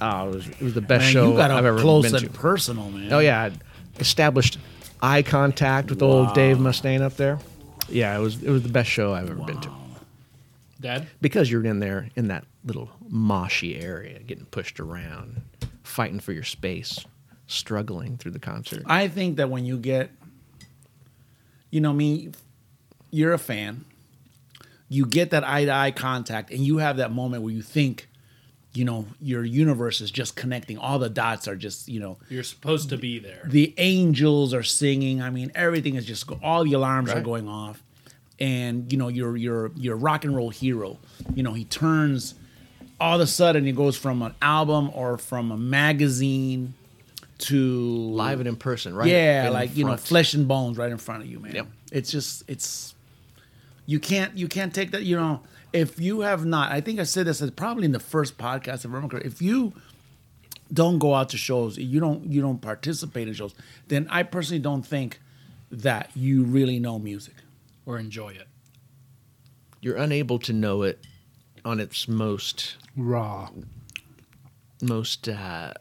S4: Oh, it was, it was the best
S8: Man,
S4: show
S8: you got up
S4: I've ever
S8: close
S4: been
S8: and
S4: to.
S8: personal, man.
S4: oh yeah, I established eye contact with old Dave Mustaine up there. Yeah, it was it was the best show I've ever been to
S5: Dad,
S4: because you're in there in that little moshy area, getting pushed around, fighting for your space, struggling through the concert.
S8: I think that when you get, you know, me, you're a fan. You get that eye to eye contact, and you have that moment where you think, you know, your universe is just connecting. All the dots are just, you know,
S5: you're supposed to be there.
S8: the angels are singing. I mean, everything is just go- all the alarms are
S4: Right.
S8: going off, and you know your your your rock and roll hero. You know he turns all of a sudden he goes from an album or from a magazine to
S4: live and in person, right?
S8: Yeah,
S4: in
S8: like you know
S4: front.
S8: flesh and bones right in front of you, man.
S4: Yep.
S8: It's just it's you can't you can't take that. You know if you have not, I think I said this uh, probably in the first podcast if I remember. correctly, If you don't go out to shows, you don't you don't participate in shows, then I personally don't think that you really know music.
S5: or enjoy it.
S4: You're unable to know it on its most
S12: Raw.
S4: most uh,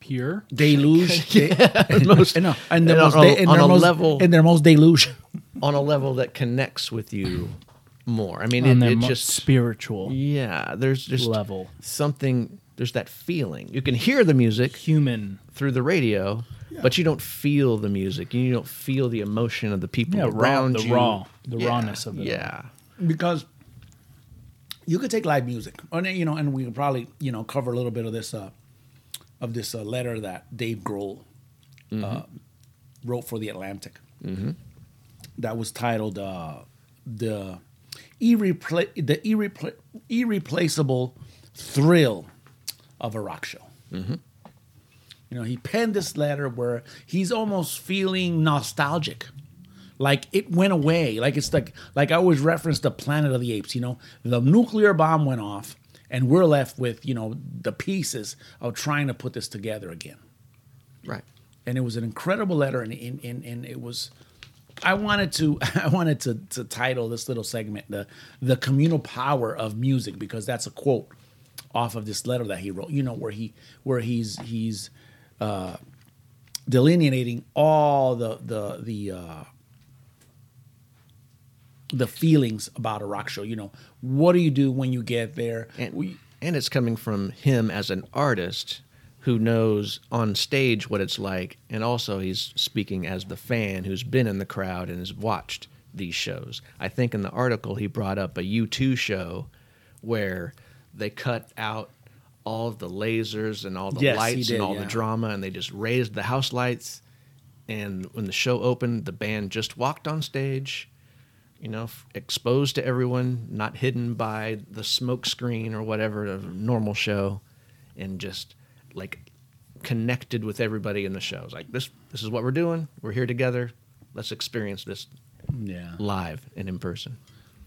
S5: Pure.
S8: Deluge, de-
S4: most
S8: no, and their
S4: and
S8: most,
S4: on a-
S8: de- and
S4: on
S8: their
S4: a
S8: most
S4: level-
S8: and their most deluge.
S4: on a level that connects with you more. I mean,
S5: And
S4: it,
S5: then
S4: it
S5: mo-
S4: just
S5: spiritual,
S4: yeah. There's just
S5: Level.
S4: something. There's that feeling. You can hear the music
S5: human.
S4: through the radio, but you don't feel the music. You don't feel the emotion of the people
S5: Yeah, raw-
S4: around
S5: the
S4: you.
S5: raw- the rawness of it all.
S4: Yeah.
S8: because you could take live music, and you know, and we could probably you know cover a little bit of this uh, of this uh, letter that Dave Grohl uh, wrote for the Atlantic. That was titled uh, the irrepla- the irrepla- irreplaceable thrill of a rock show. You know, he penned this letter where he's almost feeling nostalgic. Like it went away. Like it's like like I always reference the Planet of the Apes, you know. The nuclear bomb went off and we're left with, you know, the pieces of trying to put this together again.
S4: Right.
S8: And it was an incredible letter and and, and, and it was I wanted to I wanted to, to title this little segment the the communal power of music because that's a quote off of this letter that he wrote. You know where he where he's he's uh, delineating all the the the uh, the feelings about a rock show. You know, what do you do when you get there?
S4: and
S8: we,
S4: and it's coming from him as an artist who knows on stage what it's like and also he's speaking as the fan who's been in the crowd and has watched these shows i think in the article he brought up a u2 show where they cut out all of the lasers and all the
S8: Yes, he
S4: lights
S8: did,
S4: and all
S8: yeah.
S4: the drama and they just raised the house lights and when the show opened the band just walked on stage you know, f- exposed to everyone, not hidden by the smoke screen or whatever of a normal show, and just like connected with everybody in the show. It's like this this is what we're doing. We're here together. Let's experience this
S8: Yeah.
S4: live and in person.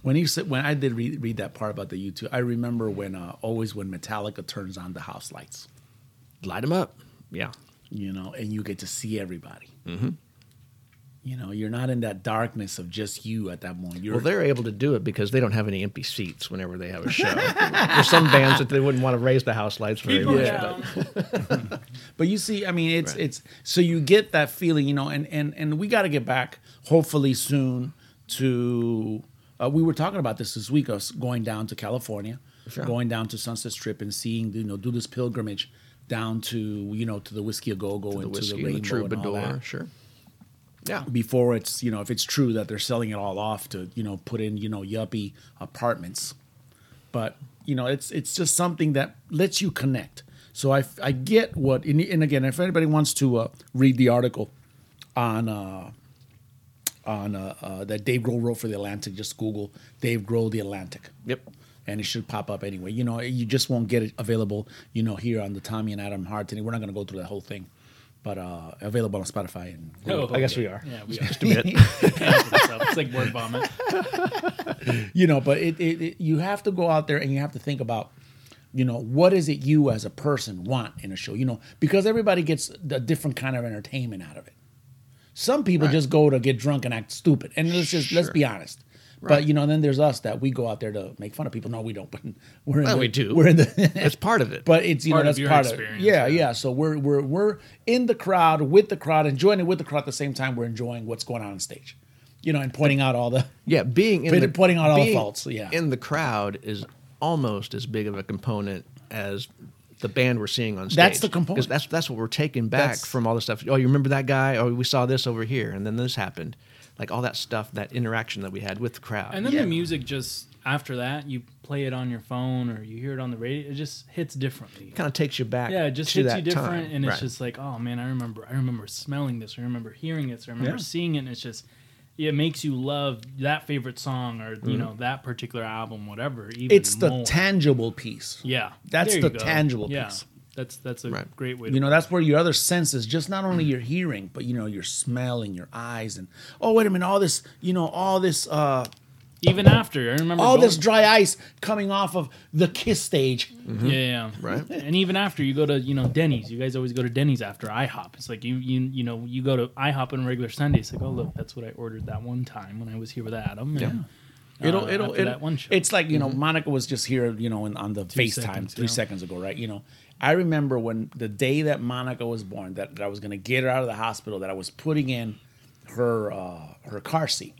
S8: When you said when I did read, read that part about the YouTube, I remember when uh, always when Metallica turns on the house lights,
S4: Light them up. Yeah.
S8: you know, and you get to see everybody. Mm-hmm. You know, you're not in that darkness of just you at that moment. You're
S4: Well, they're able to do it because they don't have any empty seats whenever they have a show. There's some bands that they wouldn't want to raise the house lights very much.
S5: Yeah.
S8: But you see, I mean, it's
S4: Right.
S8: it's so you get that feeling, you know, and and and we got to get back hopefully soon to. Uh, we were talking about this this week, us going down to California,
S4: Sure.
S8: going down to Sunset Strip and seeing, you know, do this pilgrimage down to you know to the whiskey a go go
S4: The
S8: and to
S4: whiskey,
S8: the
S4: the,
S8: rainbow and all
S4: troubadour,
S8: that.
S4: sure. Yeah.
S8: Before it's you know if it's true that they're selling it all off to you know put in you know yuppie apartments, but you know it's it's just something that lets you connect so i i get what and, and again if anybody wants to uh, read the article on uh on uh, uh that dave grohl wrote for the atlantic just google dave grohl the atlantic
S4: Yep.
S8: and it should pop up anyway you know you just won't get it available you know here on the tommy and adam hart and we're not going to go through the whole thing but uh available on spotify and
S4: I guess we are.
S5: Yeah, we are. Just a bit. it's like word vomit.
S8: you know but it, it, it you have to go out there and you have to think about you know what is it you as a person want in a show you know because everybody gets a different kind of entertainment out of it some people just go to get drunk and act stupid and let's just let's be honest but you know then there's us that we go out there to make fun of people no we don't but we're in
S4: Well,
S8: the,
S4: we do.
S8: we're in the
S4: That's part of it.
S8: but it's you
S5: Part
S8: know
S5: of
S8: that's
S5: your
S8: part of
S5: experience,
S8: yeah, yeah
S5: yeah.
S8: so we're we're we're in the crowd with the crowd enjoying it with the crowd at the same time we're enjoying what's going on on stage you know and pointing out all the
S4: yeah, being in
S8: Put-
S4: the,
S8: putting on all
S4: being
S8: faults, yeah.
S4: in the crowd is almost as big of a component as the band we're seeing on stage.
S8: That's the component.
S4: 'Cause That's that's what we're taking back
S8: That's-
S4: from all the stuff. Oh, you remember that guy? Oh, we saw this over here, and then this happened. Like all that stuff, that interaction that we had with the crowd.
S5: And then the music just after that, you play it on your phone or you hear it on the radio. It just hits differently.
S4: kind of takes you back.
S5: Yeah, it just
S4: to
S5: hits
S4: that
S5: you different,
S4: time.
S5: and it's
S4: Right.
S5: just like, oh man, I remember, I remember smelling this, I remember hearing this, I remember
S8: Yeah.
S5: seeing it. And it's just, it makes you love that favorite song or you know that particular album, whatever. Even
S8: it's the
S5: more.
S8: tangible piece
S5: Yeah,
S8: That's
S5: there
S8: the
S5: you go.
S8: tangible
S5: Yeah,
S8: piece.
S5: that's that's a
S4: Right.
S5: great way. To,
S8: you know that's where your other senses just not only your hearing but you know your smell and your eyes and oh wait a minute all this you know all this uh
S5: even after I remember
S8: all this
S5: going-
S8: dry ice coming off of the kiss stage
S5: yeah, yeah,
S4: Mm-hmm. Right.
S5: And even after you go to you know Denny's, you guys always go to Denny's after IHOP. It's like you you you know you go to IHOP on a regular Sunday. It's like oh look, that's what I ordered that one time when I was here with Adam. Yeah.
S8: it'll it'll,
S5: after
S8: it'll
S5: that one show.
S8: it's like you know
S4: Mm-hmm.
S8: monica was just here you know in, on the facetime
S5: seconds,
S8: three
S5: yeah.
S8: seconds ago right you know i remember when the day that monica was born that, that i was going to get her out of the hospital that i was putting in her uh her car seat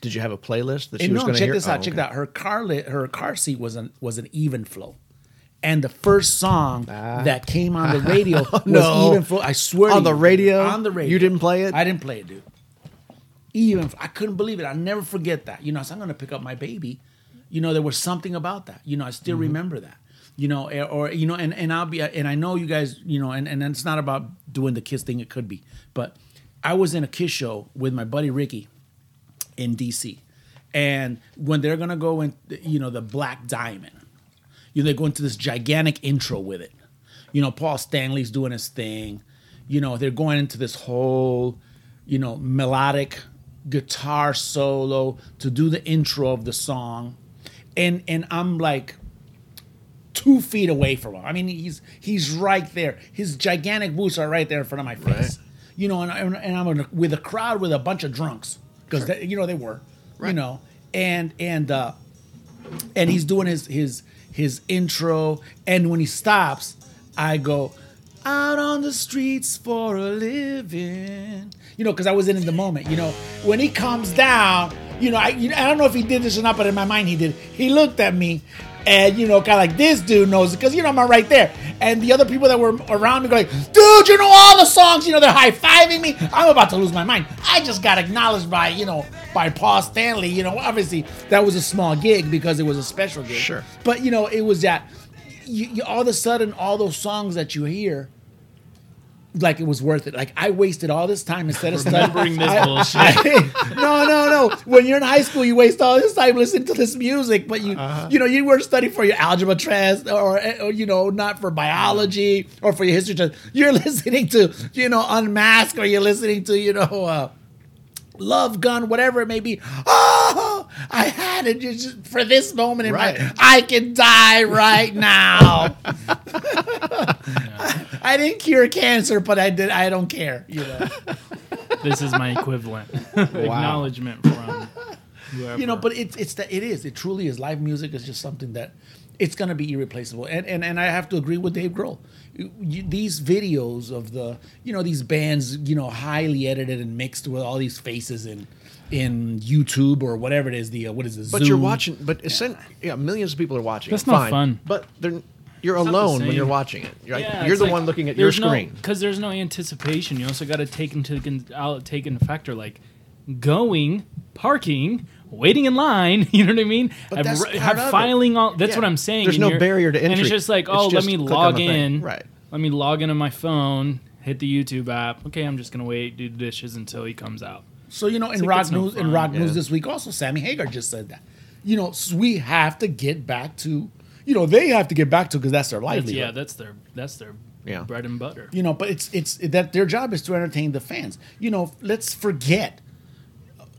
S4: Did you have a playlist that she
S8: And
S4: was
S8: no,
S4: going to
S8: check
S4: hear?
S8: this out.
S4: Oh,
S8: Check
S4: okay.
S8: that. Her car lit, her car seat was an was an even flow, and the first song that came on the radio was
S4: Ah. Oh, No.
S8: even flow. I swear
S4: On
S8: to
S4: the
S8: you.
S4: radio?
S8: on the radio.
S4: You didn't play it?
S8: I didn't play it, dude. Even Flo- I couldn't believe it. I never forget that. You know, so I'm gonna pick up my baby. You know, there was something about that. You know, I still
S4: Mm-hmm.
S8: remember that. You know, eh, or you know, and and I'll be and I know you guys. You know, and and it's not about doing the kiss thing. It could be, but I was in a kiss show with my buddy Ricky in DC. And when they're gonna go in, you know, the Black Diamond, you know, they go into this gigantic intro with it. You know, Paul Stanley's doing his thing. You know, they're going into this whole, you know, melodic guitar solo to do the intro of the song. And and I'm like, two feet away from him. I mean, he's he's right there. His gigantic boots are right there in front of my face. You know, and, and, and I'm in a, with a crowd with a bunch of drunks because you know they were, you know, and and uh, and he's doing his his his intro, and when he stops, I go out on the streets for a living. You know, because I was in the moment. You know, when he comes down, you know, I you know, I don't know if he did this or not, but in my mind he did. He looked at me, and you know, kind of like this dude knows because you know I'm right there, and the other people that were around me go like, dude, you know all the songs. You know, they're high fiving me. I'm about to lose my mind. I just got acknowledged by you know by Paul Stanley. You know, obviously that was a small gig because it was a special gig.
S4: Sure.
S8: but you know, it was that. You, you, all of a sudden, all those songs that you hear like it was worth it. Like I wasted all this time instead of studying.
S5: Remembering this
S8: I-
S5: bullshit.
S8: I- no, no, no. When you're in high school, you waste all this time listening to this music, but you,
S5: Uh-huh.
S8: you know, you weren't studying for your algebra test or, or you know, not for biology or for your history test. You're listening to, you know, Unmask or you're listening to, you know, uh, Love Gun, whatever it may be. Oh, I had it just for this moment in my.
S4: Right.
S8: I can die right now. I didn't cure cancer, but I did. I don't care. You know.
S5: This is my equivalent acknowledgement from whoever.
S8: you know, but it's it's that it is. It truly is. Live music is just something that it's gonna be irreplaceable. And and and I have to agree with Dave Grohl. You- you- these videos of the you know these bands you know highly edited and mixed with all these faces in in YouTube or whatever it is the uh, what is it?
S4: But you're
S8: Zoom.
S4: watching. But yeah. yeah, millions of people are watching.
S5: That's
S4: it,
S5: not
S4: fine,
S5: fun.
S4: But they're you're
S5: not the
S4: alone when
S5: same.
S4: you're watching it. You're,
S5: Yeah,
S4: you're
S5: it's
S4: the
S5: like,
S4: one looking at your
S5: there's no-
S4: screen.
S5: Because there's no anticipation. You also got to take into con- out take into factor like going, parking, waiting in line. You know what I mean?
S4: But
S5: I've
S4: that's
S5: re-
S4: part
S5: I've
S4: of it.
S5: filing all. That's
S4: Yeah.
S5: what I'm saying.
S4: There's
S5: and
S4: no
S5: you're-
S4: barrier to
S5: And
S4: entry.
S5: it's just like,
S4: It's
S5: oh, let
S4: just
S5: me
S4: click on
S5: log
S4: the thing.
S5: in.
S4: Right.
S5: Let me log into my phone. Hit the YouTube app. Okay, I'm just gonna wait, do the dishes until he comes out.
S8: So you know, in
S5: like
S8: rock
S5: it's no
S8: news, in
S5: fun,
S8: rock
S4: yeah.
S8: news this week, also Sammy Hagar just said that. You know, s we have to get back to, you know, they have to get back to because that's their
S5: That's,
S8: livelihood.
S5: yeah, that's their that's their
S4: Yeah.
S5: bread and butter.
S8: you know, but it's it's that their job is to entertain the fans. You know, let's forget,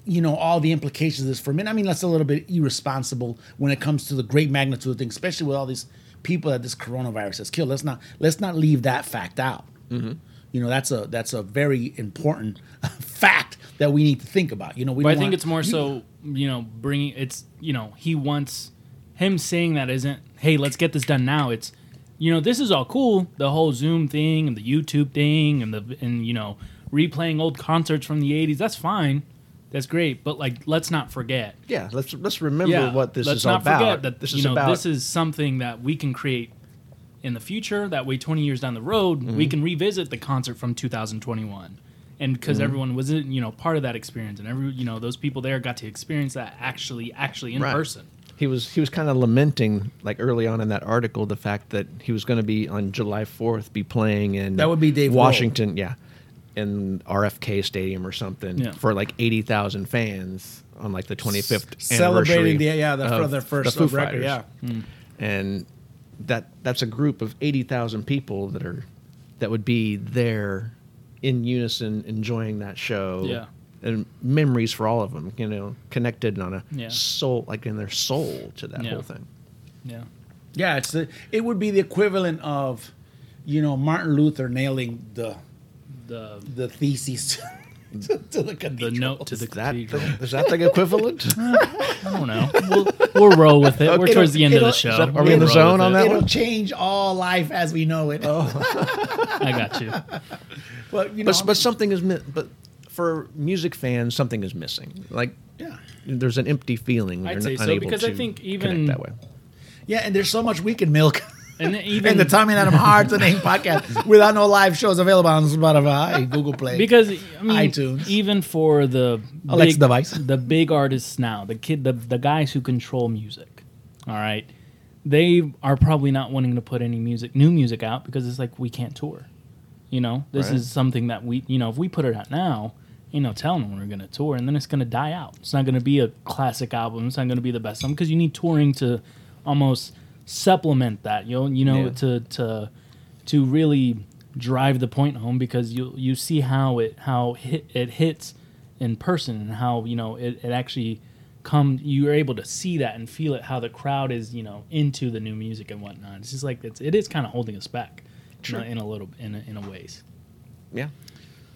S8: you know, all the implications of this for a minute. I mean, that's a little bit irresponsible when it comes to the great magnitude of things, especially with all these people that this coronavirus has killed. Let's not let's not leave that fact out.
S5: Mm-hmm.
S8: You know, that's a that's a very important fact that we need to think about. You know, we.
S5: But I
S8: don't
S5: think
S8: want-
S5: it's more
S8: you-
S5: so, you know, bringing it's, you know, he wants him saying that isn't, hey, let's get this done now. It's, you know, this is all cool, the whole Zoom thing and the YouTube thing and the and you know, replaying old concerts from the 80s. That's fine. That's great, but like let's not forget.
S4: yeah, let's let's remember what this
S5: let's
S4: is
S5: not
S4: about.
S5: forget that
S4: this
S5: you
S4: is
S5: know,
S4: about.
S5: this is something that we can create in the future. That way, 20 years down the road,
S4: Mm-hmm.
S5: we can revisit the concert from 2021, and
S4: Mm-hmm.
S5: because everyone was in, you know part of that experience, and every you know those people there got to experience that actually actually in
S4: Right.
S5: person.
S4: he was he was kind of lamenting like early on in that article the fact that he was going to be on July 4th be playing in
S8: That would be Dave Grohl.
S4: Washington yeah in RFK Stadium or something
S5: Yeah.
S4: for like 80,000 fans on like the 25th
S8: Celebrating
S4: anniversary
S8: the- yeah, the- for
S4: of
S8: their first
S4: the Foo Fighters.
S8: record, yeah. Hmm.
S4: and that that's a group of 80,000 people that are that would be there in unison enjoying that show
S5: Yeah.
S4: and memories for all of them you know connected on a
S5: Yeah.
S4: soul like in their soul to that
S5: Yeah.
S4: whole thing
S5: Yeah,
S8: Yeah, it's the, it would be the equivalent of, you know, Martin Luther nailing the
S5: the
S8: the theses to, to, the
S5: the
S8: cathedral.
S5: note to the
S4: Is that
S5: cathedral.
S4: the- is that the equivalent?
S5: I don't know. We'll, we'll roll with it. We're
S8: It'll-
S5: towards the end of the
S8: it'll-
S5: show.
S4: that- are we in the
S5: We'll roll
S4: zone
S5: with
S4: on
S5: it.
S4: that
S8: It'll
S4: one?
S8: change all life as we know it.
S5: I got you.
S8: But you know,
S4: But but something is mi- but for music fans something is missing. Like
S8: yeah,
S4: there's an empty feeling. when
S5: I'd
S4: you're
S5: say
S4: n-
S5: so,
S4: unable
S5: because I
S4: to
S5: think
S4: connect
S5: even-
S4: that way.
S8: yeah, and there's so much we can milk.
S5: And then even
S8: And the Tommy and Adam Hard to Name podcast without no live shows available on Spotify, Google Play.
S5: because I mean,
S8: iTunes.
S5: even for the
S8: Alexa
S5: big-
S8: device.
S5: the big artists now, the kid, the the guys who control music, all right, they are probably not wanting to put any music, new music out because it's like we can't tour. You know, this
S4: Right.
S5: is something that we, you know, if we put it out now, you know, telling them we're going to tour, and then it's going to die out. It's not going to be a classic album. It's not going to be the best album because you need touring to almost supplement that. You know, you know,
S4: Yeah.
S5: to to to really drive the point home because you you see how it how hit, it hits in person and how you know it, it actually come you're able to see that and feel it how the crowd is you know into the new music and whatnot it's just like it's it is kind of holding us back in, a, in a little in a, in a ways
S4: Yeah.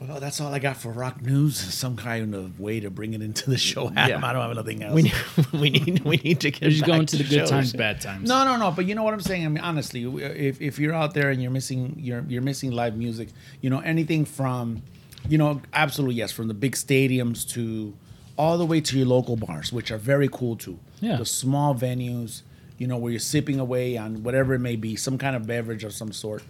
S8: well, that's all I got for rock news. Some kind of way to bring it into the show, Adam.
S4: Yeah.
S8: I don't have nothing else.
S4: We need, we need we need to get
S5: you're just
S4: back
S5: going to
S4: to
S5: the good
S4: shows.
S5: times bad times
S8: No, no, no. But you know what I'm saying. I mean, honestly, we- if, if you're out there and you're missing you're you're missing live music, you know anything from, you know, absolutely yes, from the big stadiums to all the way to your local bars, which are very cool too.
S5: Yeah.
S8: The small venues, you know, where you're sipping away on whatever it may be, some kind of beverage of some sort.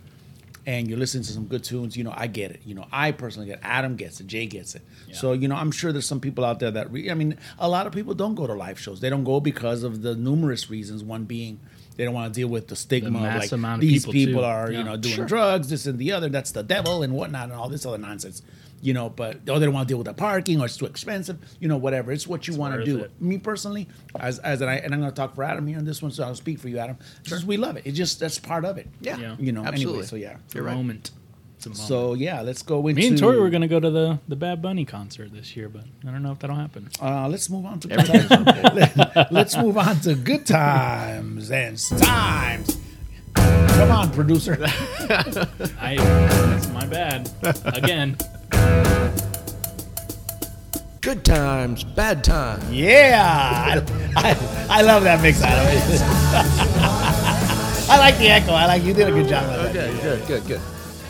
S1: and you're listening to some good tunes, you know, I get it. You know, I personally get it. Adam gets it. Jay gets it. So, you know, I'm sure there's some people out there that, re- I mean, a lot of people don't go to live shows. They don't go because of the numerous reasons, one being they don't want to deal with the stigma
S5: mass
S1: of like
S5: amount of
S1: these
S5: people,
S1: people,
S5: too.
S1: are,
S5: Yeah.
S1: you know, doing drugs, this and the other. That's the devil and whatnot and all this other nonsense. You know, but or they don't want to deal with the parking or it's too expensive. You know, whatever. It's what you want to
S5: worth
S1: do.
S5: it.
S1: Me personally, as as and I and I'm going to talk for Adam here on this one, so I'll speak for you, Adam. Just we love it. It's just that's part of it.
S4: Yeah.
S5: Yeah.
S1: You know.
S4: Absolutely.
S1: Anyway, so yeah.
S5: It's a
S4: You're right.
S5: moment. It's a moment.
S1: So yeah, let's go into.
S5: me and Tori were gonna go to the the Bad Bunny concert this year, but I don't know if that'll happen.
S1: Uh, let's move on to good
S4: Everything's
S1: times. let's move on to good times and times. Come on, producer.
S5: I that's my bad again.
S4: Good times, bad times.
S1: Yeah, I, I, I love that mix, Adam. I like the echo. I like you did a good job. With that.
S4: Good, good, good, good.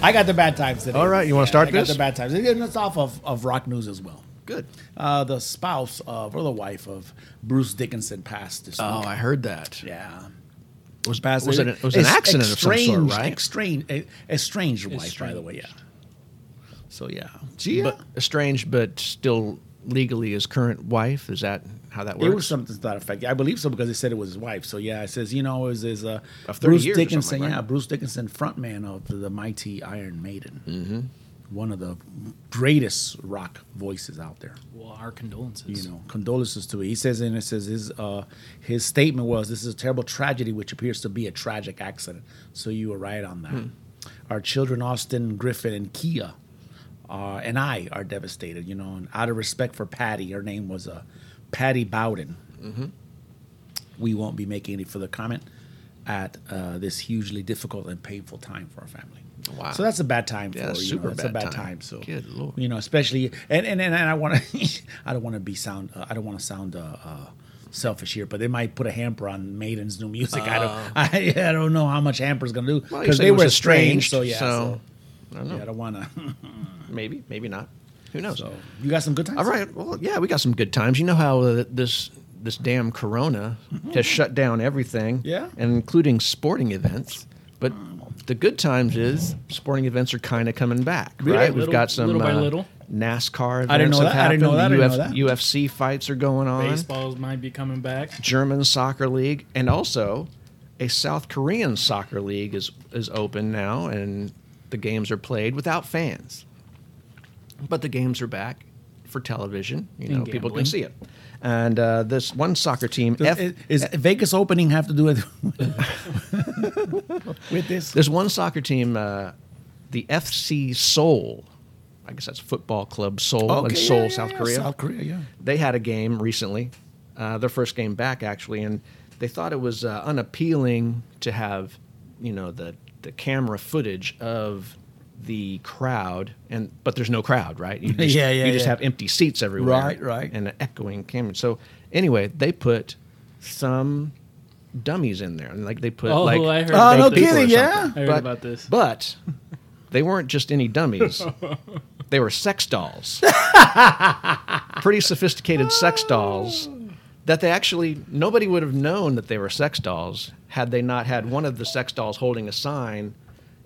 S1: I got the bad times today.
S11: All right, you wanna start
S1: I
S11: this?
S1: Got the bad times. And It's off of, of rock news as well.
S4: Good.
S1: Uh, the spouse of or the wife of Bruce Dickinson passed this
S4: Oh,
S1: week.
S4: I heard that.
S1: Yeah.
S4: Was
S1: passed.
S4: Was it, it was an
S1: Ex-
S4: accident of some sort,
S1: estranged-
S4: right?
S1: Estranged, e- estranged wife, by the way, yeah. So yeah, Gia.
S4: But estranged, but still legally his current wife. Is that how that works?
S1: It was something to that effect. I believe so because they said it was his wife. So yeah, it says you know it was, is uh,
S4: Of 30
S1: Bruce
S4: years or something,
S1: Dickinson.
S4: right?
S1: Yeah, Bruce Dickinson, frontman of the, the mighty Iron Maiden, mm-hmm. one of the greatest rock voices out there.
S5: Well, our condolences.
S1: You know, condolences to it. He says, and it says his uh, his statement was, "This is a terrible tragedy, which appears to be a tragic accident." So you were right on that.
S4: Hmm.
S1: Our children, Austin Griffin and Kia, uh, and I are devastated. You know, and out of respect for Patty, her name was uh, Patty Bowden.
S4: Mm-hmm.
S1: We won't be making any further comment at uh, this hugely difficult and painful time for our family.
S4: Wow.
S1: So that's a bad time
S4: Yeah,
S1: for
S4: that's
S1: you.
S4: super
S1: know, that's
S4: bad
S1: a bad
S4: time.
S1: time. So
S4: Good Lord.
S1: you know, especially and and, and I want to, I don't want to be sound, uh, I don't want to sound uh, uh, selfish here, but they might put a hamper on Maiden's new music. I don't, I, I don't know how much hamper's gonna do because
S4: Uh. Well, you said
S1: they
S4: it was
S1: were estranged.
S4: estranged,
S1: So yeah,
S4: so-
S1: so, I don't, yeah, I don't want to.
S4: maybe, maybe not. Who knows?
S1: so you got some good times.
S4: All right. Well, yeah, we got some good times. You know how uh, this this damn corona has shut down everything,
S1: Mm-hmm. Yeah.
S4: and including sporting events. But the good times is sporting events are kind of coming back,
S1: Really?
S4: right? We've
S5: Little-
S4: got some
S5: little by
S4: uh,
S5: little.
S4: NASCAR events
S1: I didn't know
S4: have
S1: that. I didn't know that. I
S4: happened.
S1: didn't know
S4: The
S1: that.
S4: Uf- UFC fights are going on.
S5: Baseballs might be coming back.
S4: German soccer league, and also a South Korean soccer league is is open now, and the games are played without fans. But the games are back for television. You know,
S5: And
S4: people can
S5: gambling.
S4: see it. And uh, this one soccer team,
S1: Does-
S4: F-
S1: is, is Vegas opening have to do with with this?
S4: there's one soccer team, uh, the FC Seoul. I guess that's Football Club Seoul
S1: Okay,
S4: Oh, in
S1: yeah,
S4: Seoul,
S1: yeah,
S4: South
S1: yeah,
S4: Korea.
S1: South Korea, yeah.
S4: they had a game recently, uh, their first game back actually, and they thought it was uh, unappealing to have, you know, the the camera footage of the crowd, and but there's no crowd, right? You just,
S1: Yeah, yeah,
S4: You just
S1: yeah.
S4: have empty seats everywhere,
S1: Right, right.
S4: and an echoing camera. So anyway, they put some dummies in there, and like they put
S5: Oh,
S4: like
S5: I heard about
S1: Oh, no
S5: this.
S1: kidding,
S4: something.
S1: yeah?
S5: I heard
S4: but,
S5: about this.
S4: But they weren't just any dummies. they were sex dolls. Pretty sophisticated sex
S5: Oh.
S4: dolls that they actually nobody would have known that they were sex dolls had they not had one of the sex dolls holding a sign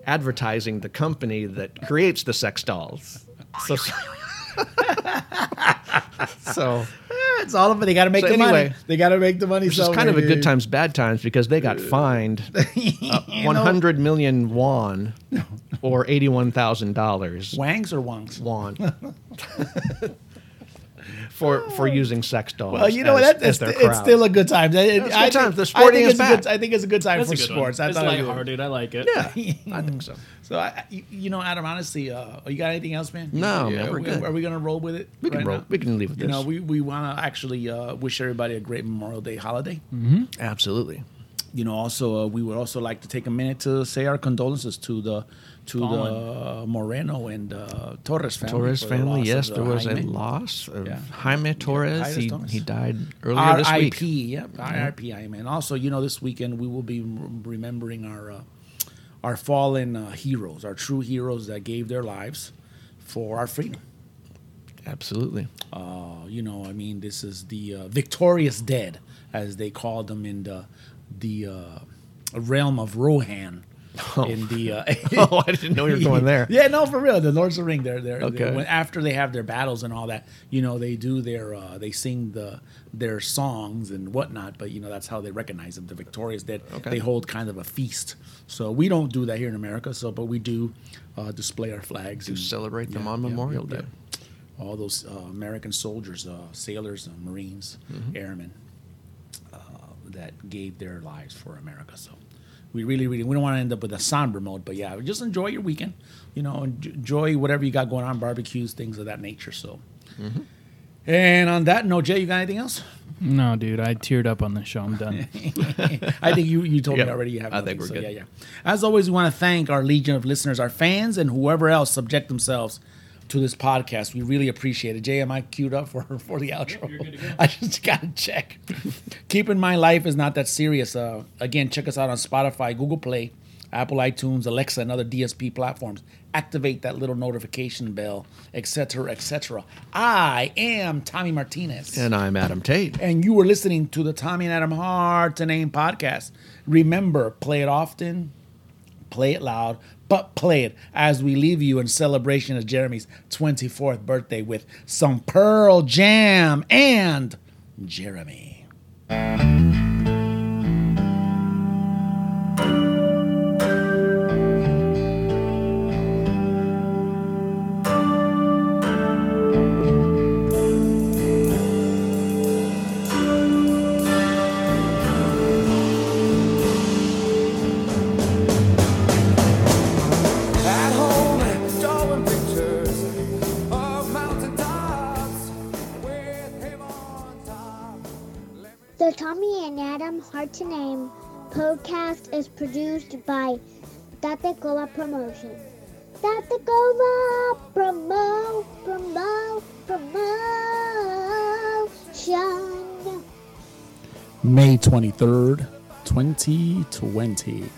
S4: advertising the company that creates the sex dolls. So So
S1: Eh, It's all of it. They got to make
S4: So
S1: the
S4: anyway,
S1: money. They got to make the money.
S4: it's just
S1: so
S4: kind of a
S1: time.
S4: good times, bad times because they got fined uh, 100 million won or $81,000
S1: Wangs or wongs?
S4: won for for using sex dolls.
S1: Well, you know
S4: as,
S1: what? That, that's
S4: as their
S1: it's
S4: crowd.
S1: still a good time. It-
S4: it's
S1: I think-
S4: good times. The
S1: I
S4: sporting
S1: think
S4: is
S1: it's a
S4: back.
S1: Good, I think it's a good time
S5: That's
S1: for
S5: a good
S1: sports.
S5: One.
S1: I
S5: it's
S1: thought it was-
S5: lighthearted. Oh, I like it.
S4: Yeah, I think so.
S1: So, I, you- you know, Adam, honestly, uh, you got anything else, man?
S4: No,
S1: Yeah,
S4: man, we're
S1: we-
S4: good.
S1: Are we going to roll with it?
S4: We can
S1: right
S4: roll.
S1: now?
S4: We can leave with
S1: You
S4: this.
S1: know, we, we want to actually uh, wish everybody a great Memorial Day holiday.
S4: Absolutely.
S1: You know, also uh, we would also like to take a minute to say our condolences to the to the uh, Moreno and uh, Torres family.
S4: Torres
S1: for the
S4: family.
S1: loss
S4: Yes,
S1: of,
S4: there
S1: uh,
S4: was a
S1: Jaime.
S4: loss of
S1: Yeah.
S4: Jaime Torres.
S1: Jaime
S4: he,
S1: Torres.
S4: he died earlier Oh, this week.
S1: RIP. Yep, RIP. I am. And also, you know, this weekend we will be rem- remembering our uh, our fallen uh, heroes, our true heroes that gave their lives for our freedom.
S4: Absolutely.
S1: Uh, you know, I mean, this is the uh, victorious dead, as they called them in the the uh, realm of Rohan
S8: in the. Uh,
S4: Oh, I didn't know you were going there.
S8: Yeah, no, for real. The Lords of the Ring. They're they're,
S4: Okay.
S8: they're- when, after they have their battles and all that. You know, they do their uh, they sing the their songs and whatnot. But you know, that's how they recognize them. The victorious that
S4: Okay.
S8: they hold kind of a feast. So we don't do that here in America. So, but we do uh, display our flags
S4: To
S8: and
S4: celebrate them
S8: yeah,
S4: on
S8: yeah,
S4: Memorial
S8: yeah,
S4: Day.
S8: yeah. All those uh, American soldiers, uh, sailors, uh, Marines,
S4: Mm-hmm.
S8: airmen uh, that gave their lives for America. So we really, really, we don't want to end up with a somber mode, but yeah, just enjoy your weekend. You know, en- enjoy whatever you got going on, barbecues, things of that nature. So.
S4: Mm-hmm.
S8: And on that note, Jay, you got anything else?
S5: No, dude, I teared up on this show. I'm done.
S8: I think you, you told
S4: Yeah,
S8: me already you have
S4: I
S8: nothing.
S4: think we're
S8: so
S4: good.
S8: Yeah, yeah. As always, we want to thank our legion of listeners, our fans, and whoever else subject themselves to this podcast. We really appreciate it. Jay, am I queued up for, for the outro? I just got to check. Keep in mind, life is not that serious. Uh, again, check us out on Spotify, Google Play, Apple iTunes, Alexa, and other DSP platforms. Activate that little notification bell, etc., etc. I am Tommy Martinez.
S4: And I'm Adam Tate.
S8: and you were listening to the Tommy and Adam Hard to Name podcast. Remember, play it often, play it loud, but play it as we leave you in celebration of Jeremy's 24th birthday with some Pearl Jam and Jeremy.
S13: At home, drawing pictures of mountaintops with him on top.
S11: The Tommy and Adam Hard to Name podcast is produced by Date Gola Promotion. Date Gola Promo Promo Promotion.
S8: May 23rd, 2020.